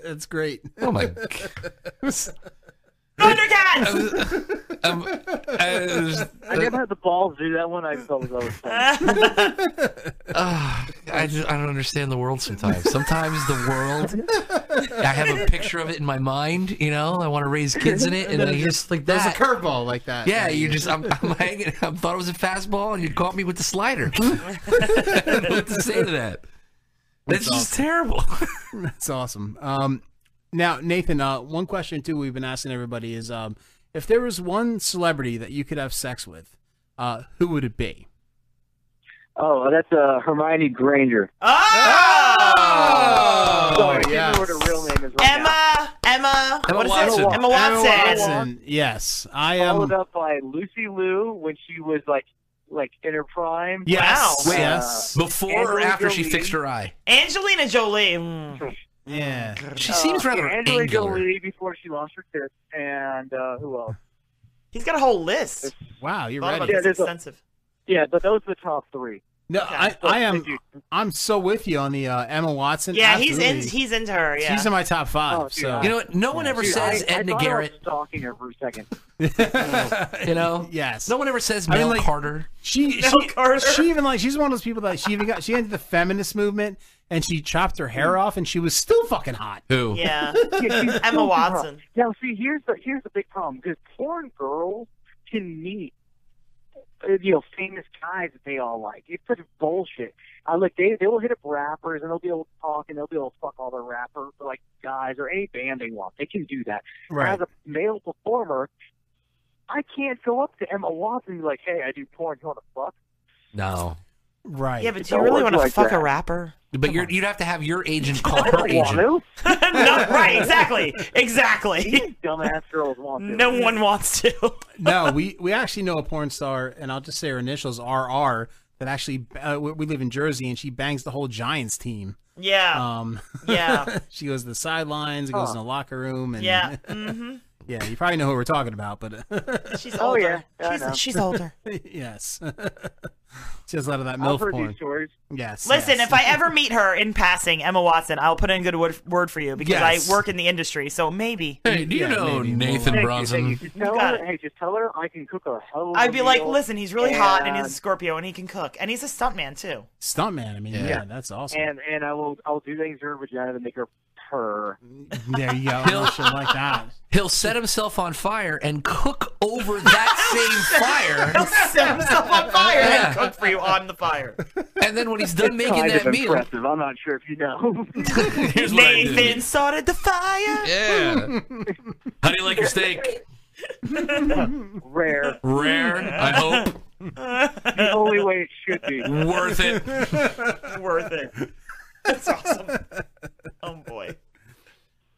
That's great. Oh my Thundercat. um, I never had the balls to do that one. I just thought it was always fun. Ah, I, just, I don't understand the world sometimes. Sometimes the world, I have a picture of it in my mind, you know, I want to raise kids in it, and then just like There's that. a curveball like that. Yeah, you just I'm, I'm hanging. I thought it was a fastball, and you caught me with the slider. I don't know what to say to that? That's just terrible. That's awesome. Um, now, Nathan, uh, one question too we've been asking everybody is, um, if there was one celebrity that you could have sex with, uh, who would it be? Oh, that's uh, Hermione Granger. Oh, Sorry, I can't yes. remember what her real name is right now. Emma, Emma, Emma what is Watson. it? Emma Watson. Yes, I am. Followed up by Lucy Liu when she was like like in her prime. Yes, Wow. Uh, Wait, yes. Before or Angelina after she Jolie. fixed her eye? Angelina Jolie. Mm. Yeah, She seems Uh, rather Angelina angular. Jolie before she lost her fist, and uh, who else? He's got a whole list. Wow, you're ready. Thought about this. Yeah, there's a- extensive. Yeah, but those are the top three. No, I, I am. I'm so with you on the uh, Emma Watson. Yeah, he's in. absolutely. He's into her. Yeah. She's in my top five. Oh, so You know what? No one ever Dude, says I, I Edna thought Garrett. I was stalking her for a second. You know? Yes. No one ever says I mean, Mel like- Carter. She, Mel she, Carter. she even like she's one of those people that she even got she ended the feminist movement and she chopped her hair off and she was still fucking hot. Who? Yeah. Yeah, she's Emma so hot. Watson. Now, see, here's the here's the big problem because porn girls can meet uh, you know famous guys that they all like. It's such bullshit. I look, they they will hit up rappers and they'll be able to talk and they'll be able to fuck all the rapper like guys or any band they want. They can do that. Right. As a male performer, I can't go up to Emma Watson and be like, "Hey, I do porn. You want to fuck?" No. Right. Yeah, but do Don't you really work want to like fuck that. a rapper? But you're, you'd have to have your agent call I her don't want agent. to. no, right? Exactly. Exactly. Dumbass girls want to. No one wants to. no, we we actually know a porn star, and I'll just say her initials RR. That actually, uh, we we live in Jersey, and she bangs the whole Giants team. Yeah. Um, Yeah. she goes to the sidelines, goes Huh. in the locker room, and Yeah. hmm Yeah, you probably know who we're talking about, but She's Oh, older. yeah. I know. she's older. yes, she has a lot of that milf I've heard these porn. stories. Yes. Listen, yes. if I ever meet her in passing, Emma Watson, I'll put in a good word, word for you because Yes. I work in the industry, so maybe. Hey, do you Yeah, know maybe. Nathan Thank you, Bronson? thank you. Tell Got her, hey, just tell her I can cook a hell of a I'd be like, meal, listen, he's really hot and he's a and- Scorpio and he can cook and he's a stuntman too. stuntman. I mean, yeah, Yeah. that's awesome. And and I will I'll do things to her vagina to make her purr. there you go. Oh, shit like that. He'll set himself on fire and cook over that same fire. set himself on fire Yeah. and cook for you on the fire. And then when he's done making kind that of meal, impressive. I'm not sure if you know. Nathan started the fire. Yeah. how do you like your steak? Rare. Rare, I hope. the only way it should be. Worth it. Worth it. That's awesome. Oh boy. Oh,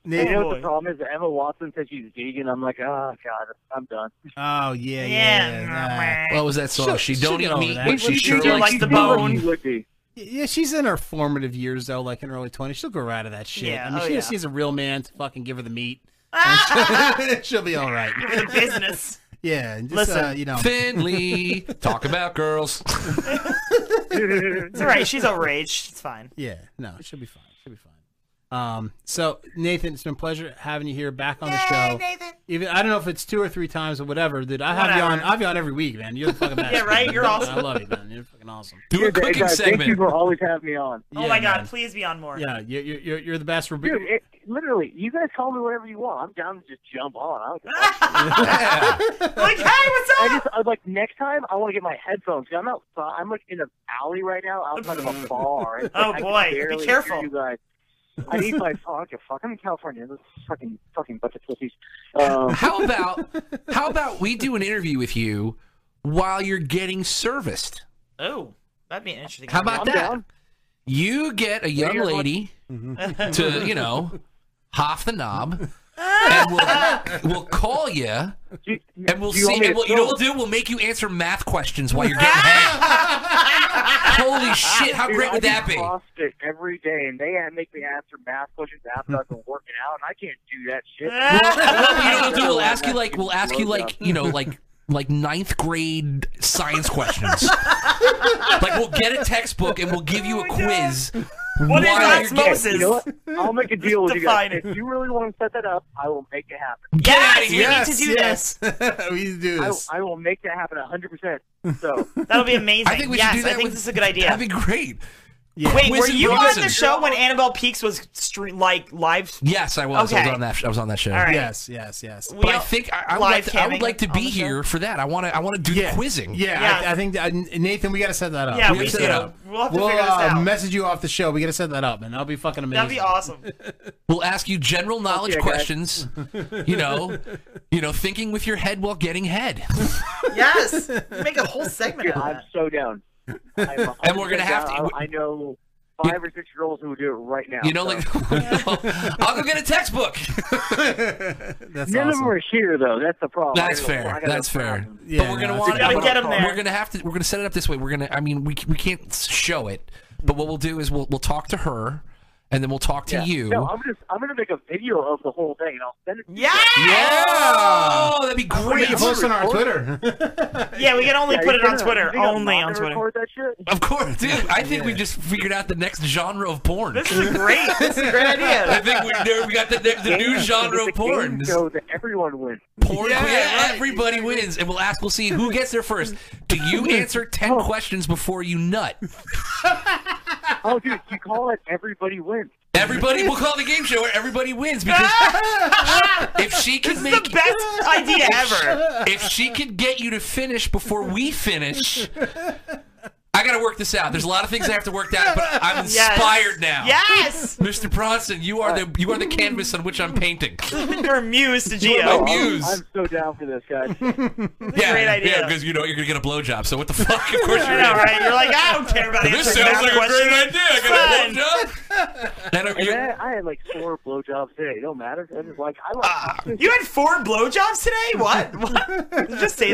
And you know what boy. the problem is? Emma Watson says she's vegan. I'm like, oh god, I'm done. Oh yeah, yeah. yeah. What was that song? She she'll don't get eat over meat, that. but she sure likes the bone. Yeah, she's in her formative years though, like in her early twenties. She'll grow out of that shit. Yeah, I mean, oh, she yeah. just needs a real man to fucking give her the meat. She'll be all right. The business. Yeah, and just, Listen, uh, you know, Finley, talk about girls. It's all right. She's overage. It's fine. Yeah, no, it should be fine. Should be fine. Um, so Nathan, it's been a pleasure having you here back on the show. Nathan. Even I don't know if it's two or three times or whatever, dude. I have you on. Whatever. I have you on every week, man. You're the fucking best. Yeah, right? You're I awesome. love you, man. You're fucking awesome. Do a cooking guys, Thank you for always having me on. Oh my God! Please be on more. Yeah, you're you're, you're the best. Rebe- Dude, it, literally, you guys call me whatever you want. I'm down to just jump on. I don't give a like, hey, what's up? I just, I, like next time, I want to get my headphones. 'cause I'm outside. I'm like in an alley right now, outside of a bar. It's like, Oh, I can boy. Be barely hear careful. you guys. I need my phone. I fuck. I'm in California. This is fucking fucking bunch of pussies. Um, How about how about we do an interview with you while you're getting serviced? Oh, that'd be an interesting. How about that? You get a young You're like- lady Mhm. to, you know, half the knob, and we'll, we'll call you, and we'll do see. you want me And to we'll, you know what film? we'll do? We'll make you answer math questions while you're getting head. Holy shit! How Dude, great would I that do be? CrossFit every day, and they make me answer math questions after I've been working out, and I can't do that shit. Well, you know what we'll do? We'll ask you like we'll ask you like you know like like ninth grade science questions. like we'll get a textbook and we'll give Oh you a quiz. What is while you're getting- You know what? I'll make a deal with you guys. Define it. If you really want to set that up, I will make it happen. Get Yes, outta here. we need to do this. we need to do this. I, I will make that happen 100%. So That'll be amazing. I think we should yes, do that I think with- this is a good idea. That'd be great. Wait, Quiz were and you on Robinson. the show when Annabelle Peaks was stre like live? Yes, I was. I Okay. was on that. sh- I was on that show. All right. Yes, yes, yes. But I think I, I, would, like to, I would like to be here for that. I want to. I want to do the quizzing. Yeah, I, I think that, Nathan, we got to set that up. Yeah, we gotta set do. that up. We'll have to we'll figure this uh, out. message you off the show. We got to set that up, and that'll be fucking amazing. That'd be awesome. We'll ask you general knowledge Okay, guys. questions. You know, you know, thinking with your head while getting head. yes, make a whole segment. I'm so down. I'm And we're gonna have 100% to- down. I, I know five or six year olds who would do it right now. You know, so. like I'll go get a textbook. That's None of them are here though. That's the problem. That's Oh, I gotta- I fair. gotta- That's fair. but we're no, gonna that's want a good but get 'em there. We're gonna have to. We're gonna set it up this way. We're gonna. I mean, we c- we can't show it. But what we'll do is we'll we'll talk to her, and then we'll talk to Yeah. you. No, I'm just I'm gonna make a video of the whole thing and I'll send it. To yeah, Yeah! that'd be great. Post on our Twitter. Yeah, we can only Yeah, put you it on can- uh, Twitter. you can Only on monitor Twitter. record that shit? Of course, dude. I think we just figured out the next genre of porn. This is great. This is a great idea. I think we, there- we got the, the, the new Game- genre of it's a game porn. Show that everyone wins. Porn. Yeah, everybody wins, and we'll ask. We'll see who gets there first. Do you answer ten Oh. questions before you nut? Oh, dude, you call it everybody wins. Everybody, we'll call the game show where everybody wins because if she could make the best idea ever. if she could get you to finish before we finish, I got to work this out. There's a lot of things I have to work out, but I'm Yes. inspired now. Yes. Mr. Bronson, you are the you are the canvas on which I'm painting. You're amused to You Geo. are my muse. I'm so down for this, guys. yeah, great idea. yeah, because you know you're gonna get a blowjob. So what the fuck? Of course I you're know, in. right? You're like, I don't care about This answering sounds that like a question. great idea. I got a blowjob. And then I had like four blowjobs today. It don't matter. I just like I like. Ah, You had four blowjobs today? What? what? Did you just say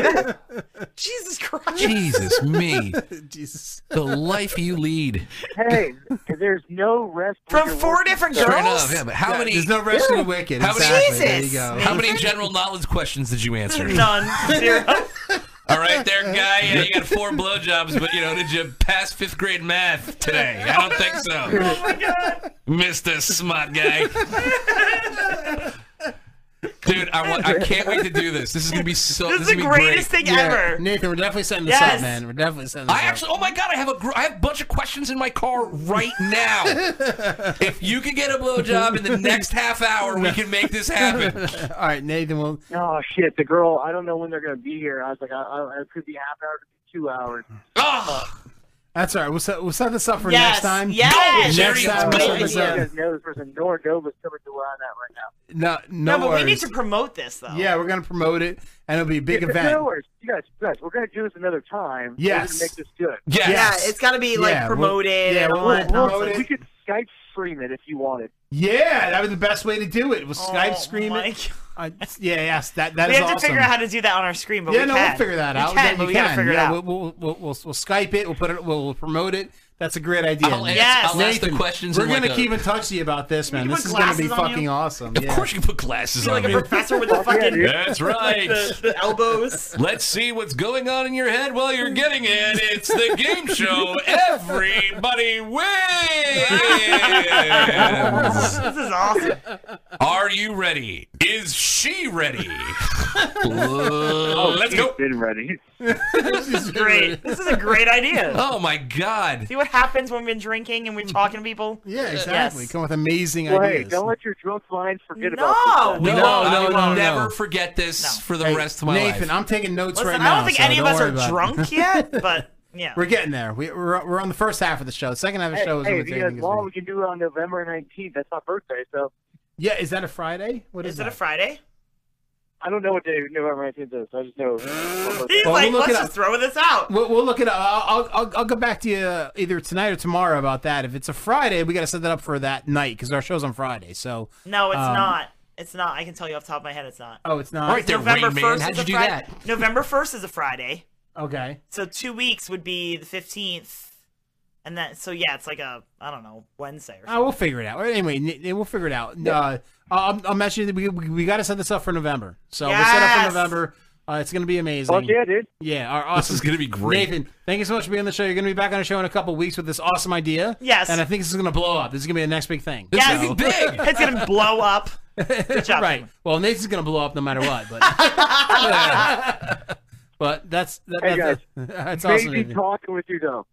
that? Jesus Christ. Jesus me. Jesus. The life you lead. Hey, there's no rest from four different Fair girls. enough, yeah, but how many? Yeah. How many, Jesus. How many general knowledge questions did you answer? None. Zero. All right, there, guy. Yeah, you got four blowjobs, but you know, did you pass fifth grade math today? I don't think so. Oh my god. Mr. Smart Guy. Dude, I, want, I can't wait to do this. This is gonna be so. This, This is gonna the be greatest great. thing Yeah. ever. Nathan, we're definitely setting this up, Yes. man. We're definitely setting this I up. actually, oh my god, I have a, gr- I have a bunch of questions in my car right now. if you could get a blowjob in the next half hour, we can make this happen. All right, Nathan. Well, Oh shit! The girl. I don't know when they're gonna be here. I was like, I, I it could be half hour, it could be two hours. Ah! that's all right. We'll set, we'll set this up for Yes, next time. yes. Next time. We'll set You this guys up. know this person. Nor Nova's coming to on that right now. No, No, no, but we need worries. to promote this though. Yeah, we're gonna promote it, and it'll be a big Yeah, event. No worries. You guys, you guys, we're gonna do this another time. We're gonna Yes. make this good. Yes. Yeah, it's gotta be, like, Yeah, we'll- promoted yeah, and we'll all that promote nonsense. it. We could Skype stream it if you wanted. Yeah, that was the best way to do it. Was Skype Oh, scream my it. I, yeah, yes, that that we is have to awesome. figure out how to do that on our screen, but yeah, we no, can. we'll figure that We out. Can, Yeah, but you we gotta can. figure it yeah, out. We'll, we'll, we'll, we'll, we'll Skype it. We'll put it. We'll, we'll promote it. That's a great idea. I'll ask- Nathan, I'll ask the questions We're in like gonna a- keep in touch with you about this, man. can This put is gonna be glasses on fucking you? awesome. Of yeah. course, you can put glasses on me. Professor with the fucking. That's right. the, the elbows. Let's see what's going on in your head while you're getting it. It's the game show. Everybody wins. this is awesome. Are you ready? Is she ready? Let's go. Been ready. this is great. This is a great idea. Oh my god. See what happens when we've been drinking and we're talking to people. Yeah, exactly. Come with amazing Well, hey, ideas. don't let your drunk minds forget No, Oh, about we this. No, won't. no, We won't. Never No. forget this for the Hey, rest of my life. Nathan, I'm taking notes Listen, right I now. don't think so any of us worry are about it. drunk yet, but yeah. We're getting there. We, we're, we're on the first half of the show. The second half of the show is hey, hey, when if the you guys taping is want, we can do it on November 19th. That's my birthday, so Yeah, is that a Friday? What is, Is it a Friday? I don't know what day November 19th is. I just know. He's Well, like, we'll look let's it just up. throw this out. We'll, we'll look it up. I'll, I'll, I'll, I'll go back to you either tonight or tomorrow about that. If it's a Friday, we got to set that up for that night because our show's on Friday. So No, it's um, not. It's not. I can tell you off the top of my head, it's not. Oh, it's not? Right there, November Rain Man. first. How'd is you a do Fri- that? November first is a Friday, Okay. so two weeks would be the fifteenth, and then so yeah, it's like a I don't know Wednesday or Oh, we'll figure it out. Anyway, N- N- we'll figure it out. Uh, I'll, I'll mention that we, we, we got to set this up for November. So we'll set up Yes. for November. Uh, it's going to be amazing. Fuck yeah, dude. Yeah, our awesome. is gonna be great. Nathan, thank you so much for being on the show. You're going to be back on the show in a couple weeks with this awesome idea. Yes. And I think this is going to blow up. This is going to be the next big thing. Yes. So- it's gonna blow up. right. Well, Nathan's going to blow up no matter what. But, but that's that, Hey, that, guys. that's awesome. Amazing Nathan. talking with you, though.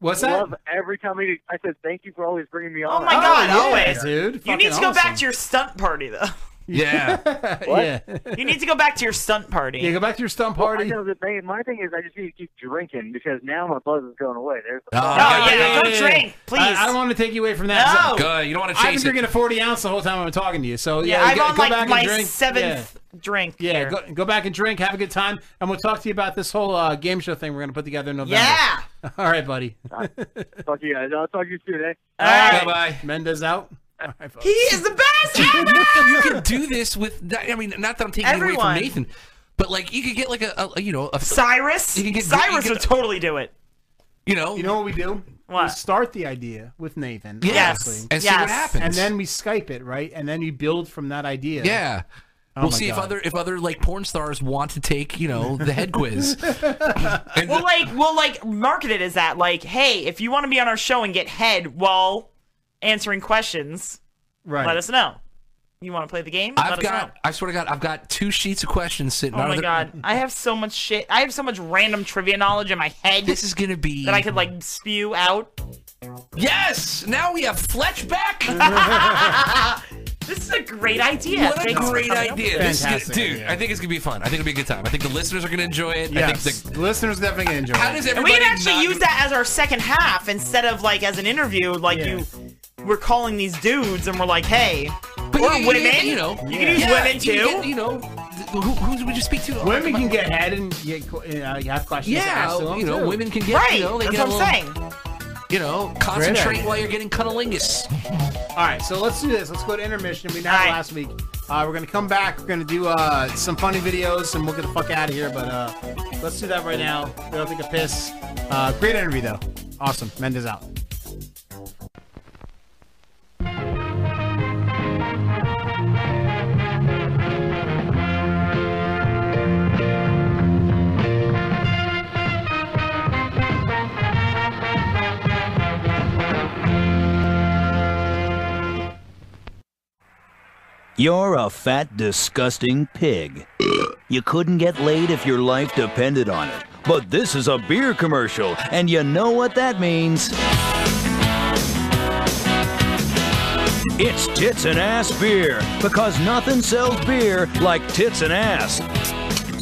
What's that? Love every time we, I said thank you for always bringing me Oh on. my god, always, dude. You need to Fucking go back awesome. to your stunt party though. Yeah. Yeah. You need to go back to your stunt party. Yeah, go back to your stump party. Well, I know the thing, my thing is, I just need to keep drinking because now my buzz is going away. There's Oh, yeah, yeah, don't yeah, drink, yeah. please. I, I don't want to take you away from that. 'cause No. I- Good, you don't wanna I've been chase it. drinking a 40 ounce the whole time I've been talking to you. So Yeah, yeah, I'm go, on go like back and my drink. seventh drink. Yeah, yeah here. go, go back and drink. Have a good time, and we'll talk to you about this whole uh, game show thing we're gonna put together in November. Yeah. All right, buddy. All Fuck you guys. I'll talk to you soon, eh? right. Bye. Mendez out. All right, folks. is the best. you can do this with. I mean, not that I'm taking it away Everyone. from Nathan, but like you could get like a, a you know a Cyrus. You can get Cyrus you can- would totally do it. You know. You know what we do? We start the idea with Nathan. Yes. obviously. And see what Yes. happens. And then we Skype it, right? And then you build from that idea. Yeah. Oh we'll my see if God. other if other like porn stars want to take you know the head quiz. we'll like we'll like market it as that. Like, hey, if you want to be on our show and get head while answering questions, Right. Let us know. You want to play the game? I've let us know. got I swear to God I've got two sheets of questions sitting. Oh on my the- god, I have so much shit. I have so much random trivia knowledge in my head. This is gonna be that I could like spew out. Yes, now we have Fletch back. this is a great idea. What a Thanks for great coming up idea! with This is gonna, Fantastic dude, I think it's gonna be fun. I think it'll be a good time. I think the listeners are gonna enjoy it. I Yes. think the, the listeners definitely gonna enjoy. How it. does And we everybody can actually not- use that as our second half instead of like as an interview. Like you, we're calling these dudes and we're like, hey, or you- you- women. you know, you can use yeah, you can women too. get, you know, th- who, who did we just speak to? Women can get head and get, qu- uh, have questions Yeah, asked to them you know, too. women can get. right. you know, they that's get a what I'm little- saying. You know, concentrate while you're getting cunnilingus. All right, so let's do this. Let's go to intermission. We had it last week. Uh, we're gonna come back. We're gonna do uh, some funny videos, and we'll get the fuck out of here. But uh, let's do that right now. We don't take a piss. Uh, great interview though. Awesome. Mendez out. You're a fat, disgusting pig. you couldn't get laid if your life depended on it. But this is a beer commercial, and you know what that means. It's tits and ass beer, because nothing sells beer like tits and ass.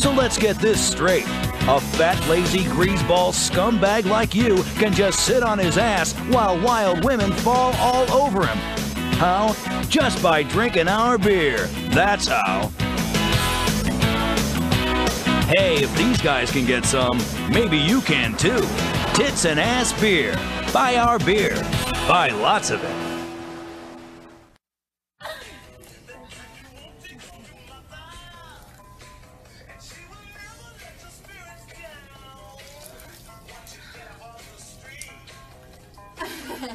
So let's get this straight. A fat, lazy, greaseball scumbag like you can just sit on his ass while wild women fall all over him. How? Just by drinking our beer. That's how. Hey, if these guys can get some, maybe you can too. Tits and ass beer. Buy our beer. Buy lots of it.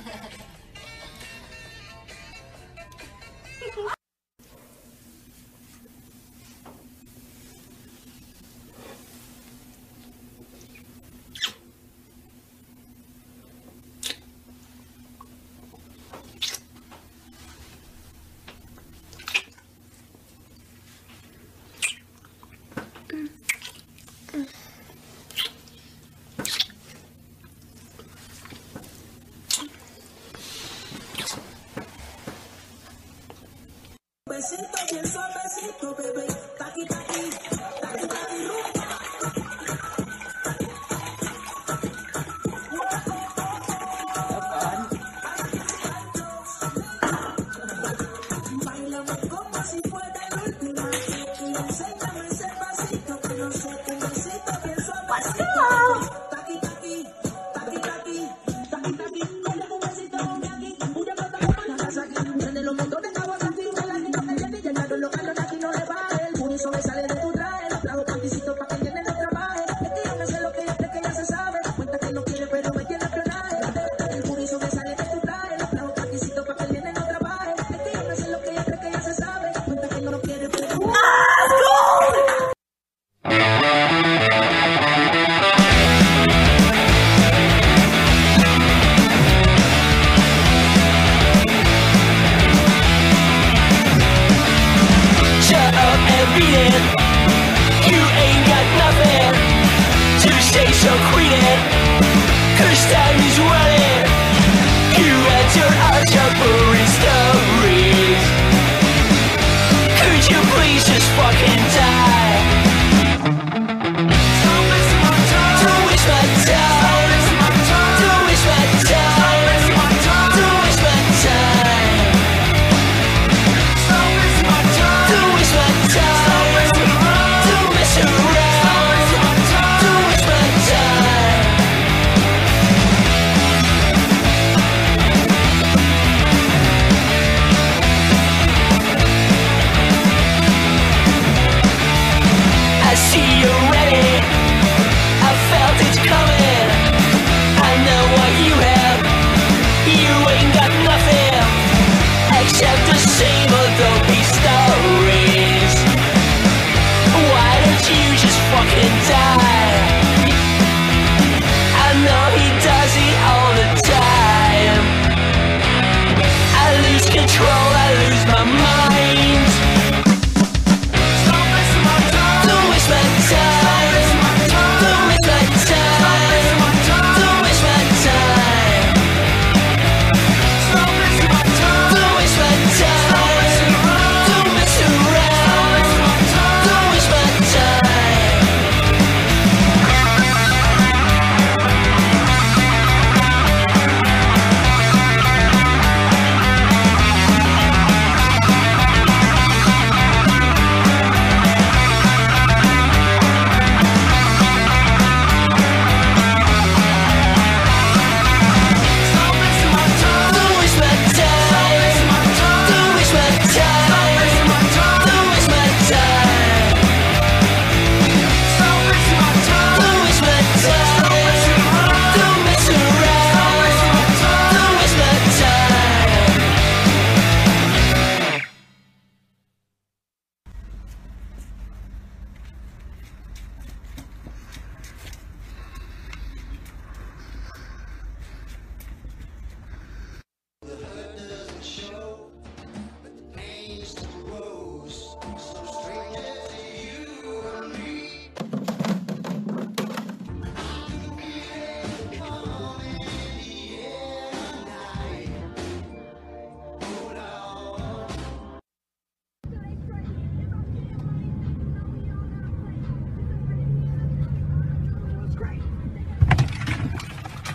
Besito, bien suavecito, bebé. Taqui, taqui, taqui, taqui, rumba. Báilame como si fuera el último. Y enséñame ese pasito que no sé. Un besito bien suavecito. Taqui, taqui, taqui, taqui, taqui, taqui. Dale un besito, mi aquí. Una pata, una casa aquí. Prende los motores, cabo aquí. Dale aquí, dale aquí. Y el calor, lo calor, aquí no le baje. El pulso me sale de tu traje. Los trajo panticito pa' que llene los trabajes. Es que yo no sé lo que es, es que ya se sabe. Cuenta que no quiere, pero me llena el clonaje. El pulso me sale de tu traje. Los trajo panticito pa' que llene los trabajes. Es que yo no sé lo que es, es que ya se sabe. Cuenta que no quiere, pero... Shut up and read it. You ain't got nothing to say, so quit it. Cause time is running. You had your eyes up for stories. Could you please just fucking die? Don't waste my time. Don't waste my time. Don't waste my time.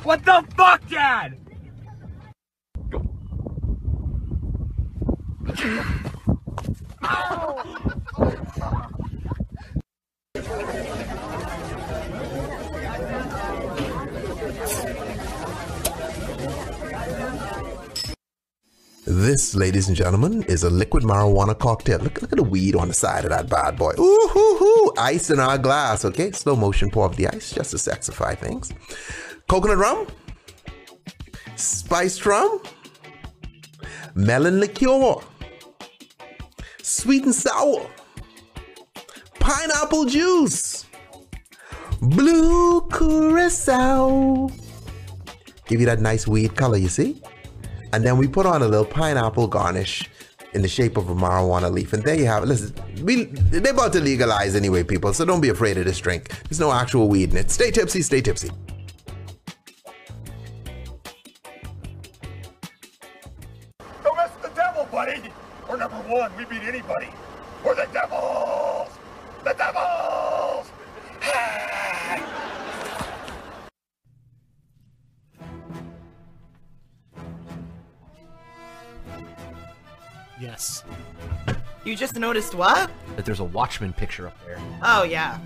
What the fuck, Dad? This, ladies and gentlemen, is a liquid marijuana cocktail. Look, look at the weed on the side of that bad boy. Ooh, hoo, hoo. Ice in our glass, okay? Slow motion pour of the ice just to sexify things. Coconut rum, spiced rum, melon liqueur, sweet and sour, pineapple juice, blue curacao. Give you that nice weed color, you see? and then we put on a little pineapple garnish in the shape of a marijuana leaf. And there you have it. Listen, we, they're about to legalize anyway, people, so don't be afraid of this drink. There's no actual weed in it. Stay tipsy, stay tipsy. Don't mess with the devil, buddy. We're number one. We beat anybody. We're the devils. The devils. Yes. You just noticed what? That there's a Watchman picture up there. Oh yeah.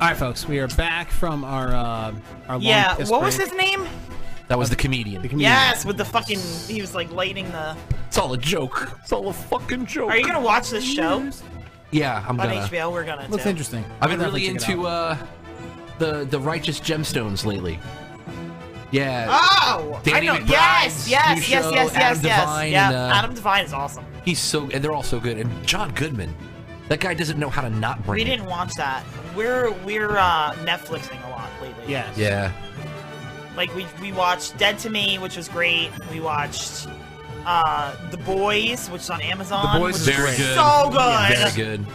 All right, folks, we are back from our uh, our yeah. Long piss What was break. his name? That was the comedian. The comedian. Yes, with the fucking. He was like lighting the. It's all a joke. It's all a fucking joke. Are you gonna watch this show on Yeah, I'm gonna. HBO? We're gonna. Looks too. interesting. I've been I'll really definitely check it into uh, the the righteous gemstones lately. Yeah. Oh, Danny I know. McBride's Yes, yes, new yes, show, yes, yes, Adam yes. Devine, yeah, uh, Adam Devine is awesome. He's so, and they're all so good. And John Goodman, that guy doesn't know how to not bring. We it. didn't watch that. We're we're uh, Netflixing a lot lately. Yes. Yeah. Like we we watched Dead to Me, which was great. We watched uh, The Boys, which is on Amazon. The boys which is very good. So good. Very good.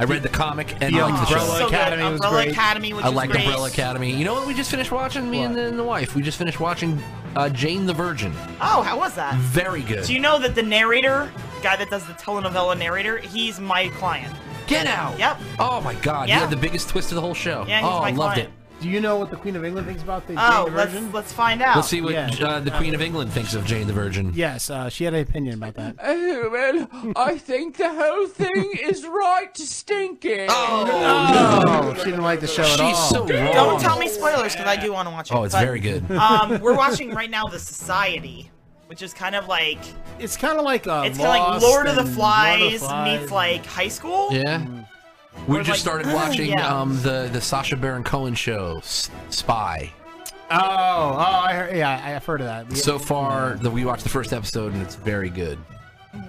I read the comic and The I liked the show. Umbrella So good. Academy was Umbrella great. Academy, which I was liked great. Umbrella Academy. You know what? We just finished watching. Me and the, and the wife. We just finished watching uh, Jane the Virgin. Oh, how was that? Very good. Do you know that the narrator, guy that does the telenovela narrator, he's my client. Get out. Yep. Oh my God! Yeah. Yeah, the biggest twist of the whole show. Yeah, he's oh, my loved client. it. Do you know what the Queen of England thinks about the Oh, Jane the let's Virgin? let's find out. Let's see what uh, the Queen of England thinks of Jane the Virgin. Yes, uh, she had an opinion about that. Oh, well, I think the whole thing is right stinking. Oh, she didn't like the show at all. Don't tell me spoilers because I do want to watch it. Oh, it's but, very good. um, we're watching right now The Society, which is kind of like It's kind of like uh, it's kind of like Lost Lord of the and Lord Flies of the Flies. meets like high school. Yeah. We Or just like- started watching Yeah. um, the the Sasha Baron Cohen show, S- Spy. Oh, oh, I heard, yeah, I've heard of that. So far, the, we watched the first episode and it's very good.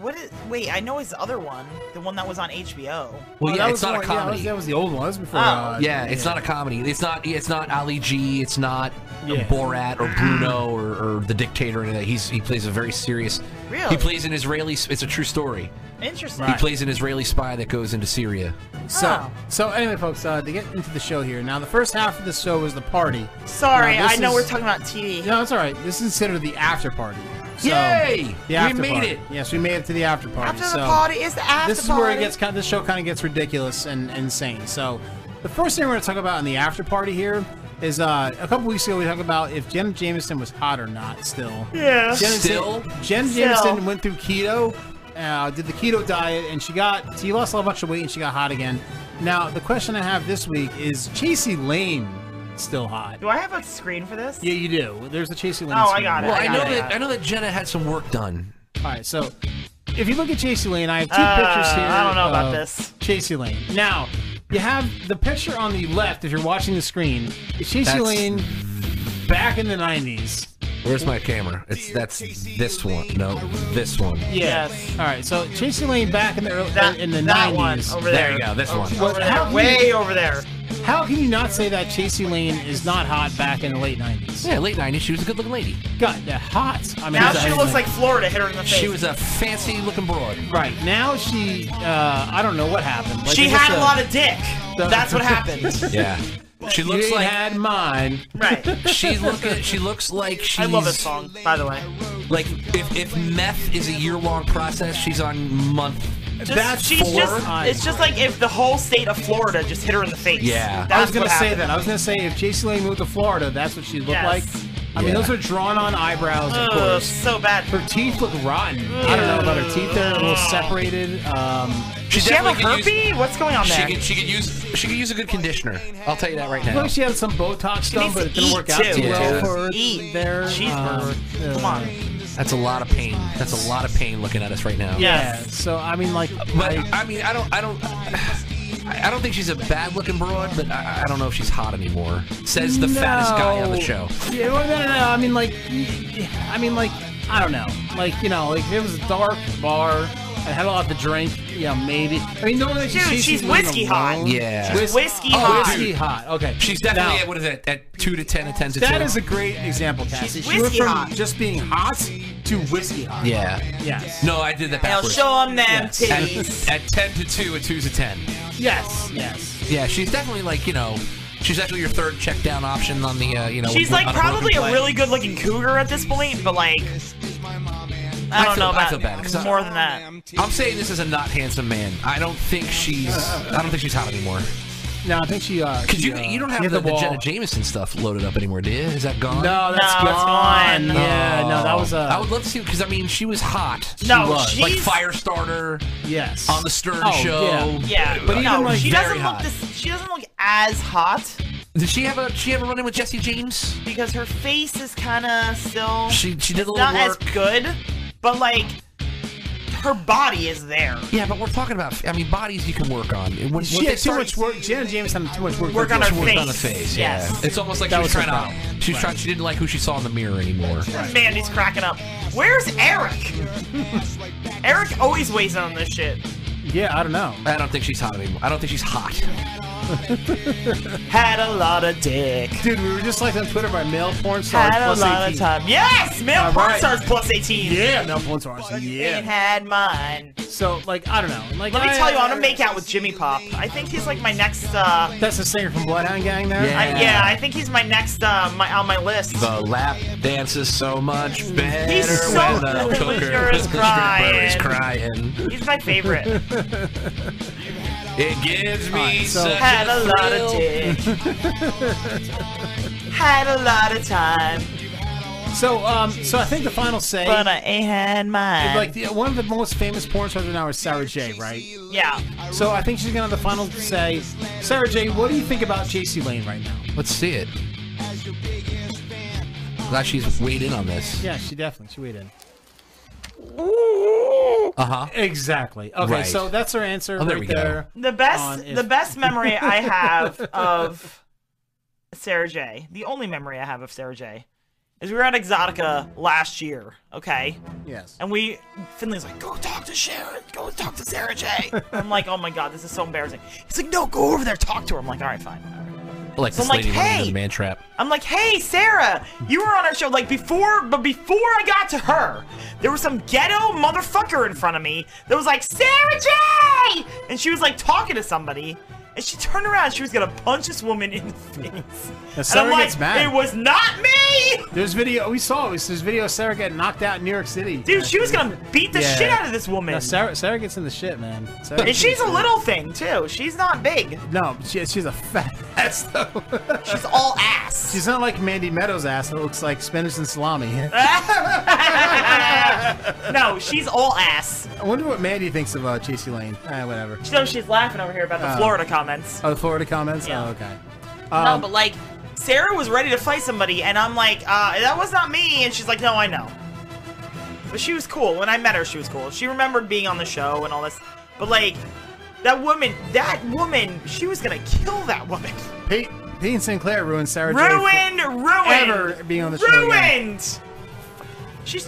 What is? Wait, I know his other one, the one that was on HBO. Well, Oh, yeah, that it's was the not a one- yeah, that was- comedy. that was the old one. That was before. Oh. uh, yeah, it's not a comedy. It's not. It's not Ali G. It's not uh, Yeah. Borat or Bruno or, or the dictator. And that he's he plays a very serious. Really? He plays an Israeli. s- It's a true story. Interesting. He plays an Israeli spy that goes into Syria. So, so anyway, folks, uh, to get into the show here. Now, the first half of the show was the party. Sorry, Now, I this know is- we're talking about TV. No, it's all right. This is considered the after party. So, Yay! The We after made party. it. Yes, we made it to the after party. After so, the party is the after this is where it gets kind. Of, this show kind of gets ridiculous and insane. So, the first thing we're going to talk about in the after party here is uh, a couple weeks ago we talked about if Jen Jameson was hot or not. Still, Yeah. Jen is- Still? Jen Still. Jameson went through keto, uh, did the keto diet, and she got she lost a bunch of weight and she got hot again. Now, the question I have this week is: Chasey Lane still hot? Do I have a screen for this? Yeah, you do. There's the Chasey Lane. Oh, I screen. got it, Well, I I got I know that I know that Jenna had some work done. All right, so if you look at Chasey Lane, I have two Uh, pictures here. I don't know about of this. Chasey Lane. Now, you have the picture on the left if you're watching the screen. Is Chasey That's- Lane back in the '90s? Where's my camera? It's that's this one. No, this one. Yes. All right. So Chasey Lane back in the early, in the that 90s. one over There you go, this one. Well, Over how there. can Way you- over there. How can you not say that Chasey Lane is not hot back in the late 90s? Yeah, late 90s. She was a good-looking lady. God, they're hot. I mean, now she's she a- looks like Florida hit her in the face. She was a fancy-looking broad. Right now, she uh, I don't know what happened. Like, she it was had a lot of dick. That's what happened. Yeah. She looks ain't like had mine. Right. She's looking. She looks like she's. I love this song, by the way. Like if, if meth is a year long process, she's on month. Just, she's four. just. It's just like if the whole state of Florida just hit her in the face. Yeah. That's I was gonna what say happened. that. I was gonna say if Chasey Lane moved to Florida, that's what she looked Yes. like. I mean, those are drawn-on eyebrows, of Ugh, course. so bad. Her teeth look rotten. I don't know about her teeth; they're a little separated. Um, She Does she have a definitely could use- herpy? What's going she could, she could use she could use a good conditioner. I'll tell you that right I feel now. like she had some Botox done, needs but to it didn't eat, work out too too. well Yeah. for her. There, Um, uh, Cheeseburger. Come on. That's a lot of pain. That's a lot of pain looking at us right now. Yeah. So I mean, like, But I mean, I don't, I don't, I I don't think she's a bad-looking broad, but I, I don't know if she's hot anymore. Says the fattest guy on the No. show. Yeah, well, no, no, no. I mean, like, I mean, like, I don't know. Like, you know, like it was a dark bar. I had a lot to drink. Yeah, maybe. I mean, no one Dude, she's whiskey hot. Yeah. Oh, She's whiskey hot. Oh, Whiskey hot. Okay. She's definitely Now- at what is it? At two to ten, at ten to two. That is a great example, Cassie. She went whiskey from hot. just being hot to whiskey hot. Yeah. Yes. No, I did that Now backwards. show 'em them Yes. titties. At, at ten to two, at two's a ten. Yes. Yes. Yeah, she's definitely like you know, she's actually your third check down option on the uh, you know. She's on like a work and probably a play. really good looking cougar at this point, but like, I I don't feel- know I about feel bad, 'cause I- more than that. I'm saying this is a not handsome man. I don't think she's. I don't think she's hot anymore. No, I think she. Uh, Cause she, you uh, you don't have hit the, the the wall. Jenna Jameson stuff loaded up anymore, do you? Is that gone? No, that's No, it's gone. gone. Yeah, no, that was, uh, I would love to see because I mean she was hot. She No, was. like she's- Firestarter. Yes. On the Stern Oh, show. yeah. Yeah, uh, but even, no, like, she very doesn't look hot. this. This, she doesn't look as hot Did she have a she have a run in with Jesse James? because her face is kind of still. She- she did a it's little not as work. good, but like her body is there. Yeah, but we're talking about. I mean, bodies you can work on. When, when She they had too start- much work. Jan James had too much work. Work on She her worked face. Yes. It's almost like That she was was her trying to. problem. She was trying. She didn't like who she saw in the mirror anymore. Man, he's cracking up. Where's Eric? Eric always weighs in on this shit. Yeah, I don't know. I don't think she's hot anymore. I don't think she's hot. Had a lot of dick. Dude, we were just like on Twitter by male porn stars. Had a plus lot 18. of time. Yes, male All porn right. stars plus 18. Yeah, male porn stars. Yeah. And had mine. So, like, I don't know. Like, Let me I- tell you, I want to make out with Jimmy Pop. I think he's like my next. uh... That's the singer from Bloodhound Gang there? I, yeah, I think he's my next uh, my, on my list. The lap dances so much better so when good the when cooker you're is crying. crying. Is crying. He's my favorite. It gives me Alright, so- such Had a lot of thrill. had a lot of time, So, um, so I think the final say. but I ain't had mine. Like, the, one of the most famous porn stars right now is Sarah J, right? yeah. So I think she's gonna have the final say. Sarah J, what do you think about JC Lane right now? Let's see it. Glad she's weighed in on this. Yeah, she definitely she weighed in. Uh huh. Exactly. Okay, Right. so that's her answer Oh, there right we go. there. The on best, if- the best memory I have of Sarah J. The only memory I have of Sarah J. Is we were at Exotica last year, okay? Yes. And we, Finley's like, go talk to Sharon, go talk to Sarah J. I'm like, oh my god, this is so embarrassing. He's like, no, go over there, talk to her. I'm like, all right, fine. Like So this I'm like, lady running into hey! the man trap. I'm like, hey, Sarah, you were on our show like before, but before I got to her, there was some ghetto motherfucker in front of me that was like, Sarah J! And she was like talking to somebody, and she turned around, and she was gonna punch this woman in the face. Now, and I'm Sarah like, gets mad. it was not me! There's video. We saw it. was- There's video of Sarah getting knocked out in New York City. Dude, she was gonna beat the shit out of this woman. No, Sarah, Sarah gets in the shit, man. Sarah gets And in she's the a shit. little thing, too. She's not big. No, she, she's a fat ass though. she's all ass. She's not like Mandy Meadows' ass that looks like spinach and salami. no, she's all ass. I wonder what Mandy thinks of uh, JC Lane. Ah, whatever. So she's laughing over here about the Uh, Florida comments. Oh, the Florida comments. Oh, okay. Um, no, but like, Sarah was ready to fight somebody, and I'm like, uh, that was not me. And she's like, no, I know. But she was cool. When I met her, she was cool. She remembered being on the show and all this. But like, that woman, that woman, she was gonna kill that woman. Pete, Pete and Sinclair ruined Sarah. J. for- Ruined, ruined. Ever being on the show again. Ruined. She's.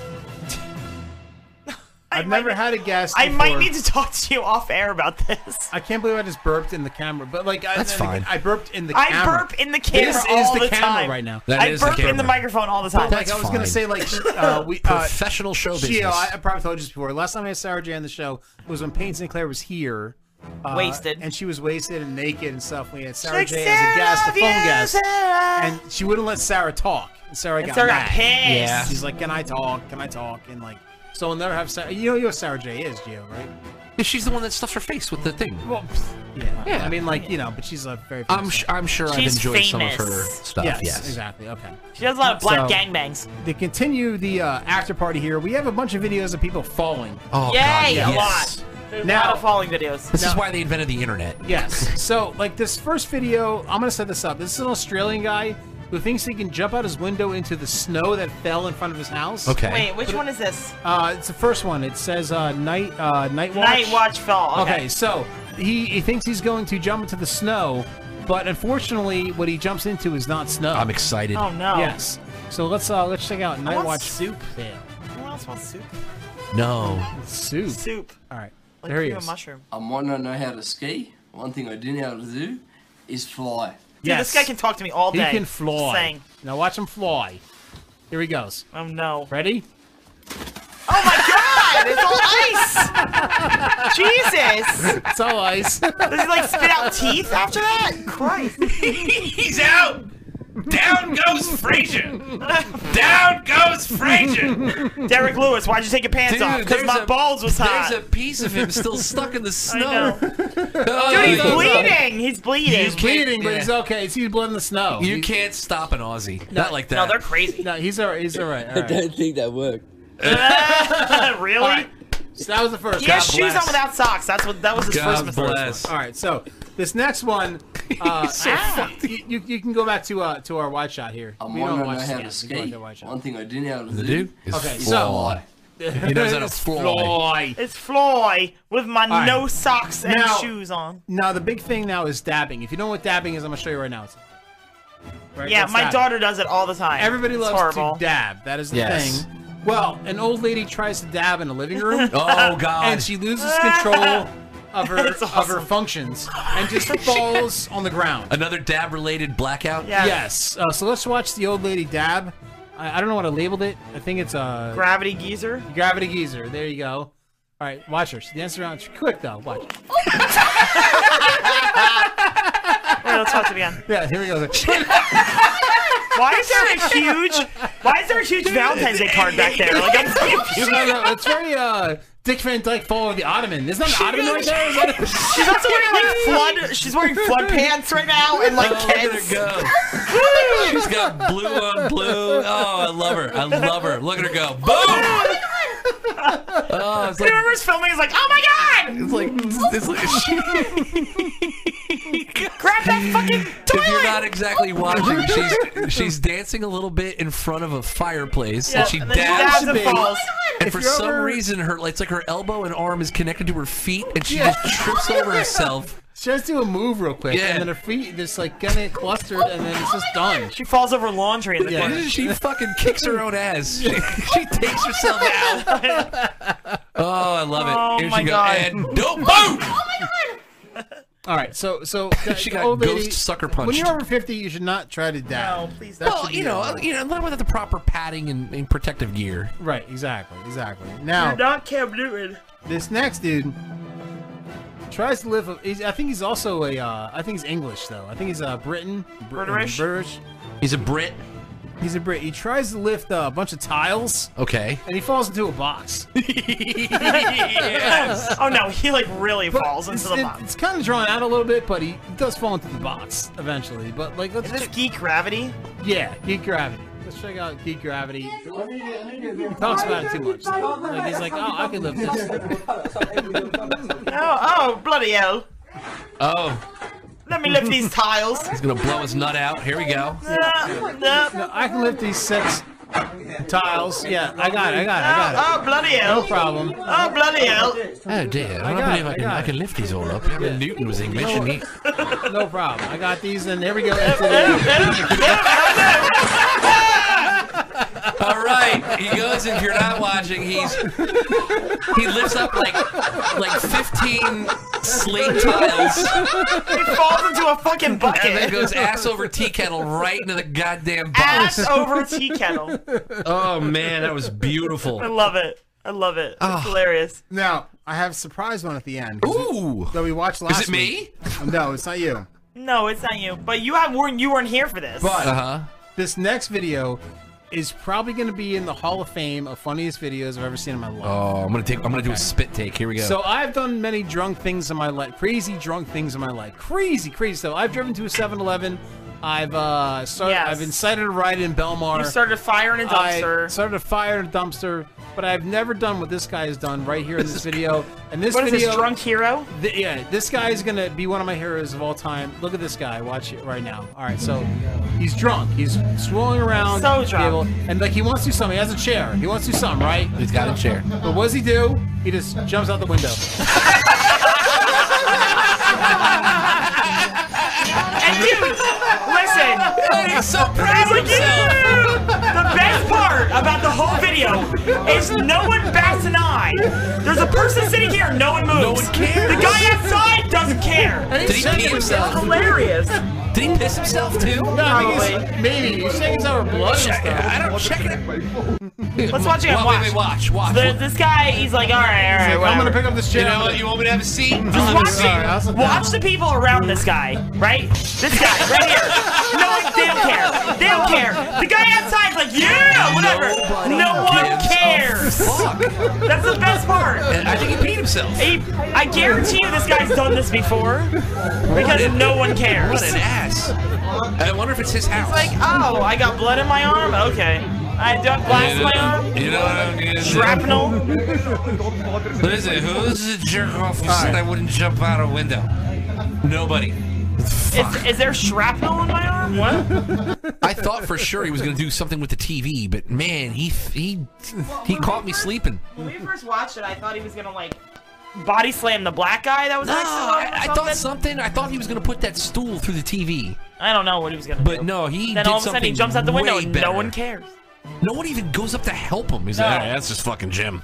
I've never had a guest. I might before. need to talk to you off air about this. I can't believe I just burped in the camera, but like I, That's I- fine. I burped in the I camera. burp in the camera This all is the, camera time. right now. I burp in the microphone all the time. But, like I was gonna say, like uh, we uh, Professional show Gio, business. I, I probably told you this before. Last time I had Sarah J on the show was when Payne Sinclair was here. uh, Wasted. and she was wasted and naked and stuff. We had Sarah like, J "Sarah, as a guest, a phone yeah, guest, Sarah. and she wouldn't let Sarah talk. And Sarah And got Sarah got mad. pissed. Yeah. she's like, "Can I talk? Can I talk?" And like, so we'll never have Sarah. You know, you know what Sarah J is, Gio, right? Yeah, she's the one that stuffs her face with the thing. Well, yeah. I mean, like you know, but she's a very. I'm sh- I'm sure I've She's enjoyed some of her famous. stuff. Yes, Yes, exactly. Okay. She does a lot of black So- gangbangs. To continue the uh, after party here, we have a bunch of videos of people falling. Oh, Yay, God, a yes. lot. There's Now- a lot of falling videos. This is why they invented the internet. Yes. so, like this first video, I'm gonna set this up. This is an Australian guy who thinks he can jump out his window into the snow that fell in front of his house. Okay. Wait, which one is this? Uh, it's the first one. It says uh, night uh, night watch. Night watch fall. Okay. so he, he thinks he's going to jump into the snow, but unfortunately, what he jumps into is not snow. I'm excited. Oh no. Yes. So let's uh, let's check out night want watch soup. Fail. Anyone else wants soup? No. Soup. Soup. All right. Like there he is. mushroom. I might not know how to ski. One thing I do know how to do is fly. Dude, this guy can talk to me all He day. can Just fly. saying. Now watch him fly. Here he goes. Oh no. Ready? God, it's all ice. Jesus. It's all ice. Does he like spit out teeth after that? Christ. He's out. Down goes Frazier. Down goes Frazier. Derek Lewis, why'd you take your pants Dude, off? Because there's my a- balls was hot. There's a piece of him still stuck in the know. snow. Oh, Dude, he's bleeding. He's bleeding. He's bleeding, but he's okay. He's blood in the snow. You can't stop an Aussie. No. Not like that. No, they're crazy. No, he's all right. He's all right. All I right. don't think that worked. really? So that was the first. He has God shoes bless. on without socks. That's what. That was his God first bless. mistake. All right, so this next one, uh, He's so ah, you, you, you can go back to uh, to our wide shot here. I We might don't not know watch how to this, yeah, we ski. go to wide shot. One thing I do know how to do, do is Okay, fly. so He knows how to It's fly. It's Floy with my All right. no socks and Now- shoes on. Now the big thing now is dabbing. If you don't know what dabbing is, I'm gonna show you right now. It's, Right, yeah, that's my that. daughter does it all the time. Everybody It's loves horrible. to dab. That is the Yes. thing. Well, an old lady tries to dab in a living room. Oh, God. And she loses control of her That's of her functions and just falls on the ground. Another dab related blackout? Yes. Uh, so let's watch the old lady dab. I, I don't know what I labeled it. I think it's uh, Gravity geezer. Gravity geezer. There you go. All right, watch her. She dances around. She's quick though. Watch. Wait, let's watch it again. Yeah, here we go. Why is there a huge? Why is there a huge Valentine's Day card back there? Like I'm so confused. No, no, it's very uh, Dick Van Dyke fall of the ottoman. Isn't that an ottoman right there? Is that a- She's also wearing like flood. She's wearing flood pants right now and like Oh, Uh, look at kids. her go. She's got blue on blue. Oh, I love her. I love her. Look at her go. Boom! Oh, it's like, Whoever's filming is like, oh my god! it's like, it's like Grab that fucking if you're not exactly watching, she's she's dancing a little bit in front of a fireplace, Yeah, and she and then she dabs, dabs and falls. And If for you're some ever- reason, her it's like her elbow and arm is connected to her feet, and she Yeah. just trips over herself. She has to do a move real quick, Yeah. and then her feet just like kinda clustered, and then it's just done. Oh She falls over laundry in the corner. She fucking kicks her own ass. She, she takes herself out. Oh, I love it. Oh Here my she goes. God. And don't Oh boom. All right, so so She the got old lady- ghost sucker When punched. you're over fifty, you should not try to dab. No, please. well, you know, you know, not without the proper padding and, and protective gear. Right, exactly, exactly. Now You're not Cam Newton. this next dude tries to live. A, he's, I think he's also a. Uh, I think he's English though. I think he's uh, Briton. Br- British? British. He's a Brit. He's a Brit. He tries to lift uh, a bunch of tiles, Okay. and he falls into a box. Yes. Oh no, he like really falls into the It's- box. It's kind of drawn out a little bit, but he does fall into the box eventually. But like, let's Is this geek gravity? Yeah, Geek Gravity. Let's check out Geek Gravity. He talks about it too much. Like he's like, oh, I could live this. Oh, oh, bloody hell. Oh, Let me lift these tiles. Oh, he's gonna blow his nut out. Here we go. No, I can lift these six tiles. Yeah, I got it. I got it. I got Oh, it. bloody hell. No problem. Oh, bloody hell. Oh dear, I I, don't got believe it, I I can. got I, it. can lift these all up. I mean, Newton was English, No. Oh. and he No problem. I got these, and there we go. Into the- All right, he goes. If you're not watching, he's he lifts up like like 15 slate tiles He falls into a fucking bucket. and then goes ass over tea kettle right into the goddamn box. Ass over tea kettle. Oh man, that was beautiful. I love it. I love it. Ah. It's hilarious. now I have a surprise one at the end. Ooh! That we watched last. Is it me? week. Uh, No, it's not you. Uh-huh. No, it's not you. But you have weren't you weren't here for this. But this next video is probably going to be in the Hall of Fame of funniest videos I've ever seen in my life. Oh, I'm gonna take. I'm gonna do a Okay. spit take. Here we go. uh, So I've done many drunk things in my life, crazy drunk things in my life, crazy, crazy stuff. I've driven to a 7-Eleven. I've uh, started. Yes. I've incited a riot in Belmar. You started a fire in a dumpster. I started a fire in a dumpster, but I've never done what this guy has done right here in this video. And this What is video, this, drunk hero? Th- yeah, this guy is gonna be one of my heroes of all time. Look at this guy. Watch it right now. All right, so he's drunk. He's swirling around. So the drunk. and like he wants to do something. He has a chair. He wants to do something, right? He's got a chair. But what does he do? He just jumps out the window. And dude, listen. He's so proud of himself. The best part about the whole video is no one bats an eye. There's a person sitting here, and no one moves. No one cares. The guy outside doesn't care. Did he pee himself? Hilarious. Did he piss himself too? No, I think it's, maybe he's saying it's our blood. Check it. I don't check it. Let's watch Wait, it. watch. wait, wait, watch, watch. There's this guy. He's like, all right, all right. He's like, I'm gonna pick up this chair. You You know what? You want me to have a seat? Just I'm watch sorry, I'll it. sit Watch the people around this guy, right? This guy, right here. No, one- they don't care. They don't care. The guy outside's like, yeah, whatever. no one cares. That's the best part. I think he peed himself. I guarantee you, this guy's done this before because no one cares. What an ass. I wonder if it's his house. Like, oh, I got blood in my arm. Okay, I don't blast my arm. You know what I'm gonna do? Shrapnel. Listen, who's the jerk off who said I wouldn't jump out a window? Nobody. Is, is there shrapnel in my arm? What? I thought for sure he was gonna do something with the TV, but man, he he he caught me sleeping. When we first watched it, I thought he was gonna like body slam the black guy that was No, next to him. or I, I thought something. I thought he was gonna put that stool through the TV. I don't know what he was gonna but do. no, he Then did all of a sudden he something jumps out the window way and better. no one cares. No one even goes up to help him. He's like, No. "All right, that's just fucking Jim.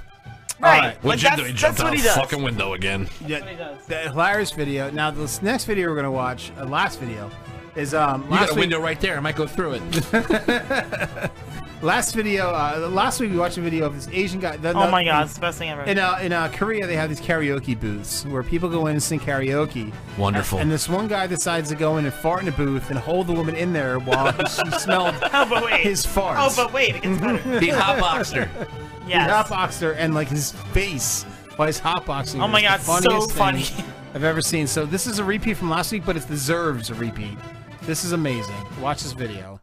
Right. All What Like, Jim that's- do? He that's jumped what out he the does. fucking window again. Yeah, that hilarious video. Now this next video we're gonna watch, uh, last video, is um. You last got a week- window right there. I might go through it. Last video, uh, last week we watched a video of this Asian guy. the- Oh the- my God, it's the best thing ever. In uh, in uh, Korea, they have these karaoke booths where people go in and sing karaoke. Wonderful. And this one guy decides to go in and fart in a booth and hold the woman in there while she smelled his farts. Oh, but wait, it gets better. The hotboxer. Yes. The hotboxer and like his face while he's hotboxing. Oh my was God, the so funniest funny. thing I've ever seen. So this is a repeat from last week, but it deserves a repeat. This is amazing. Watch this video.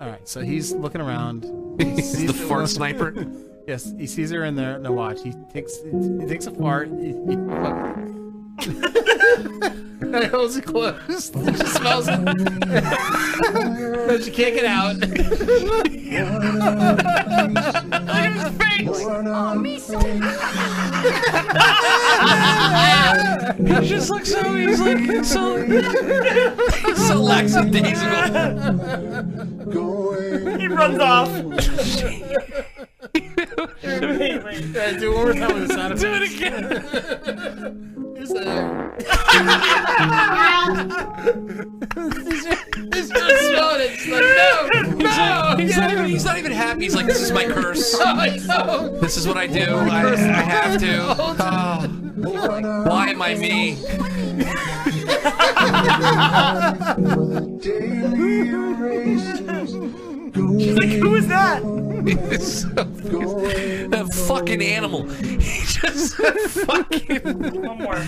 All right, so he's looking around. He sees the fart sniper? yes, he sees her in there. No, watch. He takes he takes a fart. He, he, and holds it closed. She smells it. but she can't get out. Look at his face. Oh, me so. he just looks so he's like so so lackadaisical. he runs off. Yeah, do it one more time with the sound Do it again. He's He's just smelling it. He's like, no, He's, no. like, he's, not yeah. even, he's not even happy. He's like, this is my curse. I know. This is what I do. I, I have to. Oh, why am I me? She's like, who is that? It's so- that fucking animal. He just fucking. One more.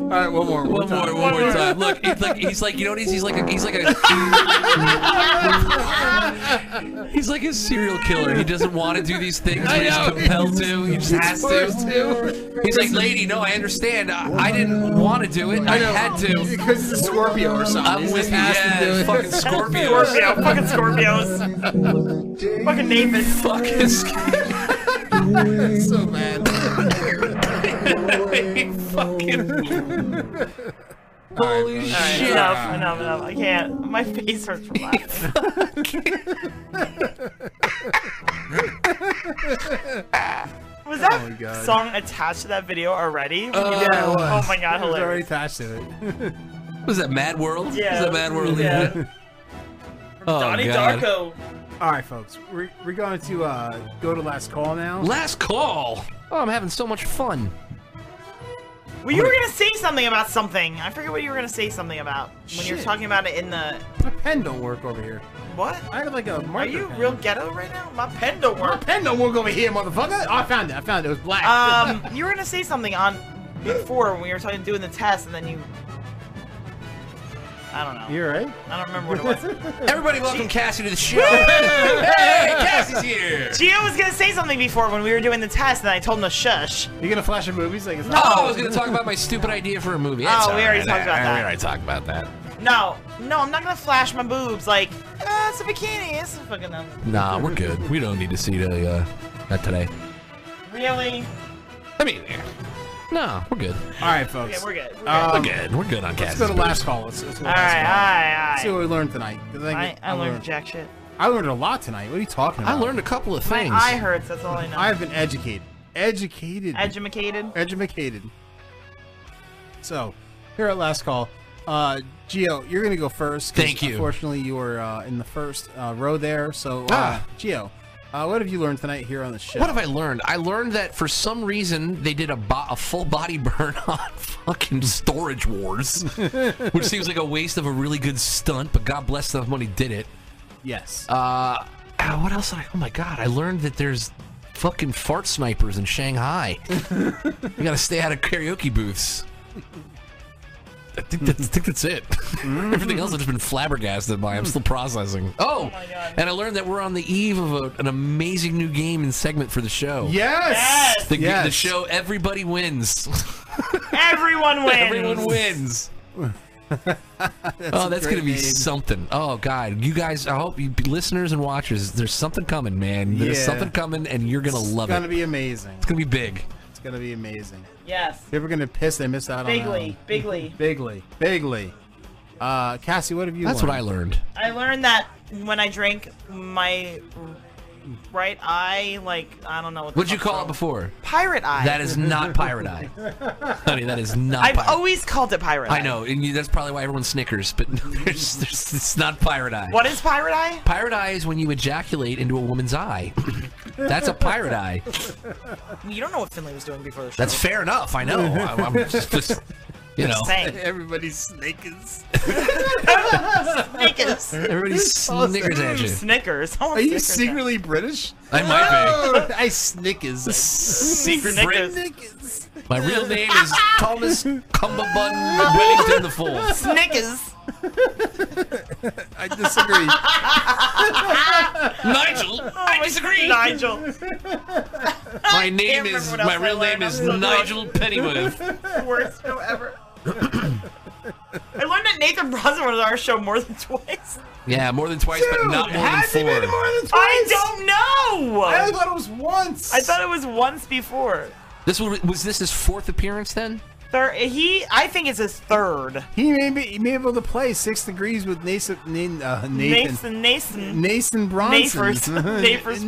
All right, one more. One, more. One more time. Look, it's like he's like you know what he's he's like a, he's like a he's like a serial killer. He doesn't want to do these things, but he's compelled to. He just has to. He's like, lady, no, I understand. I, I didn't want to do it. I, had to. Because he's a Scorpio or something. I'm with you. Yeah, fucking Scorpio. Scorpio, fucking Scorpios. fucking David. Fucking so bad. Holy Alright, enough, enough, enough. I can't. My face hurts from laughing. Was that Oh my God. song attached to that video already? When Uh, you- yeah, it was. Oh my god, It was already hilarious. attached to it. Was that Mad World? Yeah. Was that Mad World? Yeah. Oh, God. All right, folks, we're, we're going to uh, go to last call now. Last call. Oh, I'm having so much fun. Well, you were gonna say something about something. I forget what you were gonna say something about when you were Shit. talking about it in the. My pen don't work over here. What? I have like a Are marker you pen. real ghetto right now? My pen don't work. My pen don't work over here, motherfucker. Oh, I found it. I found it. It was black. Um, you were gonna say something on before when we were talking doing the test, and then you. I don't know. you right. I don't remember what it was. Everybody, welcome Cassie to the show. hey, Cassie's here. Gio was gonna say something before when we were doing the test, and I told him to shush. You gonna flash your movies like it's no? Oh, I was going to talk about my stupid idea for a movie. It's Oh, we all already right. talked about I- that. We already talked about that. No, no, I'm not gonna flash my boobs. Like, ah, it's a bikini. It's a fucking. um, Nah, we're good. We don't need to see the uh, that today. Really? I mean, no, we're good. All right, folks. Um, Okay, we're good. We're good. we're good. We're good on Let's Cassie's go to boobs. last call. Let's, let's go to All last right, call. all right, all See right. what we learned tonight. 'cause think I, I learned jack shit. I learned a lot tonight. What are you talking I about? learned a couple of My things. eye hurts, that's all I know. I've been educated. Educated. Edumacated. Edumacated. So, here at last call, uh, Geo, you're gonna go first. 'cause Thank you. Unfortunately, you were uh, in the first uh, row there. So, uh, Ah. Geo, uh, what have you learned tonight here on the show? What have I learned? I learned that for some reason they did a, bo- a full body burn on fucking Storage Wars, which seems like a waste of a really good stunt, but God bless the money did it. Yes. Uh, ah, what else? Did I, oh my God, I learned that there's fucking fart snipers in Shanghai. you gotta stay out of karaoke booths. I think that's, I think that's it. Mm-hmm. Everything else I've just been flabbergasted by. I'm still processing. Oh, and I learned that we're on the eve of a, an amazing new game and segment for the show. Yes! The, the Yes. show Everybody Wins. Everyone wins. Everyone wins. oh, a that's great gonna be name. something. Oh God, you guys! I hope you listeners and watchers. There's something coming, man. There's Yeah. something coming, and you're gonna It's love gonna it. be amazing. It's gonna be big. It's gonna be amazing. Yes. People are gonna piss they missed out on. that Bigly, one. bigly. Bigly, bigly. Uh, Cassie, what have you? That's what I learned. I learned that when I drink, my right eye, like, I don't know what the What'd you fuck's call wrong. it before? Pirate eye. That is not pirate eye, honey. That is not. I've pirate. always called it pirate eye. I know, and you, that's probably why everyone snickers. But there's, there's, it's not pirate eye. What is pirate eye? Pirate eye is when you ejaculate into a woman's eye. that's a pirate eye. You don't know what Finley was doing before the show. That's fair enough. I know. I, am just, just, you know. Just saying. Everybody's snickers. Snickers. Everybody's snickers at you. Snickers. Oh, Are you Snickers. secretly British? I might be. I snickers. Secret Snickers. My real name is Thomas Cumberbund Wellington the Fourth. Snickers. I disagree. Nigel, I disagree. Oh Nigel. My name is remember what my real else I name learned. is I'm so Nigel drunk. Pennyworth. Worst show ever. I learned that Nathan Bronson was on our show more than twice. Yeah, more than twice, but Dude, not more than has four. he been more than I don't know. I only thought it was once. I thought it was once before. This was, was this his fourth appearance then? Third, he. I think it's his third. He may be, he may be able to play six degrees with Nathan. Nathan. Uh, Nathan. Nathan. Nathan. Nathan Bronson. Nafers.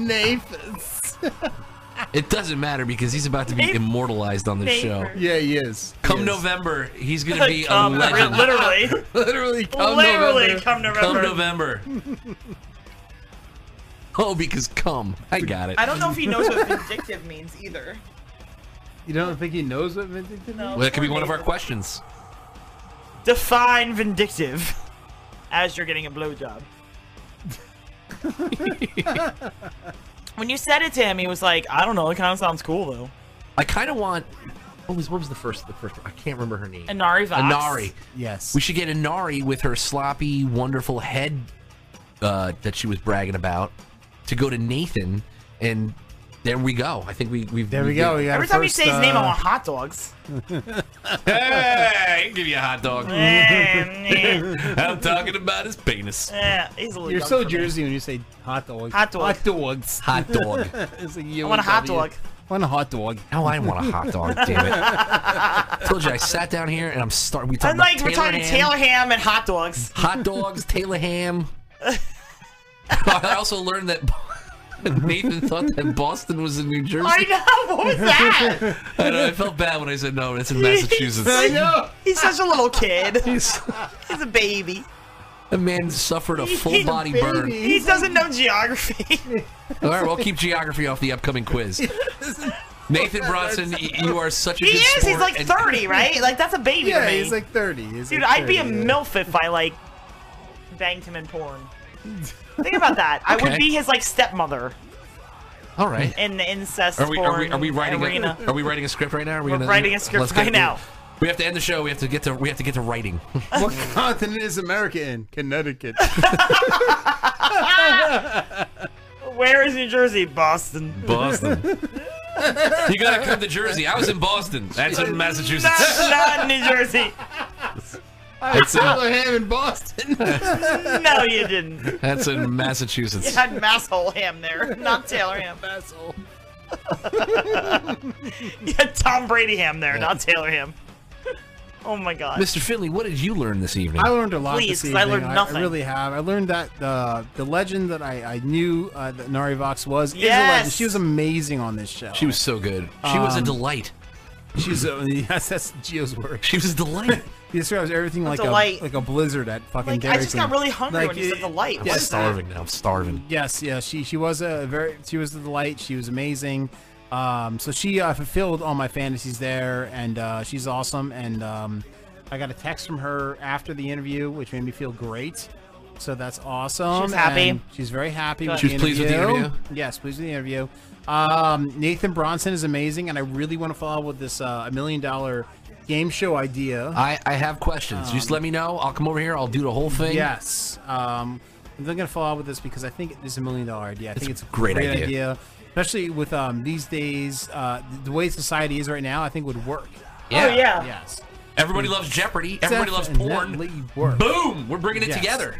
It doesn't matter because he's about to be Neighbor- immortalized on this show. neighbor. Yeah, he is. Come November, he's gonna be a Come, legend. Literally. literally. Come literally. November. Come November. Come November. Oh, because come. I got it. I don't know if he knows what vindictive means either. You don't think he knows what Vindictive No. Well, that could be one of our questions. Define vindictive. As you're getting a blowjob. when you said it to him, he was like, "I don't know. It kind of sounds cool though." I kind of want. What was what was the first the first? I can't remember her name. Inari Vox. Inari. Yes. We should get Inari with her sloppy, wonderful head uh, that she was bragging about to go to Nathan, and there we go. I think we we've There we go. We got uh, Every time you say his uh, name, I want hot dogs. hey, I can give you a hot dog. I'm talking about his penis. Yeah, Eh, he's a little You're young so for me. Jersey when you say hot dog. Hot dog. Hot dogs. Hot dog. It's a U I want a hot and W. dog. I want a hot dog. No, I want a hot dog. Damn it! I told you I sat down here and I'm starting. We talked And like about we're Taylor talking ham, Taylor ham and hot dogs. hot dogs, Taylor ham. I also learned that Nathan thought that Boston was in New Jersey. I know. What was that? I know. I felt bad when I said no. It's in Massachusetts. I know. He's such a little kid. He's, a baby. The man suffered a full He's body baby. burn. He doesn't know geography. All right, we'll keep geography off the upcoming quiz. Nathan Bronson, y- you are such a He good is. He's sport like and- 30, right? Like that's a baby Yeah, to me. he's like 30. He's Dude, like I'd be a 30, yeah. milf if I like banged him in porn. Think about that. I would Okay. be his like stepmother All right. in the incest Are we, are we, porn are we writing arena. A, are we writing a script right now? Are we We're gonna, writing a script let's get- right now. We have to end the show. We have to get to we have to get to writing. What continent is America in? Connecticut. Where is New Jersey? Boston. Boston. you gotta come to Jersey. I was in Boston. That's in Massachusetts. That's not New Jersey. It's uh, in- ham in Boston. no, you didn't. That's in You Massachusetts. had masshole ham there, not Taylor ham. Masshole. you had Tom Brady ham there, not Taylor ham. Oh my God. Mr. Finley, what did you learn this evening? I learned a lot Please, this 'cause evening. I learned nothing. I really have. I learned that uh, the legend that I, I knew uh, that Nari Vox was is a legend. Yes. She was amazing on this show. She was so good. She was a Um, delight. She's a, yes, that's Geo's word. She was a delight. He describes everything like delight. a like a blizzard at fucking Like, Dairy I just got Queen. really hungry Like, when you said it- the light. I'm Yes. starving now. I'm starving. Yes, yes. She she was a very she was the delight. She was amazing. Um, so she uh, fulfilled all my fantasies there, and uh, she's awesome. And um, I got a text from her after the interview, which made me feel great. So that's awesome. She was happy. and She's very happy. Good. With She the was pleased with the interview. interview? Yes, pleased with the interview. Um, Nathan Bronson is amazing, and I really want to follow up with this uh, a million dollar game show idea. I, I have questions. Just Um, let me know. I'll come over here. I'll do the whole thing. Yes. Um, I'm not gonna follow out with this because I think it's a million dollar idea. I think it's a great great, idea. idea. especially with um, these days, uh, the- the way society is right now. I think would work. Oh, Yeah. Oh, Yes. Everybody loves Jeopardy. Everybody loves Definitely porn. work. Boom! We're bringing it Yes. together.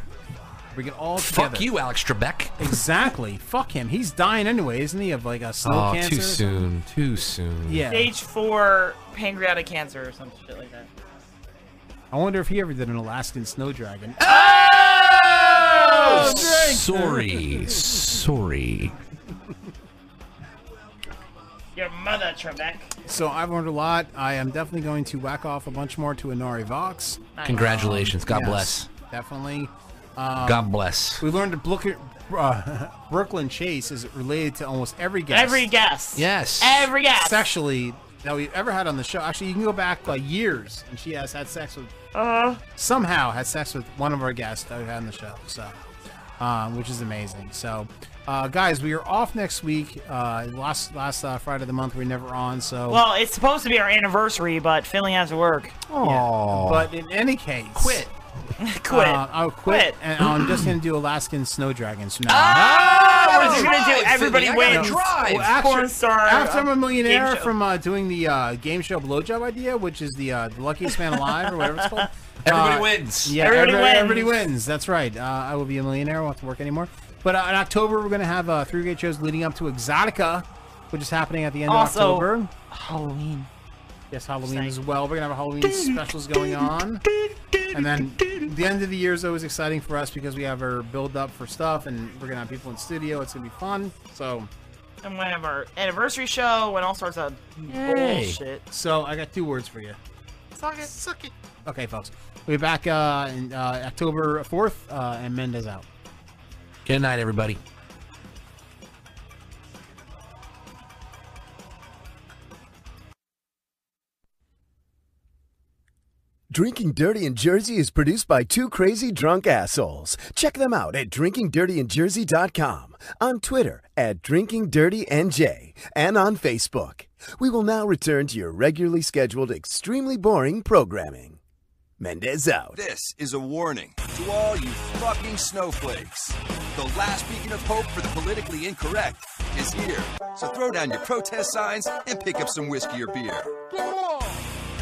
Bring it all together. Fuck you, Alex Trebek. Exactly. Fuck him. He's dying anyway, isn't he? Of like a slow Oh, cancer. too soon. Too soon. Yeah. Stage four pancreatic cancer or some shit like that. I wonder if he ever did an Alaskan snow dragon. Oh, drink. sorry. sorry. Your mother, Trebek. So I've learned a lot. I am definitely going to whack off a bunch more to Inari Vox. Nice. Congratulations. God bless. Definitely. Um, God bless. We learned that Brooklyn, uh, Brooklyn Chase is related to almost every guest. Every guest. Yes. Every guest. Sexually that we've ever had on the show. Actually, you can go back like years, and she has had sex with. Uh-huh. Uh. Somehow had sex with one of our guests that we've had on the show. So, um, which is amazing. So, uh, guys, we are off next week. Uh, last last uh, Friday of the month, we are never on. So. Well, it's supposed to be our anniversary, but Finley has to work. Yeah. But in any case, quit. Quit. Uh, I'll quit, and I'm just gonna do Alaskan snow dragons from now. Oh, on. we're just gonna do everybody wins. Well, after, Porn star. after I'm uh, a millionaire game show. from uh, doing the uh, game show blowjob idea, which is the, uh, the luckiest man alive or whatever it's called. Everybody Uh, wins. Yeah, Everybody everybody, wins. everybody wins. That's right. Uh, I will be a millionaire. I won't have to work anymore. But uh, in October, we're gonna have uh, three great shows leading up to Exotica, which is happening at the end Also, of October. Halloween. Yes, Halloween as well. We're gonna have Halloween specials going on. And then the end of the year is always exciting for us because we have our build up for stuff and we're gonna have people in studio. It's gonna be fun. So And we have our anniversary show and all sorts of bullshit. So I got two words for you. Suck it. Suck it. Okay, folks. We'll be back uh, in, uh, October 4th, uh, and Mendez out. Good night, everybody. Drinking Dirty in Jersey is produced by two crazy drunk assholes. Check them out at drinkingdirtyinjersey.com, on Twitter at drinkingdirtynj, and on Facebook. We will now return to your regularly scheduled, extremely boring programming. Mendez out. This is a warning to all you fucking snowflakes. The last beacon of hope for the politically incorrect is here. So throw down your protest signs and pick up some whiskey or beer.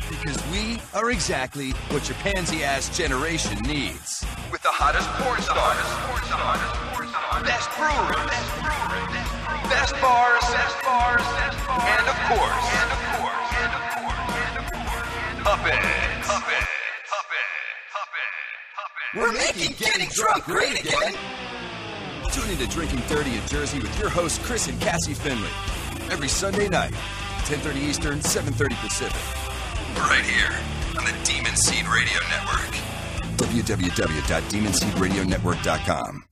Because we are exactly what your pansy ass generation needs. With the hottest porn stars, best brewery, best bars, and of course, Puppets. Puppets. We're making getting drunk great again. Tune into Drinking Dirty in Jersey with your hosts Chris and Cassie Finley every Sunday night, 10:30 Eastern, 7:30 Pacific, right here on the Demon Seed Radio Network. www.demonseedradionetwork.com.